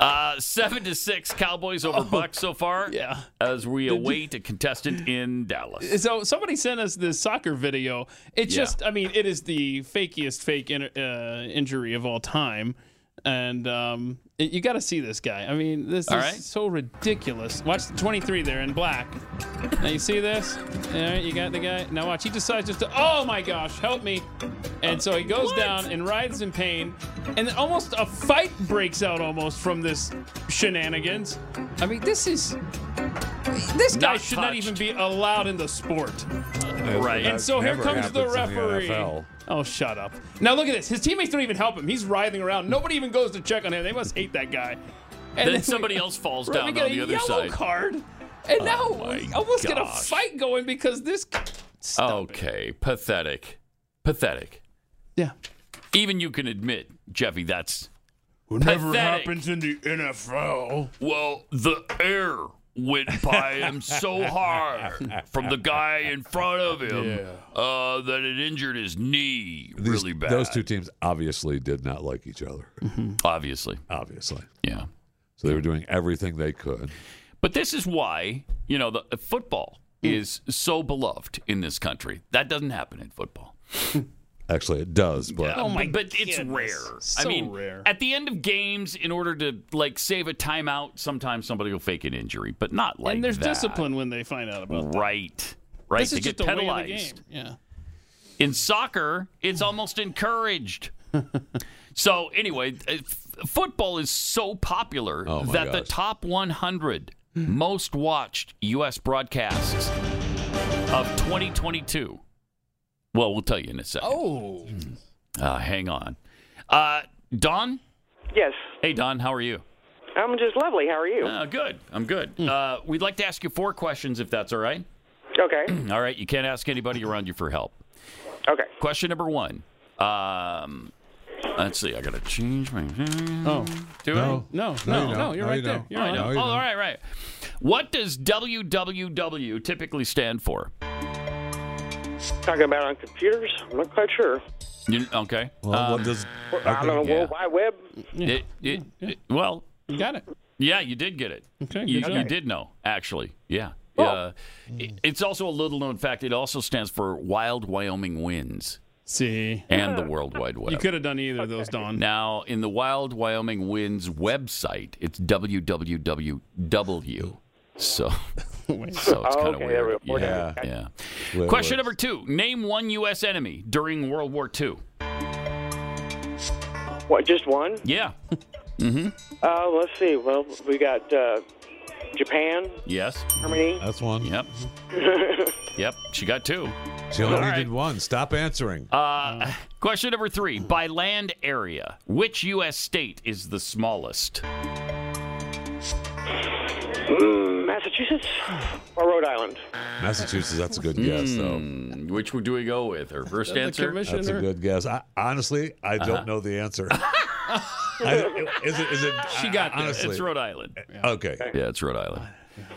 S3: Uh, seven to six, Cowboys over Bucks so far.
S5: yeah.
S3: As we await a contestant in Dallas.
S5: So somebody sent us this soccer video. It
S3: Yeah.
S5: just, I mean, it is the fakiest fake in, uh, injury of all time. And um, it- you got to see this guy. I mean, this
S3: All
S5: is
S3: right.
S5: so ridiculous. Watch the 23 there in black. Now you see this? All right, you got the guy. Now watch. He decides just to. Oh my gosh, help me! And so he goes down and writhes in pain, and then almost a fight breaks out almost from this shenanigans. I mean, this is. This guy
S3: Not
S5: should not even be allowed in the sport.
S3: Right.
S5: And so here
S3: Never
S5: comes the
S3: happens in the
S5: referee.
S3: NFL.
S5: oh, shut up. Now look at this. His teammates don't even help him. He's writhing around. Nobody even goes to check on him. They must hate that guy.
S3: Then
S5: we-
S3: somebody else falls
S5: Right, (laughs) we
S3: down
S5: get
S3: on
S5: a
S3: the other
S5: yellow
S3: side.
S5: card. And
S3: Oh
S5: now
S3: my
S5: we almost get a
S3: gosh.
S5: fight going because this.
S3: okay, pathetic, pathetic.
S5: Yeah.
S3: Even you can admit, Jeffy, that's
S5: Never
S3: pathetic.
S5: happens in the NFL.
S3: Well, the air went by him
S5: (laughs)
S3: so hard from the guy in front of him uh, that it injured his knee
S4: These-
S3: really bad.
S4: Those two teams obviously did not like each other.
S3: (laughs) Obviously.
S4: Obviously.
S3: Yeah.
S4: So they were doing everything they could.
S3: But this is why, you know, the uh, football
S5: Hmm.
S3: is so beloved in this country. That doesn't happen in football.
S4: Actually, it does, but
S3: Uh, but but it's rare. I
S5: Oh So
S3: mean,
S5: rare.
S3: at the end of games, in order to like save a timeout, sometimes somebody will fake an injury, but not like
S5: and there's
S3: that.
S5: discipline when they find out about that.
S3: Right. Right.
S5: This
S3: they
S5: is
S3: get
S5: just a way of the game.
S3: penalized.
S5: Yeah.
S3: In soccer, it's almost
S4: (laughs)
S3: encouraged. so anyway, uh, f- football is so popular
S4: Oh, my
S3: that the
S4: gosh. Hmm.
S3: top 100 most watched U.S. broadcasts of 2022. Well, we'll tell you in a second.
S5: Oh.
S3: Uh, hang on. Uh, Don?
S21: Yes.
S3: Hey, Don, how are you?
S21: I'm just lovely. How are you?
S3: Uh, good. I'm good. Uh, we'd like to ask you four questions, if that's all right. (clears throat)
S21: Okay.
S3: all right. You can't ask anybody around you for help.
S21: Okay.
S3: Question number one. Um, let's see. I got to change my.
S5: Oh.
S3: Do I?
S5: No. No, No, no, you don't. no, you're No, right you there. don't. You're
S3: I
S5: right.
S3: know.
S5: No, you
S3: oh,
S5: don't.
S3: all right, right. What does WWW typically stand for?
S21: Talking about on computers? I'm not quite sure.
S3: You, okay.
S4: Well,
S3: Um,
S4: what does?
S21: I don't know.
S3: yeah.
S21: World Wide Web.
S3: It, it, it- well,
S5: You got it.
S3: yeah, you did get it.
S5: Okay,
S3: You,
S5: good
S3: you
S5: job.
S3: did know, actually. Yeah. Uh, it- it's also a little known fact. It also stands for Wild Wyoming Winds
S5: See.
S3: and the World Wide Web.
S5: You could have done either of those, Don.
S3: Now, in the Wild Wyoming Winds website, it's www.
S21: (laughs)
S3: So, so it's kind of
S21: Oh, okay, there we
S3: weird.
S21: go. More
S3: Yeah,
S21: than-
S3: yeah.
S4: Well,
S3: Question
S4: it's-
S3: number two: Name one U.S. enemy during World War II.
S21: What? Just one?
S3: Yeah. mm-hmm.
S21: Uh, let's see. Well, we got uh, Japan,
S3: Yes.
S21: Germany.
S4: That's
S21: (laughs)
S4: one.
S3: Yep. Yep. She got two.
S4: She only
S3: All right.
S4: needed one. Stop answering.
S3: Uh, question number three: By land area, which U.S. state is the smallest?
S21: Mm, Massachusetts or Rhode Island?
S4: Massachusetts. That's a good guess, though.
S3: Mm, which would do we go with? Her first
S5: The
S3: answer.
S5: commission-
S4: That's a good guess. I, honestly, I
S3: Uh-huh.
S4: don't know the
S3: (laughs)
S4: answer. I, is it? Is it?
S3: She got
S4: I-
S3: this.
S4: honestly.
S3: It's Rhode Island.
S4: Okay.
S3: Yeah, it's Rhode Island.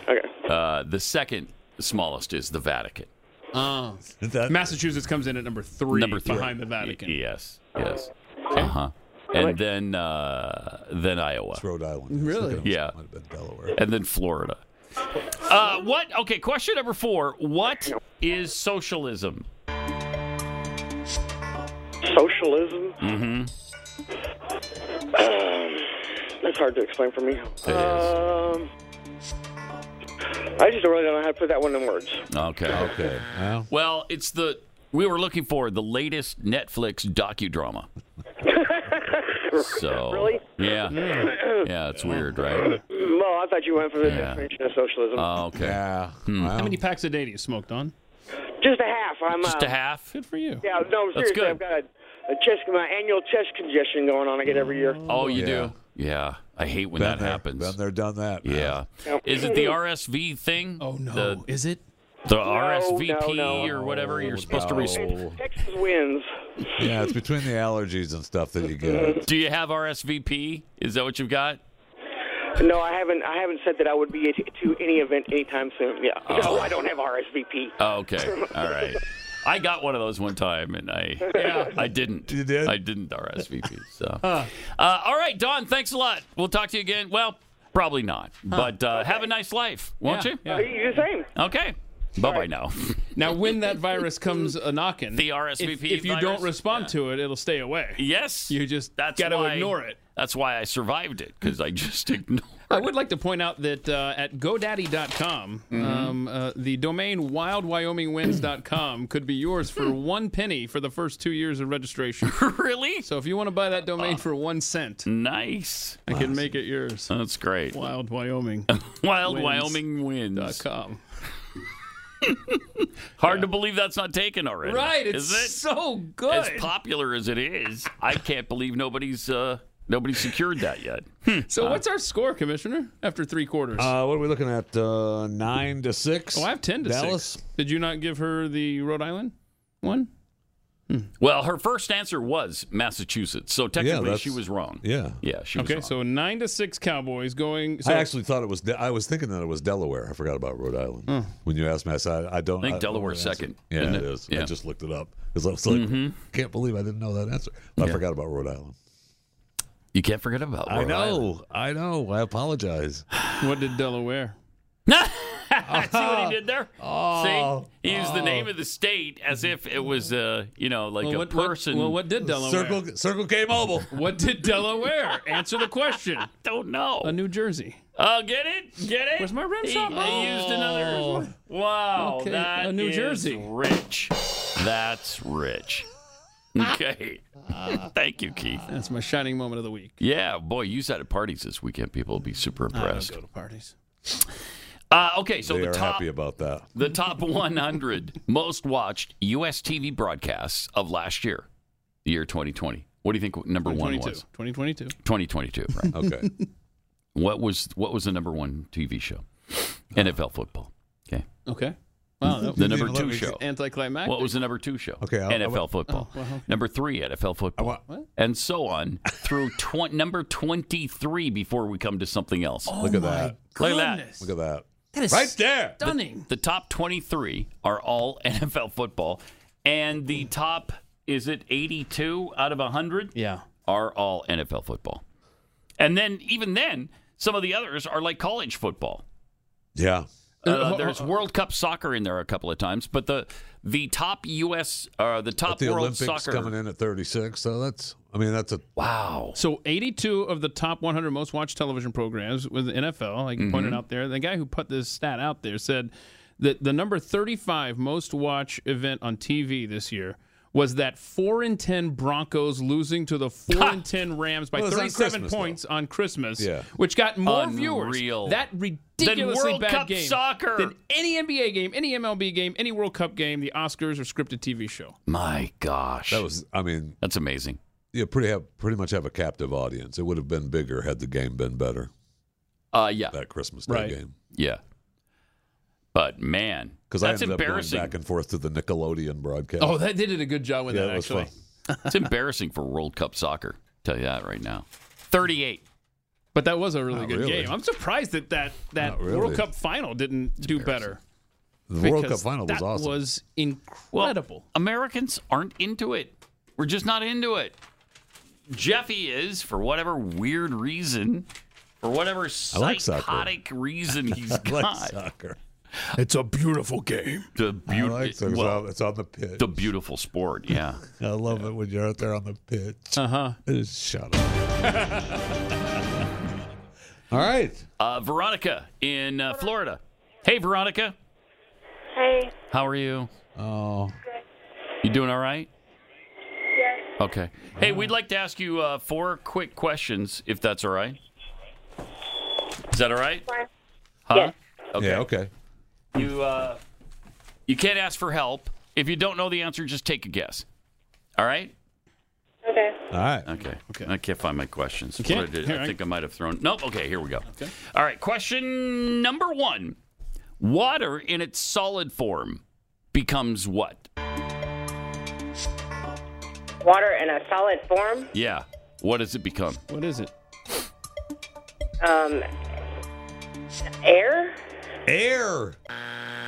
S21: Okay.
S3: Uh, the second smallest is the Vatican.
S5: Oh.
S4: That-
S5: Massachusetts comes in at number three,
S3: Number three.
S5: behind the Vatican.
S3: Y- yes, yes. Uh huh. And then uh, then Iowa.
S4: It's Rhode Island.
S5: Really?
S3: Yeah.
S4: Might have been Delaware.
S3: And then Florida. Uh, what? Okay. Question number four. What is socialism?
S21: Socialism.
S3: Mm-hmm.
S21: Um, that's hard to explain for me. Um, I just really don't know how to put that one in words.
S3: Okay.
S4: Okay. Well,
S3: Well, it's the we were looking for the latest Netflix docudrama. So
S21: Really?
S3: yeah, yeah. It's weird, right?
S21: Well, I thought you went for the
S3: Yeah.
S21: definition of socialism.
S3: Oh, okay.
S4: yeah.
S5: How
S4: well,
S5: many packs a day do you smoke, Don?
S21: just a half. I'm
S3: Just
S21: uh,
S3: a half.
S5: Good for you.
S21: Yeah, no,
S3: That's
S21: seriously,
S3: good.
S21: I've got a, a chest, my annual chest congestion going on. I get every year.
S3: Oh, you
S4: Yeah.
S3: do. Yeah, I hate when
S4: been
S3: that
S4: there,
S3: happens.
S4: Been there, done that.
S3: Yeah.
S21: Yep.
S3: Is it the RSV thing?
S5: Oh no.
S3: The,
S5: Is it?
S3: the
S21: no,
S3: RSVP
S21: no.
S3: or whatever you're supposed
S4: no.
S3: to receive?
S21: Texas wins.
S4: Yeah, it's between the allergies and stuff that you get.
S3: Do you have RSVP? Is that what you've got?
S21: No, I haven't. I haven't said that I would be at, to any event anytime soon. Yeah. No, I don't have RSVP. (laughs)
S3: Oh, okay. All right. I got one of those one time, and I yeah.
S5: Uh,
S3: I didn't.
S4: You did?
S3: I didn't RSVP. So, uh, all right, Don. Thanks a lot. We'll talk to you again. Well, probably not, but uh, have a nice life, won't
S5: Yeah,
S3: you?
S5: yeah.
S21: You the same.
S3: Okay. Bye bye now. (laughs)
S5: Now, when that virus comes a knocking,
S3: The RSVP
S5: If, if you don't
S3: virus?
S5: respond to it, it'll stay away.
S3: Yes.
S5: You just
S3: That's
S5: got to
S3: why-
S5: ignore it.
S3: That's why I survived it because I just (laughs) ignored.
S5: I would like to point out that uh, at GoDaddy.com,
S3: Mm-hmm.
S5: um, uh, the domain WildWyomingWins.com could be yours for
S3: Hmm.
S5: one penny for the first two years of registration.
S3: really?
S5: So if you want to buy that domain for one cent,
S3: Uh, nice. Uh,
S5: I can make it yours.
S3: That's great.
S5: Wild Wyoming.
S3: Wild Wyoming wins. (laughs)
S5: com.
S3: Hard to believe that's not taken already.
S5: Right, it's
S3: is it?
S5: so good.
S3: As popular as it is, I can't believe nobody's uh, nobody's secured that yet. (laughs) Uh,
S5: So what's our score, Commissioner? After three quarters.
S4: Uh, what are we looking at? Uh, nine to six.
S5: oh, I have ten to
S4: Dallas?
S5: six. Did you not give her the Rhode Island one?
S3: Well, her first answer was Massachusetts, so technically
S4: that's-
S3: she was wrong.
S4: Yeah.
S3: Yeah, she was
S5: okay,
S3: wrong.
S5: so nine to six Cowboys going. So
S4: I actually thought it was. De- I was thinking that it was Delaware. I forgot about Rhode Island when you asked me. I said I don't.
S3: I think
S4: don't know
S3: Delaware's
S4: the answer.
S3: second,
S4: Yeah,
S3: isn't
S4: it
S3: it?
S4: is. I
S3: Yeah.
S4: just looked it up because I was like,
S3: Mhm.
S4: can't believe I didn't know that answer. But I
S3: Yeah.
S4: forgot about Rhode Island.
S3: you can't forget about.
S4: I
S3: Rhode
S4: know.
S5: (laughs)
S3: Island. (laughs)
S4: I know. I apologize.
S5: what did Delaware? Uh-huh.
S3: See what he did there?
S4: Oh.
S3: See, he used the
S4: Oh.
S3: name of the state as if it was, uh, you know, like
S5: Well,
S3: a
S5: what- what-
S3: person.
S5: well, what did Delaware?
S4: Circle Circle K Mobile.
S5: What did Delaware? Answer the question.
S3: Don't know.
S5: A New Jersey.
S3: Oh, get it? Get it?
S5: Where's my rim
S3: He-
S5: shot, Oh.
S3: he
S5: bro?
S3: used another. Wow,
S5: Okay,
S3: that
S5: a New
S3: is
S5: Jersey.
S3: rich. That's
S5: (laughs)
S3: rich. Okay. Thank you, Keith.
S5: That's my shining moment of the week.
S3: Yeah, boy, you said at parties this weekend. People will be super
S5: I
S3: impressed.
S5: don't go to parties.
S3: Uh, okay, so
S4: they
S3: the
S4: are
S3: top
S4: happy about that.
S3: the top (laughs) 100 most watched U.S. TV broadcasts of last year, the year 2020. What do you think number one
S5: 2022.
S3: was?
S5: 2022.
S3: 2022. Right. (laughs)
S4: Okay.
S3: what was what was the number one TV show? NFL football. Okay.
S5: Okay. Wow. That
S3: The
S5: was
S3: number
S4: even let
S3: two
S4: me-
S3: show.
S5: anticlimactic.
S3: What was the number two show?
S4: Okay, I'll- I
S3: NFL
S4: want-
S3: football.
S5: Oh, well, okay.
S3: Number three, NFL football,
S5: What?
S3: and so on
S4: (laughs)
S3: through tw- number twenty-three before we come to something else.
S4: Oh Look at that.
S3: Look at that.
S5: Goodness.
S4: Look at that.
S5: That is
S4: right there.
S5: Stunning.
S3: The top 23 are all (laughs) NFL football, and the top, is it 82 out of 100?
S5: Yeah.
S3: Are all NFL football. And then, even then, some of the others are like college football.
S4: Yeah.
S3: Uh, there's World Cup soccer in there a couple of times, but the the top U.S. Uh, the top
S4: But the
S3: World
S4: Olympics
S3: Soccer.
S4: coming in at 36. So that's. I mean, that's a.
S3: Wow.
S5: So 82 of the top 100 most watched television programs with the NFL, like you pointed
S4: Mm-hmm.
S5: out there. The guy who put this stat out there said that the number 35 most watch event on TV this year was that 4 and 10 Broncos losing to the 4
S4: (laughs)
S5: and 10 Rams by
S4: Well, it's on
S5: 37
S4: Christmas, though.
S5: points on Christmas,
S4: Yeah.
S5: which got more
S3: Unreal.
S5: viewers. That ridiculously
S3: World
S5: bad
S3: Cup
S5: game
S3: soccer.
S5: than any NBA game, any MLB game, any World Cup game, the Oscars or scripted TV show.
S3: My gosh.
S4: That was. I mean,
S3: That's amazing.
S4: you pretty have pretty much have a captive audience. It would have been bigger had the game been better.
S3: Uh, yeah.
S4: That Christmas Day
S5: Right.
S4: game.
S3: Yeah. But man,
S4: Because I
S3: that's
S4: ended up going
S3: embarrassing.
S4: back and forth to the Nickelodeon broadcast.
S5: Oh, that, they did a good job with
S4: yeah,
S5: that,
S4: it was
S5: actually.
S4: fun.
S3: it's embarrassing for World Cup soccer. Tell you that right now. 38.
S5: But that was a really
S4: Not
S5: good
S4: really.
S5: game. I'm surprised that that, that
S4: Not really.
S5: World Cup final didn't do better.
S4: The World Cup
S5: because
S4: final was
S5: that
S4: awesome.
S5: was incredible.
S3: Americans aren't into it. We're just not into it. Jeffy is for whatever weird reason, for whatever
S4: I like soccer.
S3: psychotic reason he's
S4: (laughs) I (laughs) like
S3: got.
S4: soccer.
S3: It's a beautiful game. The
S4: I
S3: beautiful,
S4: like soccer. It's on- it's on the pitch.
S3: the beautiful sport. Yeah. Uh-huh.
S4: I love it when you're out there on the pitch.
S5: uh huh.
S4: Just
S3: (laughs)
S4: shut up. All right.
S3: Uh, Veronica in uh, Florida. Hey, Veronica.
S18: Hey,
S3: How are you?
S4: Oh,
S3: You doing all right?
S18: yes,
S3: Okay. Hey, we'd like to ask you uh, four quick questions, if that's all right. Is that all right?
S18: fine.
S3: Huh? Okay.
S4: yeah. Okay.
S3: You uh, you can't ask for help. If you don't know the answer, just take a guess. All right?
S18: Okay.
S4: All right.
S3: Okay. Okay. I can't find my questions.
S5: can't?
S3: Where did-
S5: Here,
S3: I
S5: I-
S3: think I might have thrown. Nope. Okay. Here we go. Okay. All right. Question number one: Water in its solid form becomes what?
S18: Water in a solid form.
S3: Yeah. What does it become?
S5: What is it?
S18: Um, air.
S4: Air.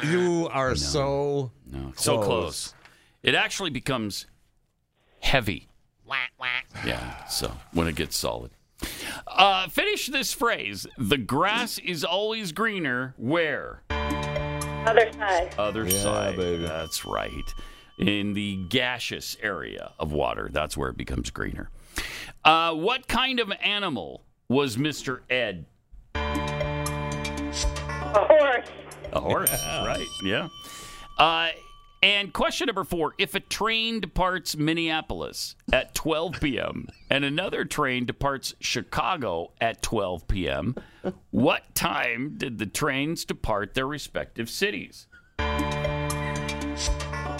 S4: You are so.
S3: No, so close.
S4: Close.
S3: It actually becomes heavy. Yeah, so when it gets solid. Uh, finish this phrase. The grass is always greener where?
S18: Uh, Other side.
S3: Other side. That's right. In the gaseous area of water, that's where it becomes greener. Uh, what kind of animal was Mr. Ed?
S18: A horse.
S3: A horse, right? Yeah. Uh, and question number four: If a train departs Minneapolis at 12 p.m. and another train departs Chicago at 12 p.m., what time did the trains depart their respective cities? Uh,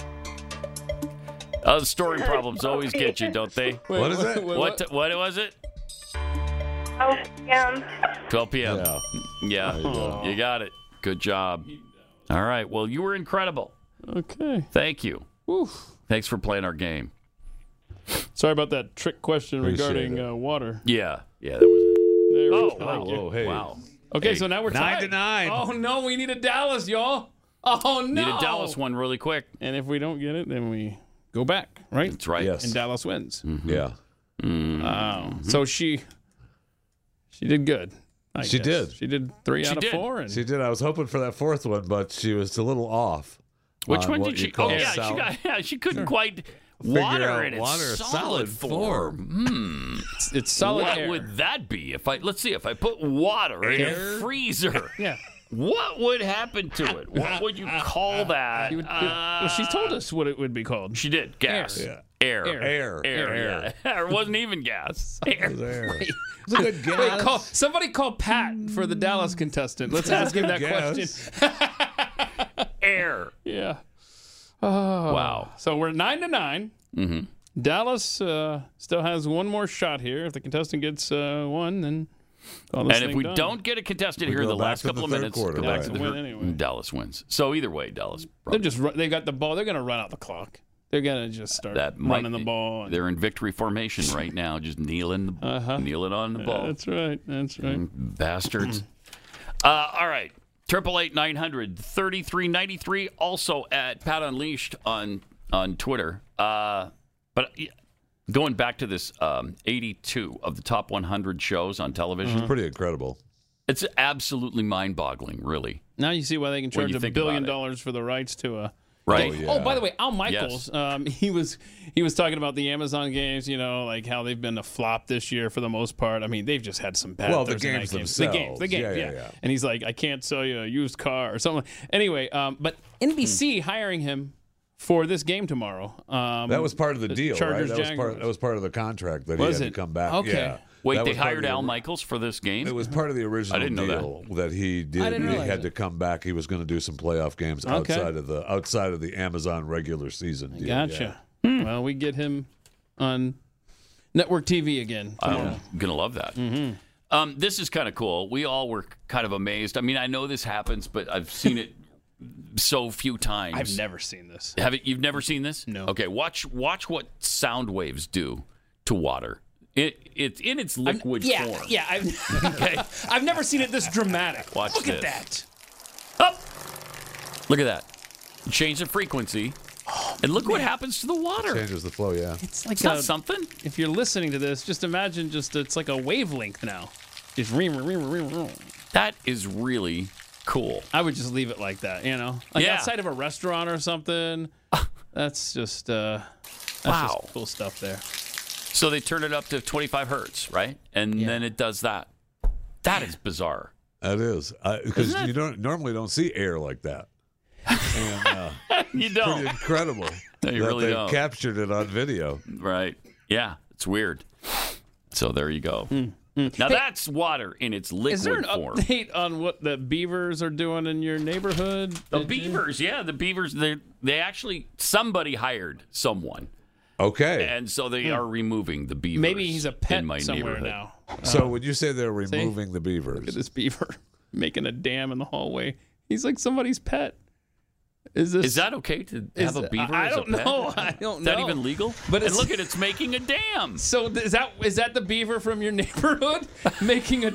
S3: story problems always get you, don't they?
S4: Wait, What is what- it?
S3: What,
S4: wait,
S3: what, was it?
S18: Oh, yeah.
S3: 12 p.m. Yeah. You got it. Good job. All right. Well, you were incredible.
S5: Okay.
S3: Thank you. Thanks for playing our game.
S5: Sorry about that trick question
S3: Appreciate
S5: regarding uh, water.
S3: Yeah. Yeah, that was
S5: There we
S3: Oh,
S5: go.
S3: wow.
S5: Thank you.
S3: Whoa, hey. Wow.
S5: Okay,
S3: Hey.
S5: so now we're
S3: Nine
S5: tied.
S3: to nine.
S5: Oh no, we need a Dallas, y'all. Oh no.
S3: Need a Dallas one really quick.
S5: And if we don't get it, then we go back, right?
S3: That's right. Mm-hmm. Yes.
S5: And Dallas wins.
S4: Yeah.
S5: Wow.
S3: Mm-hmm.
S5: So she she did good. I
S4: she
S5: guess.
S4: did.
S5: She did three out of four. And
S4: she did. I was hoping for that fourth one, but she was a little off.
S3: Which
S4: on
S3: one
S4: what
S3: did
S4: you
S3: she? Oh
S4: call
S3: yeah, she
S4: sal-
S3: got. Yeah, she couldn't quite
S4: Figure
S3: water
S4: out
S3: in its
S4: water,
S3: solid,
S4: solid
S3: form. Hmm.
S5: It's, solid
S3: What
S5: air.
S3: would that be if I? Let's see. If I put water in
S5: Air?
S3: a freezer,
S5: yeah.
S3: What would happen to it? What would you (laughs) call that?
S5: She would- well, she's told us what it would be called.
S3: She did. Gas.
S5: Air.
S3: Air.
S5: Air.
S3: Air.
S5: Air.
S3: yeah. (laughs) it wasn't even gas. Air.
S5: Wait.
S4: It's a good guess.
S5: (laughs) Wait, call, somebody call Pat for the Dallas contestant. Let's ask (laughs) him that
S4: Guess.
S5: question.
S3: Air.
S5: Yeah.
S3: Wow.
S5: Oh. So we're nine to nine.
S3: Mm-hmm.
S5: Dallas uh, still has one more shot here. If the contestant gets uh, one, then all this
S3: and if
S5: thing
S3: we
S5: done.
S3: don't get a contestant
S5: We
S3: here in
S5: go
S3: the
S5: back
S3: last
S5: to the
S3: couple of
S5: third
S3: minutes,
S5: quarter,
S3: go back
S5: right.
S3: to the
S5: Win
S3: third-
S5: anyway.
S3: Dallas wins. So either way, Dallas.
S5: they're just run, they got the ball. They're gonna run out the clock. They're gonna just start
S3: That might
S5: running the ball. Uh-huh. and-
S3: They're in victory formation right now, just kneeling, the, kneeling on the ball. Mm-hmm.
S5: That's right. That's right. Hmm.
S3: Bastards. uh, all right. Triple eight nine hundred thirty three ninety three. Also at Pat Unleashed on on Twitter. Uh, but yeah, going back to this um, eighty two of the top one hundred shows on television,
S4: It's pretty incredible.
S5: Mm-hmm.
S3: It's absolutely mind boggling, really.
S5: Now you see why they can
S3: When
S5: charge
S3: you
S5: a
S3: think
S5: billion
S3: about
S5: dollars for the rights to a
S3: Right.
S5: Oh,
S3: Oh, yeah.
S5: by the way, Al Michaels, um, (laughs) he was he was talking about the Amazon games. You know, like how they've been a flop this year for the most part. I mean, they've just had some bad.
S4: Well, the
S5: Thursday night
S4: games
S5: The games,
S4: themselves.
S5: the games,
S4: Yeah,
S5: yeah,
S4: yeah, yeah.
S5: And he's like, I can't sell you a used car or something. Anyway, um, but NBC hiring him for this game tomorrow. Um,
S4: Hmm. that was part of the deal,
S5: Chargers,
S4: right? That was,
S5: Jaguars.
S4: part, that was part of the contract that
S5: Was
S4: he
S5: it?
S4: had to come back.
S5: Okay.
S4: Yeah.
S3: Wait,
S4: That
S3: they
S4: was part of
S3: hired
S4: the
S3: Al
S4: ori-
S3: Michaels for this game?
S4: It was part of the original
S3: I didn't know that.
S4: deal that. he did.
S5: I didn't
S4: he
S5: realize
S4: had
S5: it.
S4: to come back. He was going to do some playoff games
S5: Okay.
S4: outside of the outside of the Amazon regular season. Deal.
S5: Gotcha. Well, we get him on network TV again. tomorrow.
S3: I'm gonna love that.
S5: Mm-hmm.
S3: Um, this is kind of cool. We all were kind of amazed. I mean, I know this happens, but I've seen it so few times.
S5: I've never seen this.
S3: Have it, you've never seen this? No. Okay, watch watch what sound waves do to water. It it's in its liquid
S5: yeah,
S3: form.
S5: Yeah, I've, (laughs) I've never seen it this dramatic.
S3: Watch
S5: Look at
S3: this.
S5: that.
S3: Look at that. Change the frequency, and look what happens to the water.
S4: Changes the flow. Yeah.
S5: It's like
S3: It's not
S5: a-
S3: something.
S5: If you're listening to this, just imagine just it's like a wavelength now. It's ream, ream, ream, ream.
S3: That is really cool.
S5: I would just leave it like that, you know, like
S3: Yeah.
S5: outside of a restaurant or
S3: (laughs)
S5: something. That's just uh, that's
S3: Wow.
S5: just cool stuff there.
S3: So they turn it up to 25 hertz, right? And then it does that. That is bizarre.
S4: That is because you don't normally don't see air like that. And, uh,
S3: you
S4: Pretty incredible.
S3: No, you
S4: that
S3: really
S4: they
S3: don't.
S4: captured it on video.
S3: Right. Yeah, it's weird. So there you go. Now
S5: Hmm, Hey-
S3: that's water in its liquid
S5: Is there an (laughs)
S3: form.
S5: update on what the beavers are doing in your neighborhood?
S3: The
S5: Did you-
S3: beavers, yeah, the beavers. They they actually somebody hired someone,
S4: Okay.
S3: and so they are removing the beavers.
S5: Hmm. Maybe he's a pet
S3: in my
S5: somewhere
S3: neighborhood.
S5: now.
S4: So when you say they're removing the beavers,
S5: Look at this beaver (laughs) making a dam in the hallway. He's like somebody's pet. Is this
S3: Is that okay to
S5: Is-
S3: have a beaver?
S5: I- I
S3: as a
S5: don't
S3: pet?
S5: know. I don't
S3: Is that
S5: know.
S3: even legal?
S5: But
S3: and
S5: it's-
S3: look at it's making a dam.
S5: so? th- Is that is that the beaver from your (laughs) neighborhood making a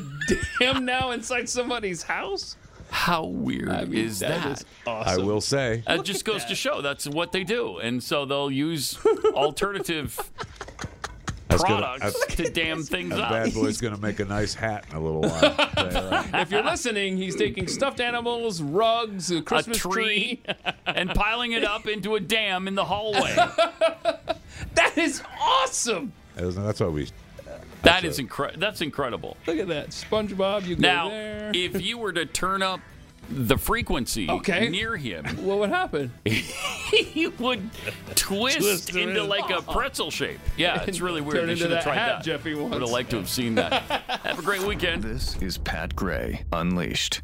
S5: dam now inside somebody's house?
S3: How weird is that?
S5: is awesome.
S4: I will say
S3: That just goes to show that's what they do, and so they'll use alternative
S4: That's gonna-
S3: products
S4: that's-
S3: to damn things
S4: That
S3: up.
S4: bad boy's going to make a nice hat in a little while.
S5: if you're listening, he's taking stuffed animals, rugs, a Christmas
S3: tree, and piling it up into a dam in the hallway.
S5: (laughs) that is awesome.
S4: Isn't- That's why we.
S3: That is incredible. That's incredible.
S5: Look at that, SpongeBob. You go
S3: Now,
S5: there.
S3: if you were to turn up the frequency
S5: Okay.
S3: near him,
S5: (laughs) what would happen?
S3: he would twist,
S5: Twist around.
S3: into like a pretzel shape. Yeah, it's really weird.
S5: Turn
S3: they
S5: into
S3: should have
S5: that
S3: tried
S5: hat
S3: that.
S5: Jeffy
S3: Would
S5: wants.
S3: have liked to have seen that. Have a great weekend.
S1: This is Pat Gray Unleashed.